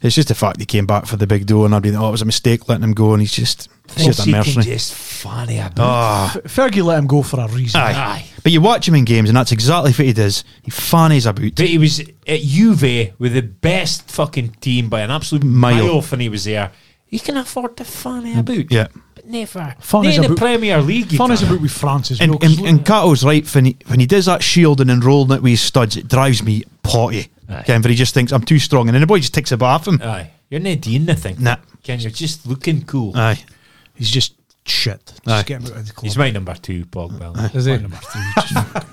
Speaker 7: it's just the fact he came back for the big door, and I'd be like, oh, it was a mistake letting him go, and he's just he's just a mercenary.
Speaker 5: just fanny about.
Speaker 7: Ah,
Speaker 6: F- Fergie let him go for a reason.
Speaker 7: Aye.
Speaker 5: Aye.
Speaker 7: but you watch him in games, and that's exactly what he does. He fannies about.
Speaker 5: But he was at Juve with the best fucking team by an absolute mile,
Speaker 7: Mile.
Speaker 5: when he was there. You can afford to fanny about.
Speaker 7: Yeah.
Speaker 5: But never. Not
Speaker 6: Fanny's
Speaker 5: in the
Speaker 6: about-
Speaker 5: Premier League. you
Speaker 6: Fun is
Speaker 5: can't.
Speaker 6: about with France as well.
Speaker 7: And,
Speaker 6: 'cause
Speaker 7: and, and Cato's right when he, when he does that shielding and rolling it with his studs, it drives me potty.
Speaker 5: Aye.
Speaker 7: Again, but he just thinks I'm too strong, and then the boy just takes it off him.
Speaker 5: Aye. You're not doing nothing.
Speaker 7: Nah.
Speaker 5: Ken, you're just looking cool.
Speaker 7: Aye,
Speaker 6: He's just shit. Just
Speaker 7: Aye.
Speaker 6: get him out of the club.
Speaker 5: He's my number two, Pogba.
Speaker 4: Is it?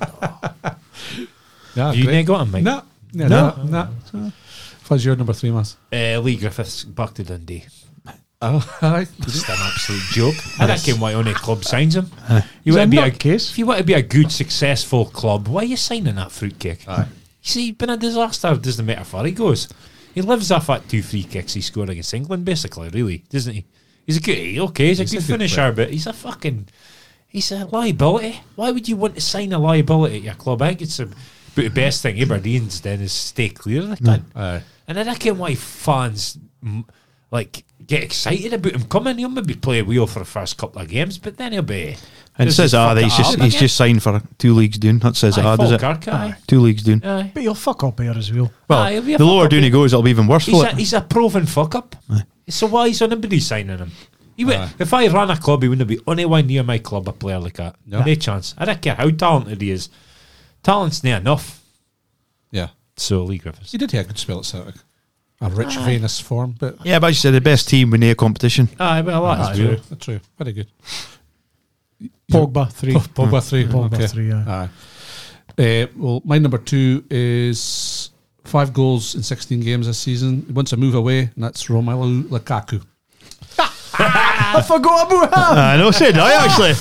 Speaker 4: Yeah.
Speaker 5: you not
Speaker 4: great.
Speaker 5: got him, mate?
Speaker 4: No. No. No. no. What's your number three, Mas?
Speaker 5: Uh, Lee Griffiths back to Dundee.
Speaker 4: Oh, aye.
Speaker 5: Just an absolute joke. I reckon why only club signs him. You
Speaker 6: He's
Speaker 5: want
Speaker 6: a
Speaker 5: to be a
Speaker 6: nutcase.
Speaker 5: If you want to be a good, successful club, why are you signing that fruitcake?
Speaker 4: Aye.
Speaker 5: You see, he's been a disaster. Doesn't matter far he goes. He lives off that two free kicks he scored against England, basically. Really, doesn't he? He's a good. he- Okay, he's, a good
Speaker 4: good
Speaker 5: finisher, but he's a fucking. He's a liability. Why would you want to sign a liability at your club? I think it's a, but the best thing Aberdeen's done is stay clear of the cunt.
Speaker 4: Aye.
Speaker 5: And I reckon why fans mm, like get excited about him coming. He'll maybe play well for the first couple of games, but then he'll be.
Speaker 7: and it
Speaker 5: This
Speaker 7: says
Speaker 5: is
Speaker 7: ah,
Speaker 5: fucking
Speaker 7: that he's just
Speaker 5: hard
Speaker 7: he's
Speaker 5: again.
Speaker 7: just signed for two leagues doing. That says
Speaker 5: Aye,
Speaker 7: ah, does it?
Speaker 5: Falkirk, aye.
Speaker 7: Two leagues doing.
Speaker 5: Aye.
Speaker 6: But he'll fuck up here as well.
Speaker 7: Well,
Speaker 5: Aye, eh, he'll be a
Speaker 7: the lower
Speaker 5: fuck-up.
Speaker 7: down he goes, it'll be even worse
Speaker 5: He's
Speaker 7: for
Speaker 5: a,
Speaker 7: it.
Speaker 5: he's a proven fuck up. So why is anybody signing him? He would, if I ran a club, he wouldn't be anywhere near my club. A player like that,
Speaker 4: No.
Speaker 5: no chance. I don't care how talented he is. Talent's not enough.
Speaker 4: Yeah.
Speaker 5: So Lee Griffiths.
Speaker 4: He did have a good spell at Celtic. A rich, venous form, but
Speaker 7: Yeah, but as you said, the best team with no competition.
Speaker 5: Aye, well that's
Speaker 4: true.
Speaker 5: true.
Speaker 4: True. Very good.
Speaker 6: Pogba, three.
Speaker 4: Oh, Pogba three.
Speaker 6: Pogba
Speaker 4: okay.
Speaker 6: three, aye.
Speaker 4: Aye. Eh, well, my number two is five goals in 16 games this season. He wants a move away, and that's Romelu Lukaku.
Speaker 6: I forgot about him.
Speaker 7: I know, said I actually.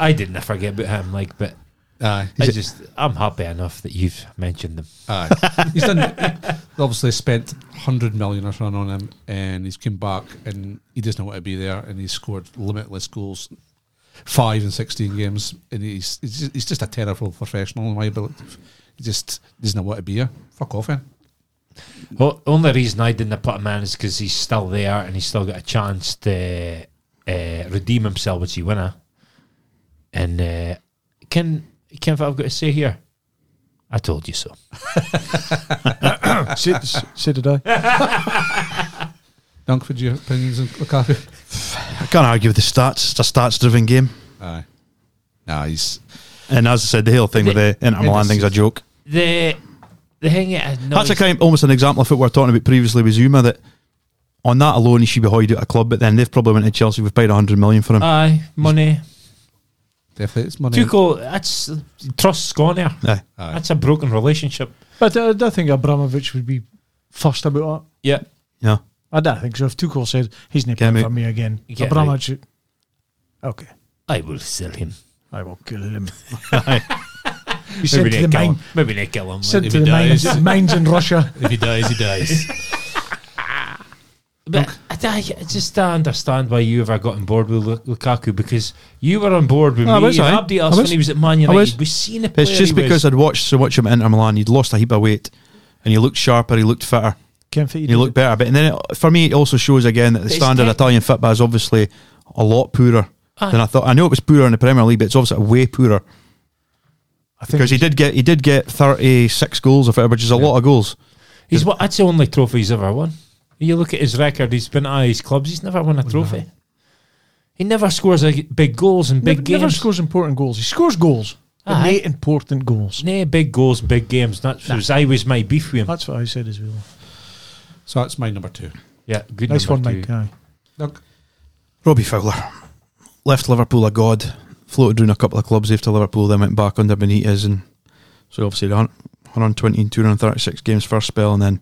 Speaker 5: I didn't forget about him, like, but
Speaker 4: Aye.
Speaker 5: I just I'm happy enough that you've mentioned them.
Speaker 4: Aye. he's done. he obviously spent hundred million or something on him, and he's come back, and he doesn't want to be there, and he's scored limitless goals, five and sixteen games, and he's he's just, he's just a terrible professional in my ability. He just doesn't want to be here. Fuck off, eh? then.
Speaker 5: Well, only reason I didn't put him in is because he's still there and he's still got a chance to uh, redeem himself, which he winner. And uh, can can what I've got to say here? I told you so.
Speaker 6: Say- s- Say did I?
Speaker 4: Dunk, would your opinions on Lukaku?
Speaker 7: I can't argue with the stats. It's a stats-driven game,
Speaker 4: Aye. Nah, he's
Speaker 7: and as I said, the whole thing with the Inter Milan thing's a joke.
Speaker 5: The the thing I know
Speaker 7: That's a
Speaker 5: is-
Speaker 7: kind, almost an example of what we were talking about previously with Zuma. That on that alone, he
Speaker 5: Ah.
Speaker 7: should be hoyed out of club. But then they've probably went to Chelsea. We've paid hundred million for him.
Speaker 5: aye money.
Speaker 4: Definitely, it's money.
Speaker 5: Tuchel, that's trust gone there.
Speaker 7: Aye.
Speaker 4: Aye.
Speaker 5: That's a broken relationship.
Speaker 6: But uh, I, I don't think Abramovich would be fussed about
Speaker 5: Yeah,
Speaker 7: Yeah.
Speaker 6: that. I don't think so. If Tuchel said he's not
Speaker 7: Can
Speaker 6: playing
Speaker 7: we-
Speaker 6: for me again,
Speaker 5: Yeah,
Speaker 6: Abramovich. Okay,
Speaker 5: I will sell him.
Speaker 6: I will kill him.
Speaker 5: You
Speaker 6: said to the main-
Speaker 5: Maybe they kill him.
Speaker 6: Sent
Speaker 4: if
Speaker 6: to
Speaker 4: he
Speaker 6: the mines,
Speaker 4: dies-
Speaker 6: mines in Russia.
Speaker 4: if he dies, he dies.
Speaker 5: But I, I just don't understand why you ever got on board with Lu- Lukaku because you were on board with
Speaker 7: I
Speaker 5: me
Speaker 7: was,
Speaker 5: and
Speaker 7: aye.
Speaker 5: Abdi
Speaker 7: I
Speaker 5: us when
Speaker 7: was.
Speaker 5: he was at Man
Speaker 7: was.
Speaker 5: United. We've seen the player
Speaker 7: It's just
Speaker 5: he was.
Speaker 7: because I'd watched so much of him at Inter Milan. He'd lost a heap of weight, and he looked sharper. He looked fitter.
Speaker 6: Can't fit you
Speaker 7: and he looked better. But and then it, for me, it also shows again that the
Speaker 5: But it's
Speaker 7: standard
Speaker 5: tech-
Speaker 7: Italian football is obviously a lot poorer
Speaker 5: Aye.
Speaker 7: than I thought. I know it was poorer in the Premier League, but it's obviously way poorer
Speaker 6: I think
Speaker 7: because he did get he did get thirty six goals or whatever, which is a lot of goals.
Speaker 5: he's what that's the only trophy he's ever won. You look at his record; he's been at his clubs. He's never won a trophy. He never scores a, big goals in big
Speaker 6: never,
Speaker 5: games.
Speaker 6: never scores important goals. He scores goals, but
Speaker 5: Aye.
Speaker 6: not important goals.
Speaker 5: Nah, big goals, big games. That's was I was my beef with him.
Speaker 6: That's what I said as well.
Speaker 4: so that's my number two.
Speaker 5: Yeah, good
Speaker 6: Nice one,
Speaker 5: number
Speaker 6: Mike.
Speaker 5: two.
Speaker 6: Aye.
Speaker 4: Doug,
Speaker 7: Robbie Fowler left Liverpool a god, floated around a couple of clubs after Liverpool, then went back under Benitez, and so obviously the hun- 120 and 236 games first spell, and then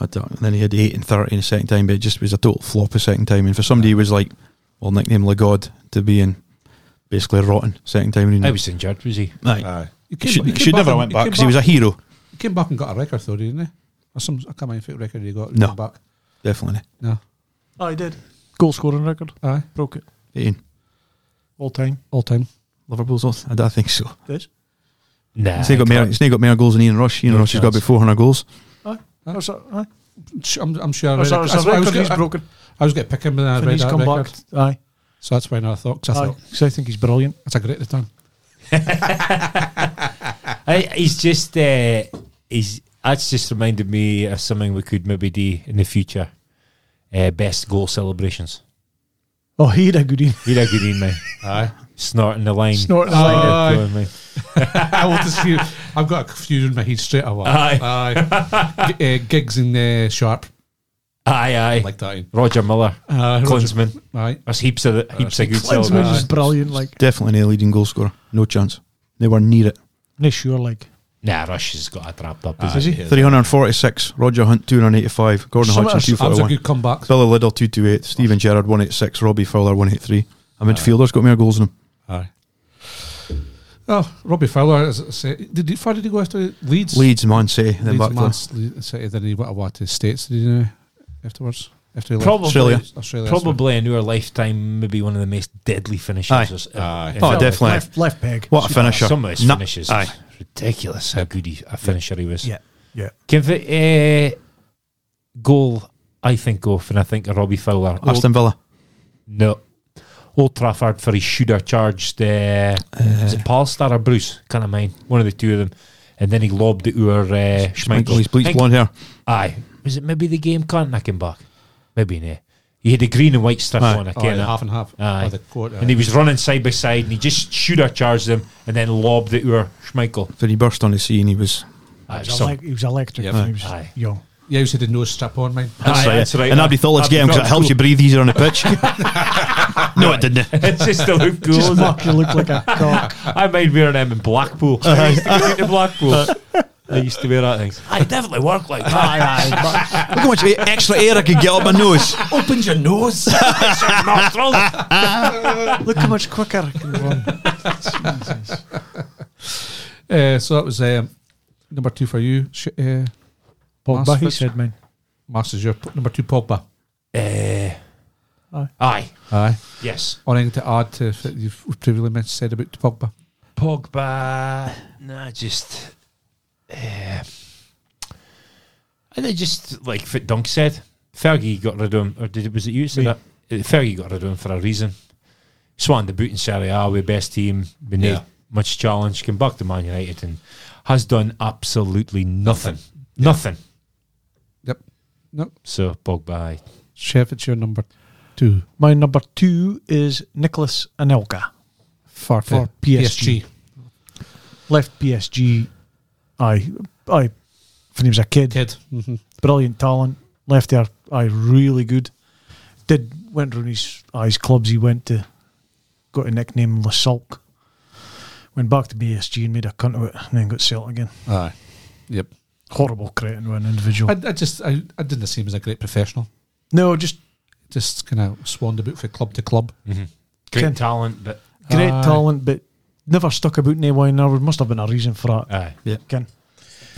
Speaker 7: I don't, and then he had eight and 30 in the second time, but it just was a total flop the second time. And for somebody who was like, well, nicknamed Le God to be in basically rotten second time,
Speaker 5: I
Speaker 7: aye.
Speaker 5: was injured, was he?
Speaker 4: aye. He came
Speaker 7: should,
Speaker 4: ba- he came
Speaker 7: should never
Speaker 4: and-
Speaker 7: have went back
Speaker 4: came
Speaker 7: because he was a hero,
Speaker 4: He came back and got a record though, didn't he? Or some I can't remember if it record he got. he
Speaker 7: No.
Speaker 4: came back.
Speaker 7: definitely.
Speaker 4: No,
Speaker 6: Oh, he did. Goal scoring record.
Speaker 4: aye,
Speaker 6: Broke it.
Speaker 7: 18.
Speaker 6: All time.
Speaker 4: all time.
Speaker 7: Liverpool's off? I don't think so.
Speaker 6: Did.
Speaker 5: Nah,
Speaker 7: He's not got,
Speaker 5: Ah, I
Speaker 7: more-
Speaker 5: can't-
Speaker 7: he's not got more goals than Ian Rush. Ian
Speaker 4: No
Speaker 7: Rush has got about
Speaker 4: chance.
Speaker 7: 400 goals.
Speaker 6: Or Oh, so- aye.
Speaker 4: Sh- I'm, I'm sure. I,
Speaker 6: Or
Speaker 4: read
Speaker 6: so-
Speaker 4: it.
Speaker 6: or so
Speaker 4: I, I was
Speaker 6: record he's
Speaker 4: gonna-
Speaker 6: broken.
Speaker 4: I was going to pick him and then I
Speaker 6: And
Speaker 4: read
Speaker 6: he's
Speaker 4: that
Speaker 6: come
Speaker 4: record.
Speaker 6: back. Aye.
Speaker 4: So that's when I thought. 'cause I
Speaker 6: Aye.
Speaker 4: thought
Speaker 6: Because I think he's brilliant.
Speaker 4: that's a great return.
Speaker 5: I- he's just uh, he's that's just reminded me of something we could maybe do in the future. Uh, best goal celebrations.
Speaker 6: Oh, he had a good in.
Speaker 5: You're a good in man.
Speaker 4: Aye.
Speaker 5: Snorting the line.
Speaker 6: Snorting the
Speaker 5: Aye,
Speaker 4: line.
Speaker 5: going, man.
Speaker 4: I will just hear. I've got a few in my head straight away.
Speaker 5: Aye.
Speaker 4: Aye. G- uh, gigs in uh, sharp
Speaker 5: Aye, aye.
Speaker 4: like that. in.
Speaker 5: Roger Miller,
Speaker 4: Uh, Roger-
Speaker 5: Klinsman.
Speaker 4: Aye.
Speaker 5: There's heaps of the, heaps of good
Speaker 6: Klinsman
Speaker 5: celebrations.
Speaker 6: is brilliant. Like,
Speaker 7: Definitely not a leading goal scorer. No chance. They were near it.
Speaker 6: no, sure. Like,
Speaker 5: Nah, Rush has got it wrapped up.
Speaker 6: is
Speaker 5: Is
Speaker 6: he?
Speaker 5: it?
Speaker 7: 346, Roger Hunt 285, Gordon
Speaker 6: Some of
Speaker 7: Hodgson
Speaker 4: That was a
Speaker 7: 241,
Speaker 4: good comeback.
Speaker 7: Billy Liddell 228, Stephen Gerrard 186, Robbie Fowler 183. A midfielder's got more goals than him.
Speaker 4: Aye. Oh, Robbie Fowler, as I say, did he, far did he go after Leeds?
Speaker 7: Leeds, Man City, then
Speaker 4: Leeds,
Speaker 7: back
Speaker 4: Man
Speaker 7: to
Speaker 4: City, City, then he went away to States, did he know, afterwards? After he left
Speaker 5: Probably,
Speaker 7: Australia.
Speaker 4: Australia. that's right.
Speaker 5: probably in our lifetime, maybe one of the most deadly
Speaker 7: Aye.
Speaker 5: finishes. Aye.
Speaker 7: Oh, definitely.
Speaker 6: left, left peg.
Speaker 7: What a finisher.
Speaker 5: Some of his
Speaker 7: Na-
Speaker 5: finishes.
Speaker 7: Aye.
Speaker 5: is Ridiculous how good he, a finisher he was.
Speaker 6: Yeah. Yeah.
Speaker 5: Give it uh, goal, I think, off, and I think Robbie Fowler. Old,
Speaker 7: Aston Villa.
Speaker 5: no. Old Trafford for his shooter charged. Uh, is it Paul Star or Bruce? Can't mind. One of the two of them. And then he lobbed it over uh, Schmeichel.
Speaker 7: Michael, he's bleached
Speaker 5: Think-
Speaker 7: blonde hair.
Speaker 5: Aye. Was it maybe the game can't knock him back? Maybe no. He had a green and white strip
Speaker 7: Aye.
Speaker 5: on, Oh, I
Speaker 4: Aye,
Speaker 5: can't
Speaker 4: half and half.
Speaker 5: Aye.
Speaker 4: Or the quarter.
Speaker 5: And he was running side by side and he just shooter charged them and then lobbed it over Schmeichel.
Speaker 7: Then he burst on the scene. He was.
Speaker 5: Aye,
Speaker 6: He was,
Speaker 5: some-
Speaker 6: elec- he was electric.
Speaker 4: Yeah.
Speaker 6: when He was
Speaker 5: Aye.
Speaker 6: young.
Speaker 4: yeah, he said the nose strap on, man.
Speaker 5: Aye, that's right.
Speaker 7: and Abdi thought, let's
Speaker 5: Abdi
Speaker 7: get him
Speaker 5: thought
Speaker 7: because it helps you breathe easier on the pitch. no, it didn't.
Speaker 5: It's just a look cool.
Speaker 6: Just
Speaker 5: isn't it?
Speaker 6: fuck, you look like a cock.
Speaker 5: I mind wearing them in Blackpool. I used to go out to
Speaker 7: Uh,
Speaker 5: Blackpool. I used to wear that thing. I definitely work like that. Aye,
Speaker 7: Look how much extra air I could get up my nose.
Speaker 2: Opens your nose.
Speaker 5: aye. Nostril.
Speaker 6: Look how much quicker I can run.
Speaker 4: Uh, so that was um, number two for you. Sh- uh,
Speaker 6: Pogba,
Speaker 4: Last
Speaker 6: he
Speaker 4: pitch.
Speaker 6: said, man.
Speaker 4: Mars is your p- number two, Pogba.
Speaker 5: Eh,
Speaker 6: Aye.
Speaker 5: Aye.
Speaker 4: Aye.
Speaker 5: Yes.
Speaker 4: Or anything to add to what you've previously men- said about Pogba?
Speaker 5: Pogba, nah, just. eh, and they just, like Fit Dunk said, Fergie got rid of him, or did it, was it you that said that? Uh, Fergie got rid of him for a reason. Swan the boot in Serie A with best team, been
Speaker 4: Yeah.
Speaker 5: yeah. much challenge, came back to Man United and has done absolutely nothing. Nothing.
Speaker 4: Yep. Nope.
Speaker 5: So Pogba, aye.
Speaker 4: Chef, it's your number two
Speaker 6: My number two is Nicholas Anelka.
Speaker 4: for,
Speaker 6: For
Speaker 4: uh,
Speaker 6: PSG. Left PSG. Aye. Aye. When he was a kid.
Speaker 4: Kid. Mm-hmm.
Speaker 6: brilliant talent. Left there, aye, really good. Did went round his aye, his clubs. He went to got a nickname La Sulk Went back to BSG and made a cunt of it, and then got sent again.
Speaker 4: Aye. Yep.
Speaker 6: Horrible credit to an individual.
Speaker 4: I, I just, I, I didn't seem as a great professional.
Speaker 6: no, just
Speaker 4: Just kind of swanned about from club to club.
Speaker 5: Mm-hmm. Great
Speaker 6: Ken-
Speaker 5: talent, but
Speaker 6: great
Speaker 4: Aye.
Speaker 6: talent, but never stuck about in one. There must have been a reason for that.
Speaker 5: aye.
Speaker 6: Ken.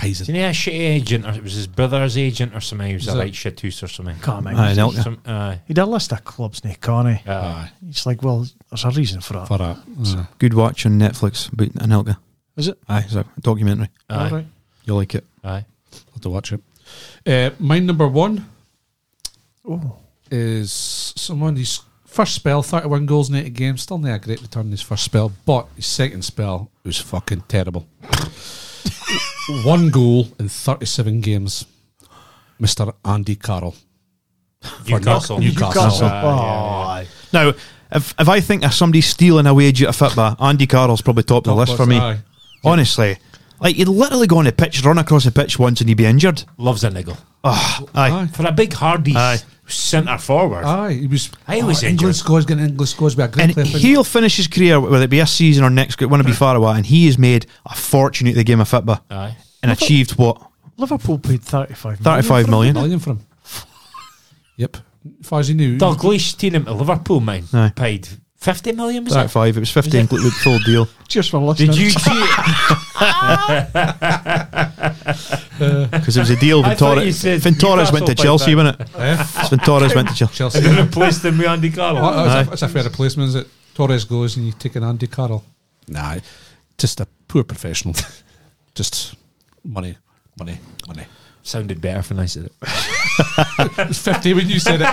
Speaker 5: Do you know a shitty agent, or it was his brother's agent, or something? He was
Speaker 4: Was
Speaker 5: a
Speaker 4: it-
Speaker 5: right shit hoose or something.
Speaker 6: Can't
Speaker 7: Aye,
Speaker 6: imagine.
Speaker 7: and Elka.
Speaker 5: Some, uh, aye.
Speaker 6: He did a list of clubs, Nick Connie.
Speaker 5: Aye.
Speaker 6: It's like, well, there's a reason for that.
Speaker 4: For a, uh,
Speaker 7: Good watch on Netflix about Anelka.
Speaker 6: Is it?
Speaker 7: Aye, it's a documentary.
Speaker 5: Aye.
Speaker 6: Alright.
Speaker 7: You'll like it.
Speaker 5: aye.
Speaker 4: I'll have to watch it. Uh, my number one
Speaker 6: Oh,
Speaker 4: is someone who's first spell, 31 goals in 80 games, still not a great return in his first spell, but his second spell was fucking terrible. One goal in 37 games, Mr. Andy Carroll.
Speaker 5: Newcastle.
Speaker 4: Newcastle.
Speaker 6: Newcastle.
Speaker 5: Aye, yeah,
Speaker 6: Aye.
Speaker 7: Now, if, if I think of somebody stealing a wage at a football, Andy Carroll's probably top of the
Speaker 4: Top
Speaker 7: list
Speaker 4: was-
Speaker 7: for me.
Speaker 4: aye.
Speaker 7: Honestly. Like, he'd literally go on the pitch, run across the pitch once and he'd be injured.
Speaker 5: Loves a niggle.
Speaker 7: Oh, aye.
Speaker 4: Aye.
Speaker 5: For a big hardy
Speaker 7: Aye.
Speaker 5: centre forward.
Speaker 4: Aye, he was. oh,
Speaker 5: I was injured.
Speaker 4: England scores, getting England scores by a great
Speaker 7: And
Speaker 4: player.
Speaker 7: he'll finish his career, whether it be this season or next, one to be far away, and he has made a fortune at the game of football
Speaker 5: Aye.
Speaker 7: and achieved what?
Speaker 6: Liverpool paid 35 million.
Speaker 7: 35 million?
Speaker 4: million for him. Yep. As far as he knew.
Speaker 5: Doug Leash team him to Liverpool, man.
Speaker 7: Aye.
Speaker 5: Paid 50 million, was it?
Speaker 7: 35, it was 50 including the full deal.
Speaker 6: Cheers for listening.
Speaker 5: Did you see it?
Speaker 7: Because it was a deal.
Speaker 5: I thought you
Speaker 7: Ventora,
Speaker 5: said
Speaker 7: Ventora's went to
Speaker 5: Newcastle
Speaker 7: Chelsea,
Speaker 5: played
Speaker 7: wasn't it?
Speaker 4: Eh?
Speaker 7: Ventora's went to Chelsea.
Speaker 4: Chelsea.
Speaker 5: They replaced him with Andy Carroll.
Speaker 4: Well, that's, a, that's a fair replacement, is it? Torres goes and you take an Andy Carroll. Nah, just a poor professional. just money, money, money.
Speaker 5: Sounded better when I said it.
Speaker 4: It was 50 when you said it.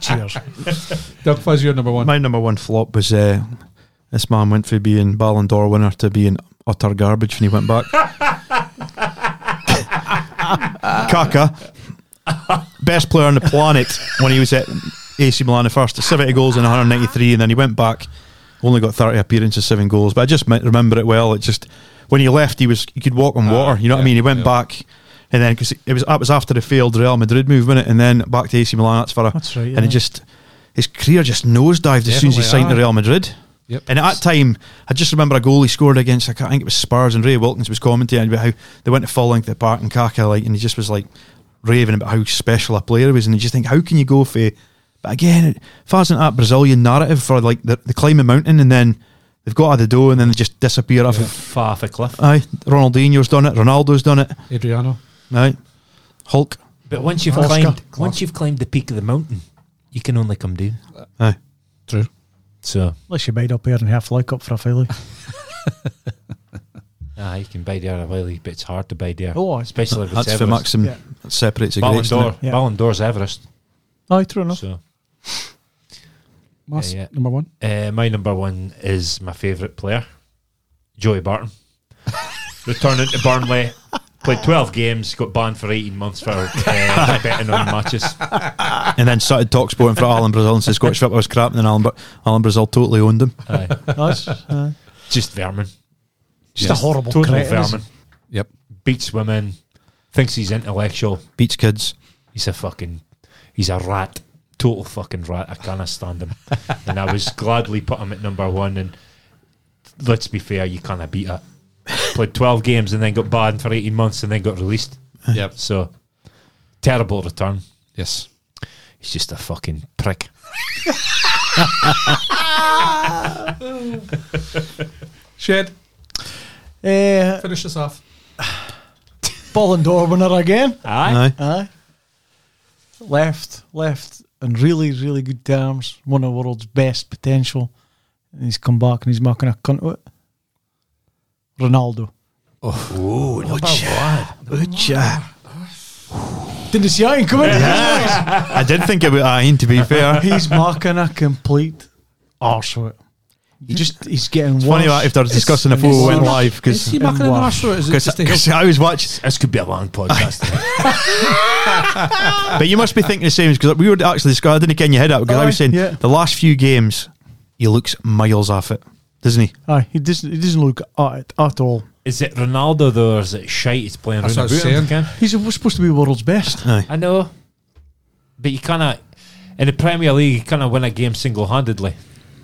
Speaker 6: Cheers.
Speaker 4: Doug Fuzz, your number one.
Speaker 7: My number one flop was uh, this man went from being Ballon d'Or winner to being utter garbage when he went back. Kaka, best player on the planet when he was at AC Milan at first, 70 goals in 193, and then he went back, only got 30 appearances, seven goals. But I just mi- remember it well. It just when he left, he was he could walk
Speaker 6: Ah,
Speaker 7: on water. you know what I mean? He went back. And then, because it was that was after the failed Real Madrid move, wasn't it? and then back to AC Milan. That's for a,
Speaker 6: That's right,
Speaker 7: And
Speaker 6: yeah.
Speaker 7: it just his career just nosedived as soon as
Speaker 4: Definitely,
Speaker 7: he signed to
Speaker 4: aye.
Speaker 7: Real Madrid.
Speaker 4: Yep.
Speaker 7: And at that time, I just remember a goal he scored against. I can't- I think it was Spurs, and Ray Wilkins was commenting about how they went to full length at the park and Kaka, like, and he just was like raving about how special a player he was. And you just think, how can you go for? But again, it falls into that Brazilian narrative for like the, the climb a mountain, and then they've got out of the door, and then they just disappear off. it.
Speaker 5: Far off a cliff.
Speaker 7: Aye, Ronaldinho's done it. Ronaldo's done it.
Speaker 4: Adriano.
Speaker 7: Aye, Hulk.
Speaker 5: But once you've
Speaker 6: Oscar.
Speaker 5: climbed, once you've climbed the peak of the mountain, you can only come down.
Speaker 7: Aye.
Speaker 4: True.
Speaker 5: So,
Speaker 6: Unless you bide up here and half like up for a filly.
Speaker 5: aye, you can buy there a while, but it's hard to buy there.
Speaker 6: Oh, it's
Speaker 5: especially if it's
Speaker 7: That's for
Speaker 5: Everest.
Speaker 7: Maxim.
Speaker 6: Yeah.
Speaker 7: That separates the
Speaker 5: Ballon
Speaker 7: greats, doesn't
Speaker 5: d'Or.
Speaker 7: it?
Speaker 6: Yeah.
Speaker 5: Ballon d'Or's Everest.
Speaker 6: Aye, true enough.
Speaker 5: So,
Speaker 4: Mas,
Speaker 5: Yeah, yeah.
Speaker 4: number one.
Speaker 5: uh, my number one is my favourite player, Joey Barton. Returned to Burnley, played 12 games, got banned for 18 months for uh, betting on matches.
Speaker 7: And then started talk sport in front of Alan Brazil and said Scottish football was crap. And then Alan, Bra- Alan Brazil totally owned him.
Speaker 5: Aye.
Speaker 6: That's uh,
Speaker 5: Just vermin.
Speaker 6: just a horrible
Speaker 5: Total
Speaker 6: credit.
Speaker 5: vermin.
Speaker 4: Yep.
Speaker 5: Beats women, thinks he's intellectual,
Speaker 7: Beats kids.
Speaker 5: He's a fucking, he's a rat, total fucking rat. I cannot stand him, and I was gladly put him at number one. And let's be fair, you can't beat it. Played twelve games and then got banned for eighteen months and then got released.
Speaker 4: Yep.
Speaker 5: So terrible return.
Speaker 4: Yes.
Speaker 5: He's just a fucking prick.
Speaker 4: Shed,
Speaker 6: Uh,
Speaker 4: finish this off.
Speaker 6: Ballon d'Or winner again.
Speaker 7: Ah.
Speaker 5: Aye.
Speaker 7: Aye.
Speaker 6: Aye. Left, left, in really, really good terms. One of the world's best potential. And he's come back and he's making a cunt of it. Ronaldo.
Speaker 5: Oh, number one.
Speaker 7: Ucha.
Speaker 6: Didn't see Ian coming.
Speaker 7: I did think about Ayn, to be fair.
Speaker 6: He's making a complete arse of it. He just he's getting worse.
Speaker 7: Funny that if they're discussing before we went live,
Speaker 4: Is
Speaker 7: because
Speaker 4: he making an
Speaker 6: Wow.
Speaker 4: arse or is it just a help?
Speaker 7: I was watching.
Speaker 5: This could be a long podcast.
Speaker 7: But you must be thinking the same, because we were actually discussing. I didn't get your head up, because I was saying
Speaker 6: yeah.
Speaker 7: the last few games, he looks miles off it, doesn't he?
Speaker 6: Aye, he doesn't he doesn't look at it at all.
Speaker 5: is it Ronaldo though, or is it shite? It's playing
Speaker 4: That's
Speaker 5: around
Speaker 4: what I was
Speaker 5: about him
Speaker 4: saying.
Speaker 5: again?
Speaker 6: He's supposed to be world's best.
Speaker 5: I know, but you cannot. In the Premier League, you cannot win a game single-handedly.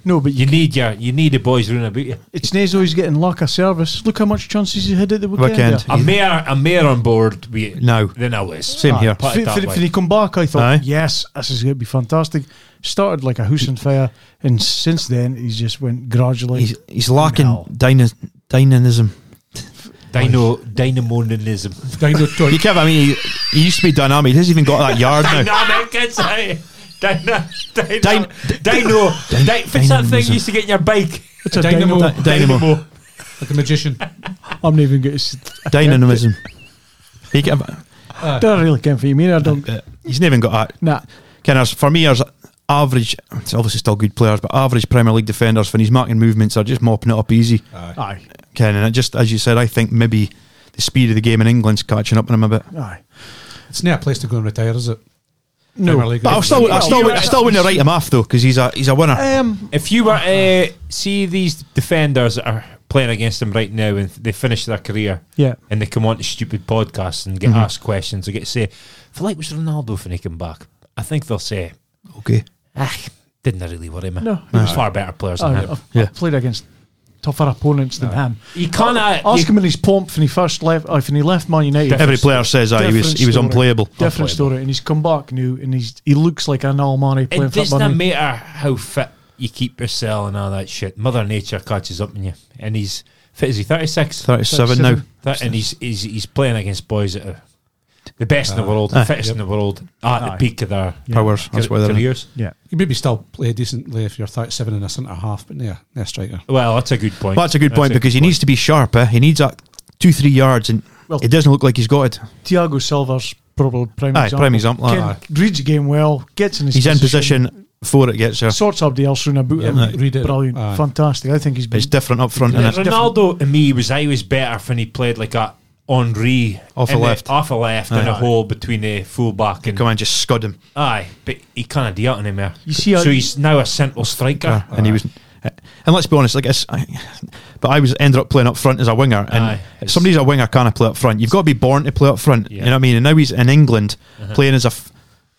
Speaker 6: No, but
Speaker 5: You need your, you need the boys running about you.
Speaker 6: it's not as though he's getting lack of service. Look how much chances he had at the weekend.
Speaker 7: Weekend.
Speaker 5: A
Speaker 6: there.
Speaker 5: mayor, a mayor on board with you
Speaker 7: No.
Speaker 5: than I was.
Speaker 7: Same
Speaker 6: Ah,
Speaker 7: here.
Speaker 6: f-
Speaker 5: Put it that
Speaker 6: f-
Speaker 5: way.
Speaker 6: When he come back, I thought,
Speaker 7: Aye.
Speaker 6: yes, this is going to be fantastic. Started like a house on fire, and since then he's just went gradually.
Speaker 7: He's, he's lacking
Speaker 6: No.
Speaker 7: dyna- dynamism.
Speaker 5: Dino, dynamonism.
Speaker 4: Dino
Speaker 7: You
Speaker 4: Toy.
Speaker 7: can't, I mean, he, he used to be dynamic. He hasn't even got that yard now.
Speaker 5: Dynamic, it's a dino, dino,
Speaker 7: Dyn-
Speaker 5: dino. Di- Fix that thing you used to get in your bike.
Speaker 6: it's a
Speaker 4: Dynamo.
Speaker 6: dynamo.
Speaker 7: Dy- dynamo.
Speaker 4: Like a magician.
Speaker 6: I'm not even going to.
Speaker 7: Dynamism. He can,
Speaker 6: I don't really care for you, mean I don't.
Speaker 7: he's not even got that.
Speaker 6: Nah,
Speaker 7: Kind of, for me, there's average, it's obviously still good players, but average Premier League defenders when he's marking movements are just mopping it up easy.
Speaker 6: aye,
Speaker 7: Ken, and it just, as you said, I think maybe the speed of the game in England's catching up on him a bit.
Speaker 6: aye.
Speaker 4: It's not a place to go and retire, is it? Premier
Speaker 6: No,
Speaker 4: League.
Speaker 7: But I still, I still, I still wouldn't write him off though, because he's a he's a winner.
Speaker 6: um,
Speaker 5: If you were uh, see these defenders that are playing against them right now and they finish their career
Speaker 6: Yeah. Mm-hmm.
Speaker 5: and they come on to stupid podcasts and get asked questions or get say, if like was Ronaldo when he came back, I think they'll say,
Speaker 7: Okay,
Speaker 5: ah, didn't really worry me.
Speaker 6: No, Oh,
Speaker 5: he was far better players than
Speaker 6: aye,
Speaker 5: him.
Speaker 6: I've,
Speaker 7: Yeah.
Speaker 6: I've played against tougher opponents than him.
Speaker 5: You can't
Speaker 6: Ask him in his pomp when he first left. Uh, when he left Man United,
Speaker 7: every player says that Uh, he was
Speaker 6: Different
Speaker 7: he was
Speaker 6: story.
Speaker 7: unplayable.
Speaker 6: different story, and he's come back new, and he's he looks like an Almani playing
Speaker 5: It
Speaker 6: for
Speaker 5: doesn't
Speaker 6: Burnley.
Speaker 5: matter how fit you keep yourself and all that shit. Mother Nature catches up on you, and he's fit. Is he thirty six?
Speaker 7: Thirty-seven now.
Speaker 5: That, and he's, he's he's playing against boys that are the best
Speaker 7: Uh,
Speaker 5: in the world, the fittest in the world, at the peak of their
Speaker 7: ah, Powers. That's why
Speaker 5: ca-
Speaker 7: they're in.
Speaker 5: careers.
Speaker 4: You maybe still play decently if you're 37 and a centre half, but yeah, yeah, striker.
Speaker 5: Well, that's a good point.
Speaker 7: Well, that's a good point because he needs to be sharp. Eh? He needs that two three yards, and
Speaker 6: Well-
Speaker 7: it doesn't look like he's got it.
Speaker 6: Thiago Silva's probably prime
Speaker 7: Aye,
Speaker 6: example.
Speaker 7: prime example.
Speaker 6: Ken
Speaker 7: Aye.
Speaker 6: reads the game well, gets in his
Speaker 7: He's in position before it gets there.
Speaker 6: sorts somebody else around about
Speaker 4: Yeah,
Speaker 6: him.
Speaker 4: aye. Read it.
Speaker 6: Brilliant,
Speaker 4: Aye.
Speaker 6: fantastic. I think he's
Speaker 7: But
Speaker 6: been
Speaker 7: it's different up front,
Speaker 5: Yeah,
Speaker 7: and
Speaker 5: Uh, Ronaldo to me was I was better when he played like a Henri
Speaker 7: Off a
Speaker 5: in the-
Speaker 7: left.
Speaker 5: off a left, and a hole between the fullback and
Speaker 7: come on, just scud him.
Speaker 5: aye, but he can't do it anymore.
Speaker 6: You see how-
Speaker 5: so he's now a central striker.
Speaker 7: and he was. uh, And let's be honest, like it's, I, but I was ended up playing up front as a winger, and
Speaker 5: Aye.
Speaker 7: if somebody's a winger can't play up front. You've got to be born to play up front. You
Speaker 5: Yeah. Uh-huh.
Speaker 7: know what I mean? And now he's in England playing as a f-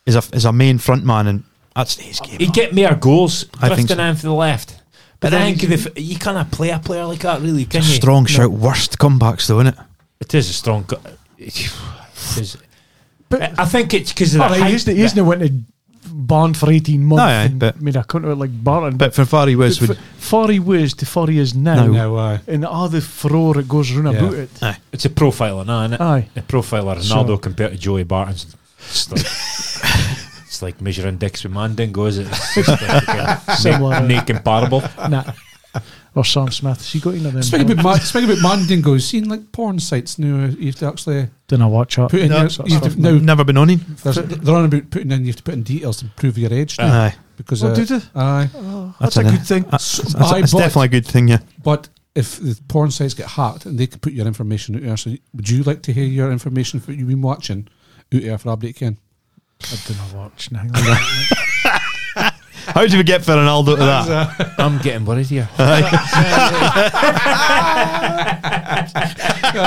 Speaker 7: as a as a main front man, and that's his game.
Speaker 5: He'd get more goals
Speaker 7: I think
Speaker 5: drifting
Speaker 7: so.
Speaker 5: in for the left. But
Speaker 7: then
Speaker 5: I think if you can't play a player like that, really, can
Speaker 7: It's a
Speaker 5: you?
Speaker 7: strong shout. Worst comebacks though, isn't it?
Speaker 5: It is a strong. Go- it is. I I think it's because of the
Speaker 7: Oh,
Speaker 6: All right,
Speaker 5: height.
Speaker 6: he's, he's now went to Barn for 18 months
Speaker 7: Aye, aye,
Speaker 6: and
Speaker 7: but-
Speaker 6: made a cunt of it like Barton.
Speaker 7: But for far he was, would,
Speaker 6: f- far he was to far he is now,
Speaker 7: No.
Speaker 4: Now, uh,
Speaker 6: and all the furore that goes round
Speaker 4: Yeah.
Speaker 6: about it.
Speaker 5: it's a profiler, nah, isn't it?
Speaker 7: Oh.
Speaker 6: Aye.
Speaker 5: A profiler Ronaldo compared to Joey Barton's. It's like, it's like measuring dicks with Mandingo, is it? It's just like, uh,
Speaker 6: Similar.
Speaker 5: Naked comparable.
Speaker 6: Nah. Or Sam Smith. Has he got into them?
Speaker 4: speaking, about, Ma- speaking about Mandingo, seen like porn sites now, you have to actually
Speaker 6: Didn't I watch that?
Speaker 4: put in.
Speaker 7: No,
Speaker 4: your,
Speaker 6: sort of
Speaker 4: you have to-
Speaker 6: stuff.
Speaker 4: now,
Speaker 7: never been on him.
Speaker 4: there's, they're on about putting in, you have to put in details to prove your age now.
Speaker 7: Aye,
Speaker 4: because
Speaker 6: Oh,
Speaker 4: uh,
Speaker 6: do they?
Speaker 4: aye.
Speaker 6: That's,
Speaker 7: an-
Speaker 6: a good thing.
Speaker 7: that's,
Speaker 4: Aye,
Speaker 7: that's
Speaker 4: but-
Speaker 7: definitely a good thing. Yeah,
Speaker 4: But if the porn sites get hacked and they can put your information out there, so would you like to hear your information for what you've been watching out there for Abdate Ken?
Speaker 6: I didn't watch. Now.
Speaker 7: how do we get Ronaldo to that?
Speaker 5: I'm getting worried here.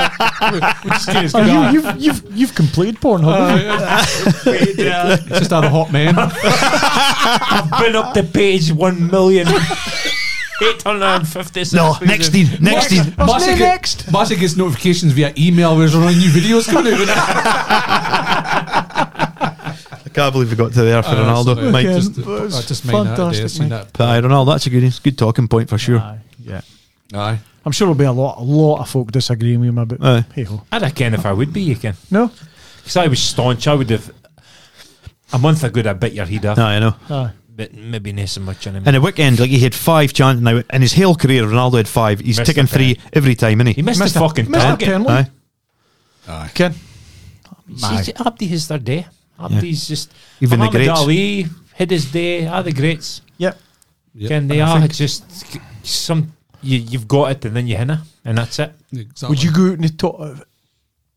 Speaker 6: oh, you, you've, you've, you've completed porn, haven't you?
Speaker 5: I've
Speaker 4: It's just other hot men.
Speaker 5: been up to page 1 million. 856.
Speaker 7: No, next team, next team.
Speaker 4: Marcy
Speaker 6: me
Speaker 4: get-
Speaker 6: next.
Speaker 4: Marcy gets notifications via email where there's only new videos coming out.
Speaker 7: I can't believe we got to there for Ronaldo. Mate,
Speaker 6: Ken.
Speaker 4: just,
Speaker 6: That's
Speaker 4: I just made Oh, that today.
Speaker 6: fantastic,
Speaker 4: I've seen
Speaker 6: mate.
Speaker 4: that.
Speaker 7: but aye, Ronaldo, that's a good, it's a good talking point for sure.
Speaker 6: Aye, yeah.
Speaker 4: Aye.
Speaker 6: I'm sure there'll be a lot, a lot of folk disagreeing with him about.
Speaker 7: Aye.
Speaker 6: Hey ho.
Speaker 5: I reckon if I would be, you can.
Speaker 6: No.
Speaker 5: Because I was staunch, I would have. A month ago, I bit your head off,
Speaker 7: No, I know.
Speaker 6: Aye.
Speaker 5: but maybe not so much anymore.
Speaker 7: And the weekend, like he had five chances. Now in his whole career, Ronaldo had five. He's
Speaker 5: Missed
Speaker 7: taken
Speaker 5: the
Speaker 7: three every time, isn't
Speaker 5: he
Speaker 7: he?
Speaker 5: missed,
Speaker 6: Missed
Speaker 5: the
Speaker 6: a-
Speaker 5: fucking
Speaker 6: missed a
Speaker 5: target.
Speaker 6: penalty.
Speaker 7: Aye.
Speaker 6: Ken.
Speaker 5: See, see, Abdi has their day. Abdi's just
Speaker 7: Even the
Speaker 5: Muhammad
Speaker 7: greats.
Speaker 5: Ali had his day. Are the greats?
Speaker 6: Yep.
Speaker 4: Yep.
Speaker 5: Can they
Speaker 6: I
Speaker 5: are
Speaker 6: think-
Speaker 5: just some? You, you've got it, and then you hinna, and that's it.
Speaker 4: Exactly.
Speaker 6: Would you go out in the top? of-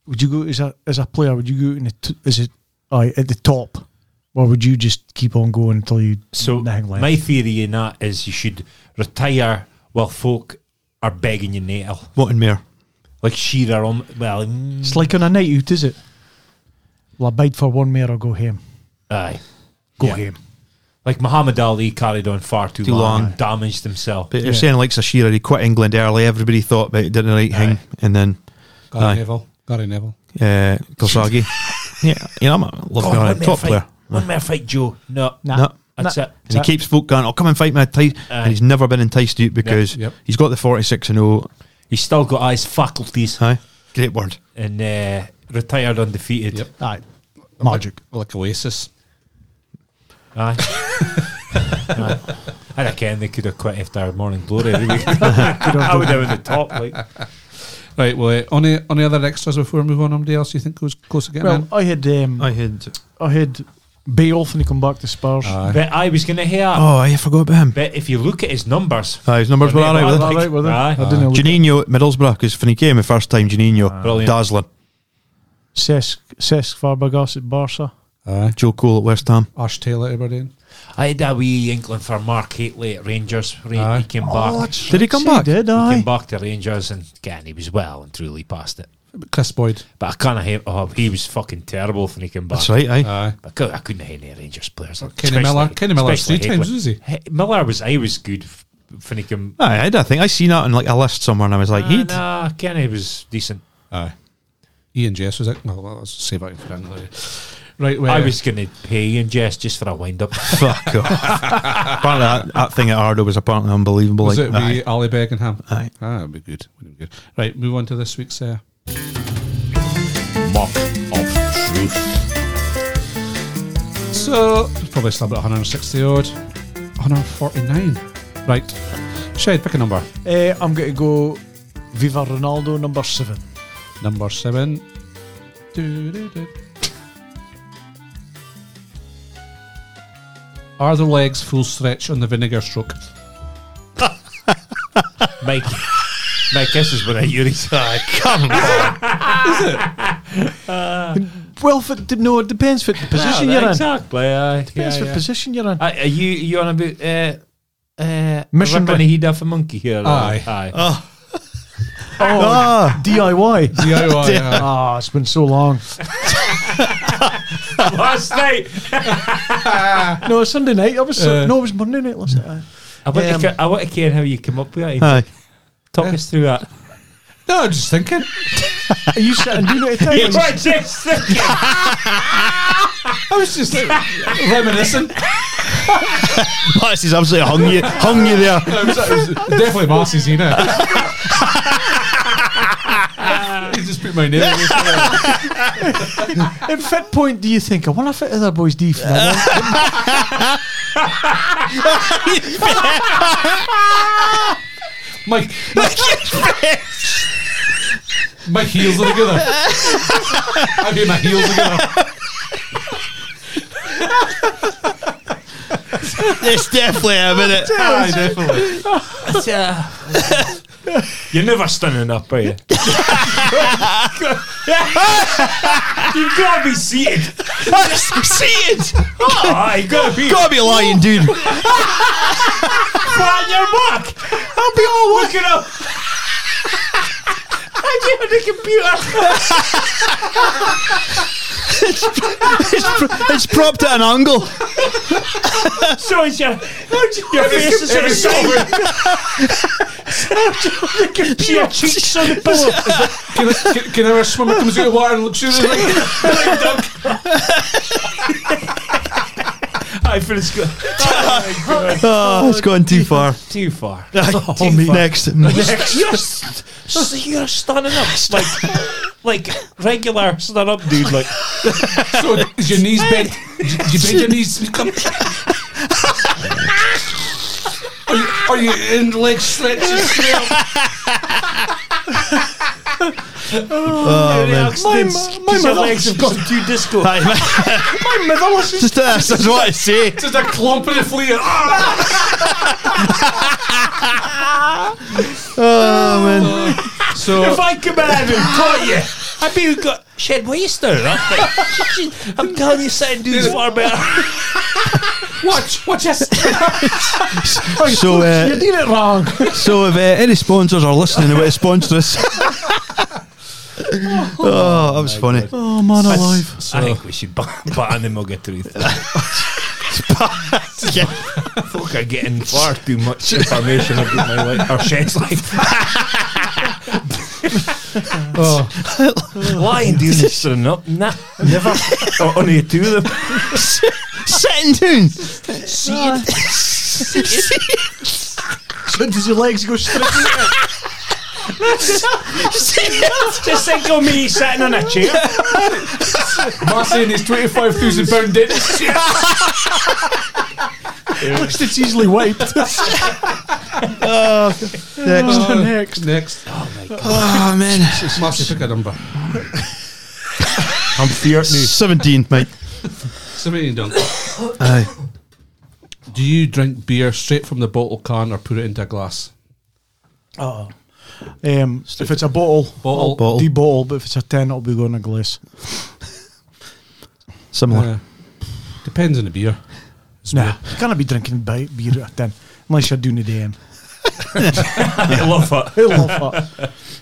Speaker 6: Would you go as a as a player? Would you go out in the t- as it aye, at the top, or would you just keep on going until you
Speaker 5: So
Speaker 6: nothing left?
Speaker 5: my theory in that is you should retire while folk are begging you nail,
Speaker 7: Wanting more.
Speaker 5: like Shearer. On well, mm,
Speaker 6: it's like on a night out, is it? Well, I bide for one mare or go home.
Speaker 5: aye,
Speaker 6: Go
Speaker 5: Yeah.
Speaker 6: home.
Speaker 5: Like Muhammad Ali carried on far too,
Speaker 7: Too
Speaker 5: long,
Speaker 7: long.
Speaker 5: and damaged himself.
Speaker 7: But you're saying like Sashira, he quit England early. Everybody thought that he did the right thing, and then
Speaker 4: Gary
Speaker 7: Aye.
Speaker 4: Neville. Gary Neville.
Speaker 7: uh, Kosagi. yeah, you know, I'm a love
Speaker 5: Oh,
Speaker 7: Gary,
Speaker 5: let me
Speaker 7: top
Speaker 5: fight.
Speaker 7: player.
Speaker 5: Let me fight Joe. No,
Speaker 6: Nah.
Speaker 7: No.
Speaker 5: that's it.
Speaker 7: And he keeps folk going, "Oh, come and fight me," Ty-, and he's never been enticed to it because
Speaker 4: Yep.
Speaker 7: he's got the forty-six and zero.
Speaker 5: He's still got his faculties
Speaker 7: Aye, great word.
Speaker 5: and uh, retired undefeated.
Speaker 4: Yep.
Speaker 6: Aye. Magic.
Speaker 4: Like Oasis.
Speaker 5: Aye. Aye. I reckon they could have quit after Morning Glory. They would- I would have been the top. Like,
Speaker 4: Right, well, uh, any, any other extras before we move on? Anybody else you think goes close to getting
Speaker 6: Well,
Speaker 4: in?
Speaker 6: I had um, I,
Speaker 7: had.
Speaker 6: had Beowulf and he come back to Spurs.
Speaker 5: but I was going to hear.
Speaker 7: Oh, I forgot about him.
Speaker 5: But if you look at his numbers,
Speaker 7: Aye, his numbers were
Speaker 5: Well,
Speaker 7: alright with
Speaker 5: well,
Speaker 7: it.
Speaker 5: well,
Speaker 6: Alright
Speaker 5: Aye.
Speaker 6: with it. I didn't know.
Speaker 7: Janino at Middlesbrough because when he came the first time, Janino
Speaker 4: Ah,
Speaker 5: Brilliant.
Speaker 7: dazzling.
Speaker 6: Cesc, Cesc Fabregas at Barca.
Speaker 4: Aye.
Speaker 7: Joe Cole at West Ham.
Speaker 4: Ash Taylor, everybody in?
Speaker 5: I had a wee inkling for Mark Hatley at Rangers. Ra-
Speaker 4: Aye. Oh,
Speaker 5: he came back.
Speaker 7: Did he come
Speaker 6: Say
Speaker 7: back?
Speaker 6: Did
Speaker 5: he
Speaker 6: I?
Speaker 5: came back to Rangers and again he was well and truly past it.
Speaker 4: Chris Boyd.
Speaker 5: But I can't hear. Oh, he was fucking terrible when he came back.
Speaker 7: That's right. Aye.
Speaker 4: Aye.
Speaker 5: I, cou- I couldn't hear any Rangers players. Like,
Speaker 4: Kenny Miller.
Speaker 5: especially-
Speaker 4: Kenny Miller
Speaker 5: especially
Speaker 4: three times,
Speaker 5: Hatley.
Speaker 4: was he?
Speaker 5: He- Miller was. I was good f- when he came.
Speaker 7: Aye, I, did, I think I seen that on like a list somewhere, and I was like,
Speaker 5: Ah,
Speaker 7: he'd
Speaker 5: nah, Kenny was decent.
Speaker 4: Aye. Ian Jess was it? No, let's save that for another day. Right, well,
Speaker 5: I was going to pay Ian Jess just for a wind up.
Speaker 7: fuck off. apparently, that, that thing at Ardo was apparently unbelievable.
Speaker 4: was
Speaker 7: like,
Speaker 4: it we Ali Beckenham?
Speaker 7: Aye.
Speaker 4: Ah, that'd be good. Would be good. Right, move on to this week's. Uh,
Speaker 2: Mock of truth.
Speaker 4: so it's probably still about 160 odd, 149. Right, Shed, pick a number.
Speaker 6: Eh, I'm going to go Viva Ronaldo, number seven.
Speaker 4: Number seven. Doo-doo-doo. Are the legs full stretch on the vinegar stroke?
Speaker 5: Mike, Mike, this is what I used. Come
Speaker 6: Well, if it, no, it depends for the position you're in.
Speaker 5: Exactly. aye.
Speaker 6: Depends
Speaker 5: Yeah,
Speaker 6: what
Speaker 5: yeah.
Speaker 6: position you're in. Eh,
Speaker 5: Aye, Are you you on about uh, uh,
Speaker 6: Mission
Speaker 5: ripping
Speaker 6: Bre-
Speaker 5: the head off a monkey here? or-
Speaker 4: Aye.
Speaker 5: aye.
Speaker 7: Oh.
Speaker 5: Oh,
Speaker 7: Ah,
Speaker 6: DIY.
Speaker 4: DIY. yeah.
Speaker 6: Ah, it's been so long.
Speaker 5: Last night,
Speaker 6: No, it's Sunday night. I was
Speaker 4: Uh,
Speaker 6: no, it was Monday night last night.
Speaker 5: I want,
Speaker 6: Um,
Speaker 5: to, ca- I want to care how you came up with that.
Speaker 7: aye.
Speaker 5: Talk us through that.
Speaker 4: No, I'm just thinking.
Speaker 6: Are you sitting doing it at the time?
Speaker 5: just
Speaker 4: I was just like, reminiscing.
Speaker 7: Marcy's absolutely hung you, hung you
Speaker 4: I
Speaker 7: there.
Speaker 4: was, I was definitely Marcy's, you know. he just put my name in his head.
Speaker 6: At fit point, do you think I want to fit other boys' D for
Speaker 4: My, my, my heels are together. I do my heels together.
Speaker 7: It's definitely a minute.
Speaker 4: Aye, definitely.
Speaker 5: You're never standing up, are you? You've got to be seated.
Speaker 7: See it?
Speaker 5: Aye, you got to Ah, be
Speaker 7: Gotta be lying, dude.
Speaker 5: flat on your back. I'll be all looking up. I do on the computer.
Speaker 7: It's, pro- it's propped at an angle.
Speaker 5: So it's your, your face is in the Your cheeks on the pillow.
Speaker 4: Can, I, can, can ever swimmer comes out of water and looks at you like,
Speaker 5: I feel it's good.
Speaker 7: Oh, it's gone too far.
Speaker 5: Too far.
Speaker 4: Oh,
Speaker 7: Next.
Speaker 5: You're, s- s- you're standing up like like regular stand up dude. Like
Speaker 4: so is your knees bent? Do you- do you bend your knees? Come. Are you, are you in leg stretches?
Speaker 7: Oh, man.
Speaker 5: my, your legs have gone too disco.
Speaker 7: Just this, that's what I say.
Speaker 4: Just a clump in the flea. Ah!
Speaker 7: Oh, man.
Speaker 4: So
Speaker 5: If I come out and caught you, I'd be got shed. What are you staring at? Like, I'm telling you, certain dudes far better.
Speaker 4: watch, watch this. Oh,
Speaker 7: So,
Speaker 6: You
Speaker 7: uh,
Speaker 6: did it wrong.
Speaker 7: so if uh, any sponsors are listening about to sponsor us. oh, that was funny.
Speaker 6: Oh man,
Speaker 5: I think we should ban, ban the mug of truth. Folk are getting far too much information about my life, or Shed's life.
Speaker 4: Oh,
Speaker 5: Lying doing this or not? Nah, never. or only two of them.
Speaker 7: Sitting down.
Speaker 6: Does your legs go straight?
Speaker 5: Just think of me sitting on a chair.
Speaker 4: Marcy and his twenty-five thousand pound debt.
Speaker 6: it's easily wiped.
Speaker 7: Next.
Speaker 6: next.
Speaker 4: Next,
Speaker 7: Oh, man.
Speaker 4: Marcy, pick a number.
Speaker 5: I'm feared now.
Speaker 7: 17, mate.
Speaker 4: Seventeen, Duncan.
Speaker 7: Aye.
Speaker 4: Do you drink beer straight from the bottle can or put it into a glass?
Speaker 6: Um, if it's a bottle,
Speaker 4: Bottle.
Speaker 7: Bottle.
Speaker 6: de bottle, but if it's a ten, it'll be going a glass.
Speaker 7: Similar.
Speaker 4: Uh, depends on the beer. It's
Speaker 6: Nah,
Speaker 4: weird.
Speaker 6: you can't be drinking bi- beer at a ten unless you're doing the DM.
Speaker 5: I love it.
Speaker 6: I love that.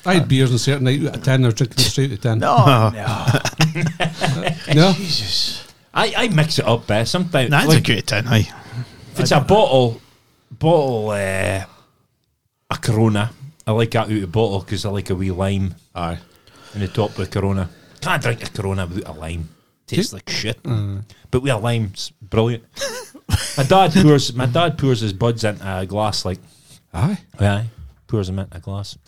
Speaker 4: I had beers on a certain night at 10, I was drinking straight at 10. No.
Speaker 6: Oh, no.
Speaker 4: no?
Speaker 5: I, I mix it up, eh? Sometimes
Speaker 7: That's
Speaker 5: like,
Speaker 7: a good 10, aye.
Speaker 5: if it's a bottle, bottle, uh, a Corona. I like that out of bottle because I like a wee lime
Speaker 4: Aye.
Speaker 5: in the top with Corona. Can't drink a Corona without a lime. Tastes like shit. But with a lime, it's brilliant. my dad pours. My dad pours his buds into a glass like
Speaker 4: Aye.
Speaker 5: Aye, pours them into a glass.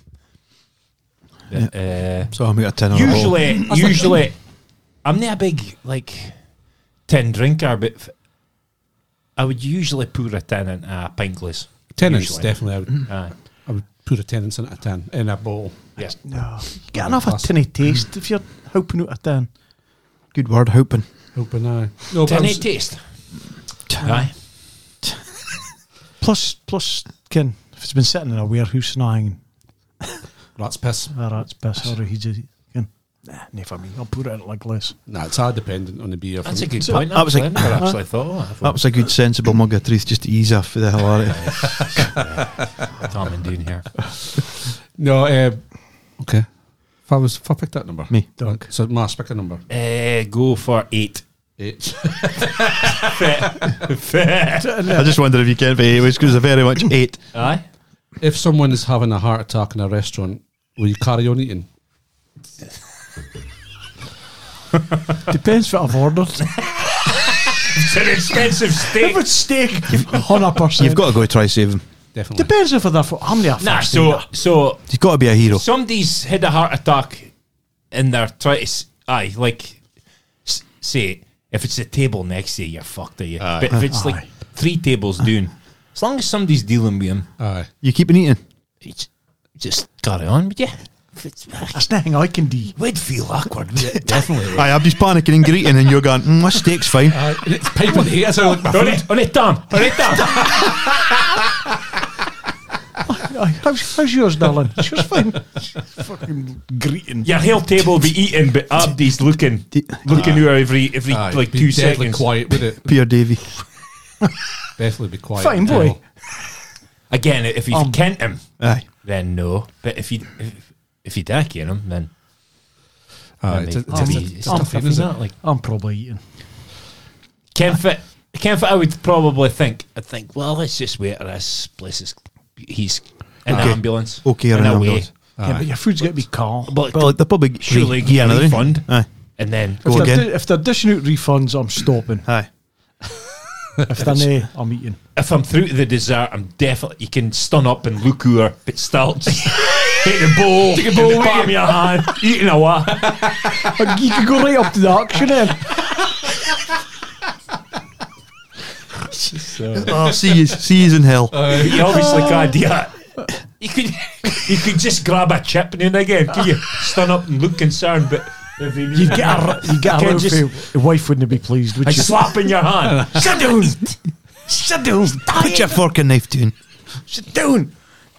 Speaker 5: Uh,
Speaker 7: So I'm got a 10 on the ball.
Speaker 5: usually, usually, I'm not a big like tin drinker, but f- I would usually pour a tin into a pint glass.
Speaker 4: Tenants,
Speaker 5: Usually. Mm.
Speaker 4: definitely. I would,
Speaker 5: Aye,
Speaker 4: I would put a tenants in at a 10 in a bottle.
Speaker 5: yeah.
Speaker 6: no. You get enough a tinny taste if you're hoping out a ten.
Speaker 7: Good word, hoping.
Speaker 4: Open eye. No, but
Speaker 5: Tin
Speaker 4: I'm
Speaker 5: it
Speaker 4: s-
Speaker 5: taste. Aye,
Speaker 6: Plus, plus, kin. If it's been sitting in a warehouse and hanging,
Speaker 4: rat's piss.
Speaker 6: ah, that's piss. Or he just, kin. Nah, never for me. I'll put it in like this.
Speaker 4: Nah, it's all dependent on the beer. for
Speaker 5: that's
Speaker 4: me.
Speaker 5: a good
Speaker 7: So
Speaker 5: point.
Speaker 7: that was
Speaker 5: actually. I
Speaker 7: like-
Speaker 5: never actually thought. of that.
Speaker 7: That was a good, sensible mug of truth just to ease off the hilarity.
Speaker 5: Tom and Dean here.
Speaker 4: No, uh, okay. If I was, if I picked that number.
Speaker 7: Me.
Speaker 4: Dunk. So, Mars, pick a number.
Speaker 5: Uh, go for eight.
Speaker 4: Eight.
Speaker 7: I just wonder if you can be, because it's very much 8.
Speaker 5: Aye.
Speaker 4: if someone is having a heart attack in a restaurant, will you carry on eating?
Speaker 6: Depends what I've ordered.
Speaker 5: It's an expensive steak.
Speaker 6: if it's steak, 100%.
Speaker 7: You've got to go try save him.
Speaker 4: Definitely.
Speaker 6: Depends if they're for. I'm not a
Speaker 5: Nah,
Speaker 6: fussy
Speaker 5: so
Speaker 6: nut.
Speaker 5: so
Speaker 7: You've got to be a hero.
Speaker 5: somebody's had a heart attack in their twenties. Aye, like s- say if it's a table next to you, you're fucked. Are you? But if it's like three tables doing, as long as somebody's dealing with him,
Speaker 4: Aye.
Speaker 7: You keeping eating?
Speaker 5: it's just carry on. But yeah, if it's,
Speaker 6: That's nothing I can do.
Speaker 5: we'd feel awkward. wouldn't it?
Speaker 4: Definitely.
Speaker 7: Aye, I'm just panicking and greeting, and you're going, mm, my steak's fine.
Speaker 4: Aye. And it's piping heat. That's how I like my
Speaker 5: on
Speaker 4: food.
Speaker 5: it, on it, Tom. On it, Tom.
Speaker 6: Aye, How's, how's yours, darling? It's yours fine. Fucking greeting.
Speaker 5: Your whole table be eating, but Abdi's looking, looking over every every
Speaker 4: Aye.
Speaker 5: like
Speaker 4: be
Speaker 5: two
Speaker 4: deadly
Speaker 5: seconds.
Speaker 4: quiet with it.
Speaker 7: Pierre Davy.
Speaker 4: Definitely be quiet.
Speaker 6: Fine boy.
Speaker 4: No.
Speaker 5: Again, if you
Speaker 6: Um.
Speaker 5: can't him,
Speaker 7: Aye.
Speaker 5: then no. But if you if, if you dick him, then
Speaker 4: Aye,
Speaker 5: Maybe.
Speaker 4: it's a- it's a-
Speaker 5: Maybe
Speaker 4: it's a
Speaker 6: I'm
Speaker 4: tough
Speaker 5: stuff
Speaker 4: one,
Speaker 5: like
Speaker 4: isn't it?
Speaker 5: that, like
Speaker 6: I'm probably eating.
Speaker 5: Kenfit, Kenfit, I would probably think. I'd think, well, let's just wait till this place is. He's in
Speaker 7: Okay.
Speaker 5: an ambulance.
Speaker 7: Okay, or
Speaker 5: in
Speaker 7: an
Speaker 5: a way.
Speaker 7: ambulance.
Speaker 6: Yeah, but your food's got to be calm.
Speaker 5: But
Speaker 7: Well, they're probably
Speaker 5: surely
Speaker 7: yeah,
Speaker 5: get a
Speaker 7: another one.
Speaker 5: refund.
Speaker 7: Aye.
Speaker 5: And then
Speaker 7: Go
Speaker 6: if, they're
Speaker 7: again.
Speaker 6: di- if they're dishing out refunds, I'm stopping.
Speaker 7: Aye.
Speaker 6: If they're nay, I'm eating.
Speaker 5: if I'm through to the dessert, I'm definitely. You can stun up and look over, but still just take the bowl, take the bowl, palm of your hand, eating a what?
Speaker 6: But you can go right up to the auction end.
Speaker 7: Oh, see you, see you in hell.
Speaker 5: You obviously can't do that. You could, you could just grab a chip and then again, can you stun up and look concerned, but.
Speaker 6: You get a, r- you get a
Speaker 5: Can't
Speaker 6: round
Speaker 5: just-
Speaker 6: feel. Your wife wouldn't be pleased, would
Speaker 5: I
Speaker 6: she?
Speaker 5: slap in your hand.
Speaker 6: Sit down. Sit down.
Speaker 7: Put your fork and knife down.
Speaker 6: Sit down.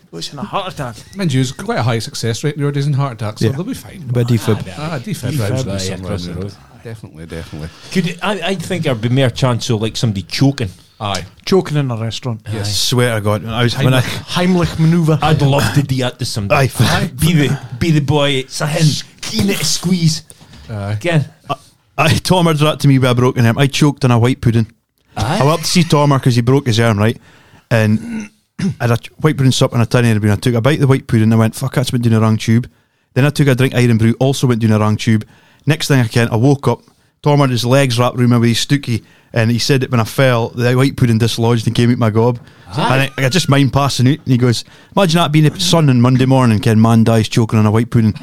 Speaker 6: What's in a heart attack?
Speaker 4: Mind you, it's quite a high success rate nowadays in heart attacks, so
Speaker 7: Yeah.
Speaker 4: they'll be fine.
Speaker 7: But defib.
Speaker 4: Ah, defib
Speaker 6: Defib,
Speaker 4: rounds
Speaker 5: aye,
Speaker 4: will be somewhere
Speaker 5: across the
Speaker 4: in there.
Speaker 5: road.
Speaker 4: Definitely, definitely.
Speaker 5: Could I, I think there'd be more chance of like somebody choking.
Speaker 4: Aye.
Speaker 6: Choking in a restaurant.
Speaker 4: Yes.
Speaker 7: Swear to God, when I was when I
Speaker 6: Heimlich manoeuvre.
Speaker 5: I'd love to do that to somebody.
Speaker 7: Aye. Aye.
Speaker 5: Be the be the boy. It's a hen. Keen it a squeeze. Again,
Speaker 7: I Tom had that to me by a broken arm. I choked on a white pudding. I went up to see Tomer because he broke his arm, right? And I had a white pudding sup and a tiny beer. I took a bite of the white pudding and I went, fuck, that's went down the wrong tube. Then I took a drink of iron brew, also went down the wrong tube. Next thing I can, I woke up. Tomer had his legs wrapped around me with his stookie, and he said that when I fell, the white pudding dislodged and came out my gob. And I, I just mind passing out, and he goes, Imagine that being the sun on Monday morning, Ken man dies choking on a white pudding.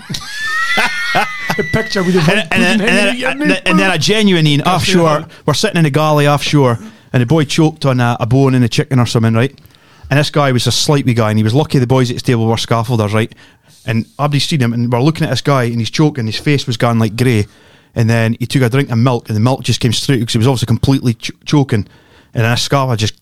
Speaker 6: The picture with the
Speaker 7: and, and, then, and, then, and then a genuine "Ah, Ian offshore. We're sitting in a galley offshore, and the boy choked on a, a bone in a chicken or something, right? And this guy was a slight wee guy, and he was lucky the boys at his table were scaffolders, right? And Abdi's seen him, and we're looking at this guy, and he's choking, his face was gone like grey. And then he took a drink of milk, and the milk just came straight because he was obviously completely ch- choking. And then a scaffolder just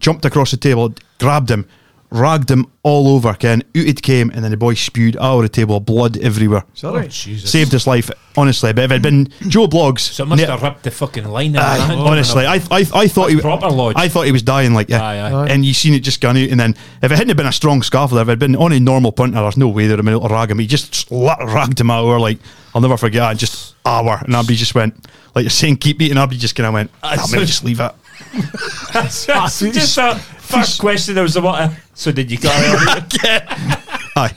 Speaker 7: jumped across the table, grabbed him, ragged him all over, Ken. Out it came, and then the boy spewed out of the table, blood everywhere
Speaker 5: Oh,
Speaker 6: Sorry.
Speaker 7: saved his life, honestly. But if it had been Joe Blogs,
Speaker 5: So it must
Speaker 7: ne-
Speaker 5: have ripped the fucking line out
Speaker 7: Aye,
Speaker 5: of that.
Speaker 7: honestly, I, I, I thought he,
Speaker 5: That's proper lodge.
Speaker 7: I thought he was dying like yeah,
Speaker 5: Aye, aye.
Speaker 7: and you seen it just gone out. And then if it hadn't have been a strong scaffolder, if it had been on a normal punter, there's no way they'd have been able to rag him. He just sla- ragged him out. Like I'll never forget, I just hour, and Abby just went like you're saying, keep eating. Abby just kind of went,
Speaker 5: Aye,
Speaker 7: I'm
Speaker 5: so-
Speaker 7: gonna just leave it.
Speaker 5: Just just a first question. There was the water. So did you carry on?
Speaker 7: Aye,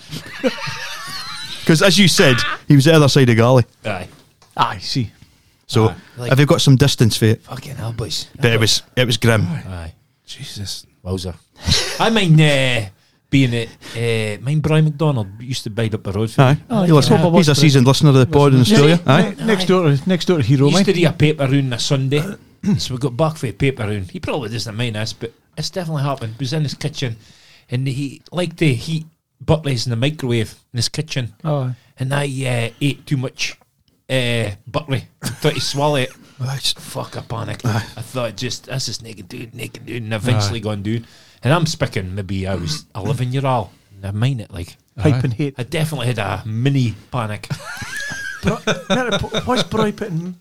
Speaker 7: because as you said, he was the other side of Galley.
Speaker 5: Aye.
Speaker 6: I see.
Speaker 7: So
Speaker 5: like-
Speaker 7: if they've got some distance for it,
Speaker 5: Fucking hell, boys.
Speaker 7: but it was it was grim.
Speaker 5: Aye.
Speaker 4: Jesus.
Speaker 5: Wowzer. I mind uh, being at uh, mind Brian McDonald used to bide up the road. From
Speaker 7: Aye. He listens-
Speaker 6: Oh, yeah.
Speaker 7: He's a seasoned listener of the pod in Australia. Aye.
Speaker 6: Ne- Next door, next door to Hero,
Speaker 5: He used
Speaker 6: mate.
Speaker 5: to do a paper round on a Sunday, so we got back for a paper round. He probably doesn't mind us, but it's definitely happened. He was in his kitchen, and he liked to heat butlers in the microwave in his kitchen,
Speaker 6: Oh,
Speaker 5: and I uh, ate too much uh, butley. Thought he swallowed it.
Speaker 7: Right.
Speaker 5: Fuck, I panicked. I thought just this is naked dude, naked dude, and eventually gone down. And I'm speaking, maybe I was 11 year old. and I mind it like.
Speaker 6: pipe and hate.
Speaker 5: I definitely had a mini panic.
Speaker 6: No, but Why's Bry putting?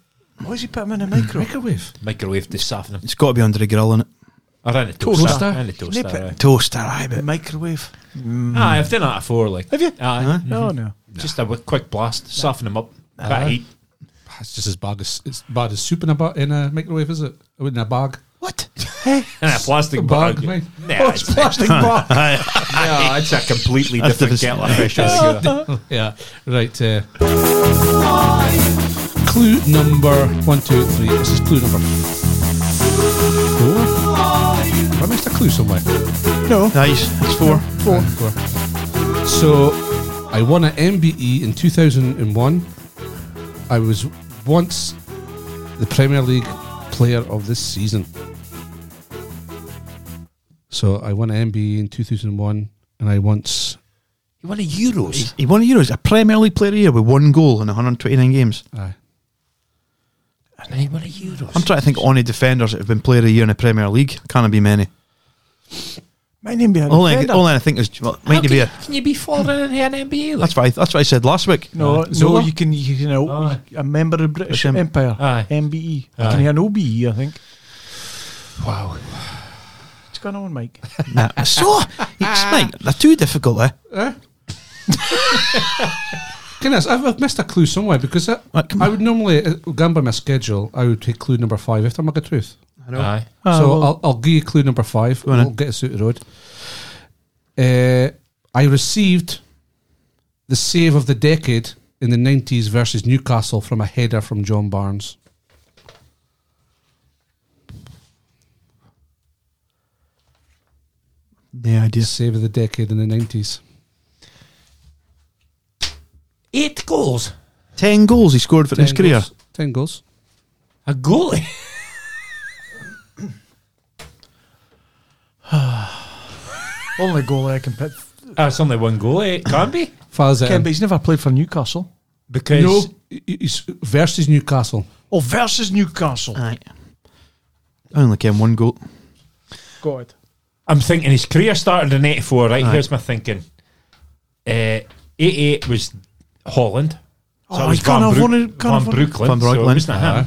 Speaker 6: Why's he putting him in the micro?
Speaker 4: Microwave.
Speaker 5: Microwave to soften him.
Speaker 7: It's got to be under the grill in it.
Speaker 5: I ran a toaster.
Speaker 4: Toaster?
Speaker 5: I ran a toaster.
Speaker 6: Nip it.
Speaker 5: aye.
Speaker 7: Toaster, aye, but
Speaker 6: Microwave?
Speaker 5: Aye, I've done that before. Like, mm. have
Speaker 6: you?
Speaker 5: Aye,
Speaker 6: No, no.
Speaker 5: just a w- quick blast, soften them up. Bit of heat.
Speaker 4: That's just as bad as it's bad as soup in a ba- in a microwave, is it? In a bag.
Speaker 6: What?
Speaker 5: and a plastic
Speaker 4: bag,
Speaker 5: bag.
Speaker 4: mate.
Speaker 5: Nah,
Speaker 6: Oh, it's
Speaker 5: it's,
Speaker 6: plastic bag.
Speaker 5: yeah, it's a completely
Speaker 7: That's
Speaker 5: different
Speaker 7: the-
Speaker 5: kettle of fish. altogether.
Speaker 4: Yeah. Right. Uh, clue number one, two, three. This is clue number four. Have I missed a clue somewhere?
Speaker 5: Oh.
Speaker 6: No.
Speaker 7: Nice. It's four.
Speaker 6: Four.
Speaker 4: So, I won an MBE in 2001. I was once the Premier League player of this season. So, I won an MBE in 2001, and I once.
Speaker 5: You want a Euros?
Speaker 7: He won a Euros, a Premier League player of the year with one goal in 129 games.
Speaker 4: Aye.
Speaker 5: And you want a Euros?
Speaker 7: I'm trying to think of only defenders that have been player of the year in the Premier League. Can't be many.
Speaker 6: My name be a
Speaker 7: Only, I,
Speaker 6: defender.
Speaker 7: only I think is well, might
Speaker 5: How
Speaker 7: be.
Speaker 5: can,
Speaker 7: a-
Speaker 5: can you uh, be foreign in here in NBA? Like?
Speaker 7: That's what I, that's what I said last week.
Speaker 6: No, no,
Speaker 4: Zola?
Speaker 6: you can, you can uh,
Speaker 5: Aye.
Speaker 6: a member of the British
Speaker 7: British em-
Speaker 6: Empire,
Speaker 5: Aye.
Speaker 6: MBE. You
Speaker 5: Aye.
Speaker 6: can hear an OBE, I think.
Speaker 5: wow.
Speaker 6: What's going on, Mike?
Speaker 7: Nah, so it's
Speaker 5: Ah.
Speaker 7: mate, they're too difficult. Eh?
Speaker 4: Goodness, I've, I've missed a clue somewhere because I,
Speaker 7: Right, come
Speaker 4: I
Speaker 7: on.
Speaker 4: would normally, uh, going by my schedule, I would take clue number five if I'm a good truth.
Speaker 5: Aye.
Speaker 4: so I'll, I'll give you clue number five.
Speaker 7: on
Speaker 4: We'll
Speaker 7: then.
Speaker 4: get us out the road. Uh, I received the save of the decade in the 90s versus Newcastle from a header from John Barnes.
Speaker 7: The idea.
Speaker 4: Save of the decade in the 90s.
Speaker 5: Eight goals.
Speaker 7: Ten goals he scored for his
Speaker 4: Ten
Speaker 7: career.
Speaker 4: goals. 10 goals.
Speaker 5: A goalie.
Speaker 6: Only goalie I can pick.
Speaker 5: That's only one eh, goalie. It can't be.
Speaker 4: Files it
Speaker 6: Ken,
Speaker 4: in.
Speaker 6: but he's never played for Newcastle.
Speaker 5: Because
Speaker 4: No, i- i- it's versus Newcastle.
Speaker 6: Oh, versus Newcastle.
Speaker 7: Aye. I only came one goal.
Speaker 6: Got it.
Speaker 5: I'm thinking his career started in 84, right? Here's my thinking. Uh, 88 was Holland. So
Speaker 6: Oh,
Speaker 5: it was
Speaker 6: he can't
Speaker 5: Van
Speaker 6: have
Speaker 5: Broek-
Speaker 6: one in- can't
Speaker 5: Van
Speaker 6: have one-
Speaker 5: Broeklyn.
Speaker 7: Van
Speaker 5: so it
Speaker 7: Broeklyn.
Speaker 5: wasn't him.
Speaker 4: Aye.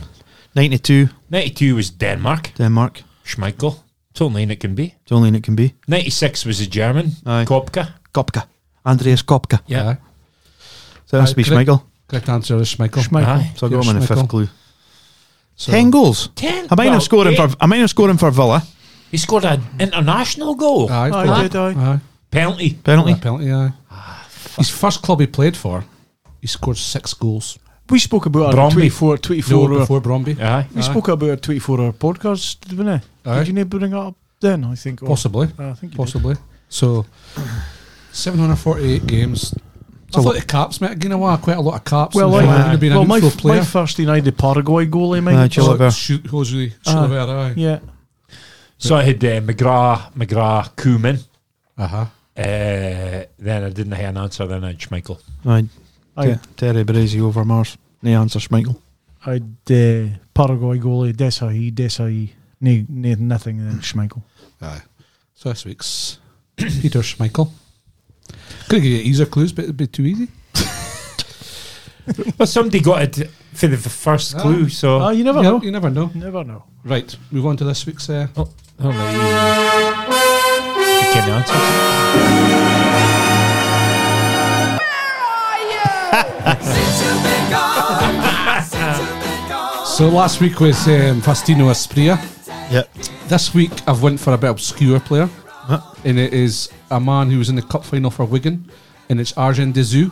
Speaker 7: 92
Speaker 5: 92 was Denmark.
Speaker 7: Denmark.
Speaker 5: Schmeichel. It's only nine it can be.
Speaker 7: It's only it can be.
Speaker 5: 96 was a German.
Speaker 7: Aye.
Speaker 5: Kopka.
Speaker 7: Kopka. Andreas Kopka.
Speaker 5: Yeah.
Speaker 4: Aye.
Speaker 7: So it has to be
Speaker 4: Aye, correct.
Speaker 7: Schmeichel.
Speaker 4: Correct answer is Schmeichel.
Speaker 6: Schmeichel.
Speaker 5: Aye.
Speaker 7: So I got
Speaker 4: Yes,
Speaker 7: him in the
Speaker 4: Schmeichel.
Speaker 7: fifth clue.
Speaker 4: So,
Speaker 7: Ten goals.
Speaker 5: Ten.
Speaker 7: I might
Speaker 5: well,
Speaker 7: have scored him
Speaker 5: eight.
Speaker 7: for. I might have scored him for Villa
Speaker 5: He scored an international goal.
Speaker 4: Aye,
Speaker 6: I
Speaker 4: aye,
Speaker 6: did, aye.
Speaker 4: aye.
Speaker 5: Penalty.
Speaker 7: penalty.
Speaker 4: A penalty, aye. His first club he played for, he scored six goals.
Speaker 6: We spoke about our
Speaker 5: Bromby.
Speaker 6: 24, 24
Speaker 4: no,
Speaker 6: hour.
Speaker 4: before Bromby.
Speaker 5: Aye.
Speaker 6: We spoke about our 24 hour podcast, did we not?
Speaker 4: Aye.
Speaker 6: Did you not bring it up then? I think. or-
Speaker 4: Possibly.
Speaker 6: I think you did.
Speaker 4: Possibly. So, 748 games. I thought the caps, mate. You know what? Quite a lot of caps.
Speaker 6: Well, I,
Speaker 4: and so on. You'd have been
Speaker 6: well
Speaker 4: an
Speaker 6: my,
Speaker 4: inflow
Speaker 6: f-
Speaker 4: player.
Speaker 6: my first United Paraguay goalie, mate.
Speaker 7: Aye, Chilwell. Oliver.
Speaker 4: Shoot, Jose,
Speaker 6: Ah.
Speaker 4: Oliver, aye.
Speaker 6: yeah.
Speaker 5: So I had uh, McGrath, McGrath, Cooman.
Speaker 4: Uh-huh.
Speaker 5: Uh, then I didn't have an answer. Then I had Schmeichel.
Speaker 7: Aye.
Speaker 6: I,
Speaker 7: Te- Terry Brezzi over Mars. No answer, Schmeichel.
Speaker 6: I uh, Paraguay goalie Desai, Desai, ne, ne, nothing, and then Schmeichel.
Speaker 4: Aye. So this week's Peter Schmeichel. Could give you easier clues, but it'd be too easy.
Speaker 5: Well, somebody got it for the f- first
Speaker 4: Ah.
Speaker 5: clue. So
Speaker 6: Oh, you never
Speaker 4: you,
Speaker 6: know.
Speaker 4: you never know.
Speaker 6: Never know.
Speaker 4: Right, move on to this week's. Uh,
Speaker 5: I don't know. You can answer.
Speaker 4: so last week was um, Fastino Espria.
Speaker 7: Yep.
Speaker 4: This week I've went for a bit obscure player, and it is a man who was in the cup final for Wigan, and it's Arjen Dizou.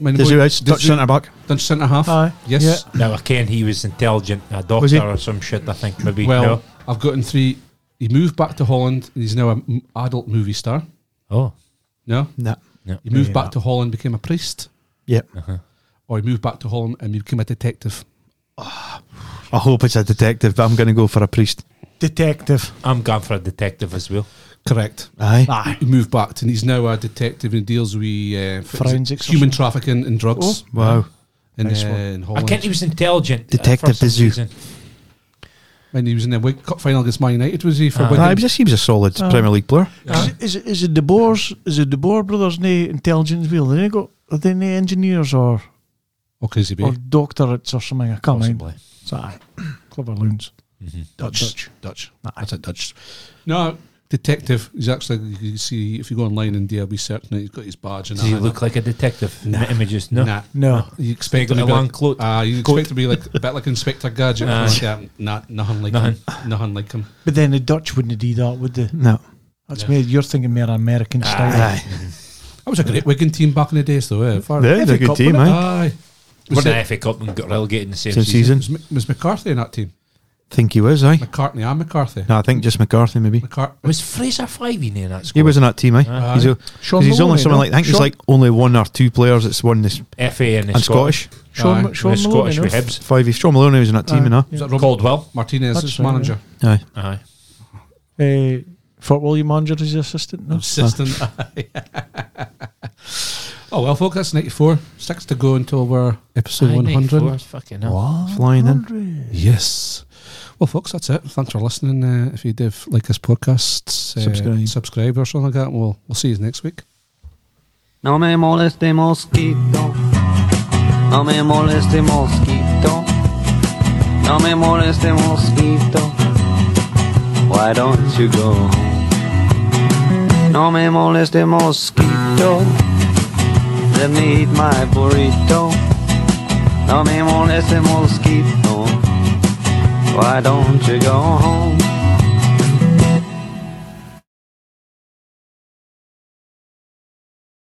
Speaker 4: Mind
Speaker 7: Does he
Speaker 6: eh?
Speaker 4: going-
Speaker 7: out? Dutch
Speaker 4: Dizou,
Speaker 7: centre back.
Speaker 4: Dutch centre half.
Speaker 6: Aye.
Speaker 4: Yes.
Speaker 6: Yeah.
Speaker 5: Now, again, he was intelligent, a
Speaker 7: he?
Speaker 5: doctor or some shit, I think, maybe.
Speaker 4: Well,
Speaker 5: no?
Speaker 4: I've gotten three. He moved back to Holland, and he's now an adult movie star.
Speaker 5: Oh.
Speaker 4: No,
Speaker 7: No.
Speaker 4: he moved back to Holland, became a priest,
Speaker 7: Yep.
Speaker 4: or he moved back to Holland and became a detective.
Speaker 7: I hope it's a detective, but I'm going to go for a priest.
Speaker 6: Detective.
Speaker 5: I'm going for a detective as well.
Speaker 4: Correct.
Speaker 7: Aye.
Speaker 4: He moved back, and he's now a detective and deals with uh,
Speaker 6: Forensics or something.
Speaker 4: human
Speaker 6: Oh.
Speaker 4: trafficking, and
Speaker 7: Oh.
Speaker 4: drugs
Speaker 7: Wow.
Speaker 4: in,
Speaker 6: Nice
Speaker 4: uh,
Speaker 6: one.
Speaker 4: in
Speaker 5: I
Speaker 4: Holland.
Speaker 5: can't, he was intelligent. uh,
Speaker 7: Detective
Speaker 5: for some
Speaker 7: Dizou.
Speaker 5: reason.
Speaker 4: when he was in the Wig- cup final against Man United, was
Speaker 5: Ah.
Speaker 4: he for Wigan?
Speaker 7: Aye, he Oh. just seems a solid Premier League player.
Speaker 6: Is, it- is, it- is it De Boer's? Is it De Boer brothers? Nay, intelligence wheel. They got are they nay engineers or
Speaker 4: Or could he be
Speaker 6: or doctorates or something? I can't mind.
Speaker 5: Possibly.
Speaker 6: So, aye. clever loons.
Speaker 4: Dutch? Dutch. Dutch. That's it, Dutch. No, detective. He's actually, you can see, if you go online and do a wee search, now, he's got his badge and
Speaker 5: Does he
Speaker 4: that.
Speaker 5: look like a detective in the images? No.
Speaker 4: Nah.
Speaker 6: No.
Speaker 4: You expect
Speaker 5: Got
Speaker 4: him to
Speaker 5: a
Speaker 4: be
Speaker 5: long Ah.
Speaker 4: like-
Speaker 5: cloak.
Speaker 4: Ah, you expect to be like a bit like Inspector Gadget.
Speaker 5: Aye.
Speaker 4: like that. Nah, nothing like him. Nothing like him.
Speaker 6: But then the Dutch wouldn't do that, would they?
Speaker 7: No.
Speaker 6: That's
Speaker 4: Yeah.
Speaker 6: me. You're thinking more American style.
Speaker 7: Aye.
Speaker 4: That was a great Wigan team back in the days, though. Eh? Far-
Speaker 7: They're a good team, aye.
Speaker 4: Aye.
Speaker 5: Was
Speaker 4: Was
Speaker 5: the
Speaker 4: it,
Speaker 5: FA Cup and got relegated in the same
Speaker 7: Same
Speaker 5: season.
Speaker 7: season.
Speaker 4: was, M- was McCarthy in that team?
Speaker 7: Think he was, aye.
Speaker 4: McCartney and McCarthy.
Speaker 7: No, I think just McCarthy, maybe.
Speaker 4: McCart-
Speaker 5: Was Fraser Five in that squad?
Speaker 7: He was in that team, aye.
Speaker 5: Aye.
Speaker 7: He's, o- 'cause he's only something like, I think he's like only one or two players that's won this.
Speaker 5: FA and, the
Speaker 7: And Scottish.
Speaker 4: Aye.
Speaker 6: Sean,
Speaker 4: The
Speaker 6: Aye.
Speaker 5: Scottish.
Speaker 6: Sean
Speaker 5: The Scottish
Speaker 6: Maloney,
Speaker 5: with
Speaker 6: no?
Speaker 5: Hibs.
Speaker 7: Five. He's Sean Maloney was in that team, and
Speaker 4: was that Robert
Speaker 5: Caldwell.
Speaker 4: Martinez's
Speaker 6: That's right,
Speaker 4: manager?
Speaker 7: Aye.
Speaker 5: Aye.
Speaker 6: Eh, Fort William Manager is the assistant. No?
Speaker 4: Assistant. oh well, folks, that's ninety-four. Six to go until we're episode one hundred.
Speaker 5: Fucking hell.
Speaker 7: Flying in.
Speaker 4: Yes. Well, folks, that's it. Thanks for listening. Uh, if you did like this podcast, uh,
Speaker 7: Subscribe.
Speaker 4: subscribe or something like that. And we'll we'll see you next week.
Speaker 9: No me moleste mosquito, no me moleste mosquito, no me moleste mosquito. Why don't you go home? No me moleste mosquito, let me eat my burrito. No me moleste mosquito, why don't you go home?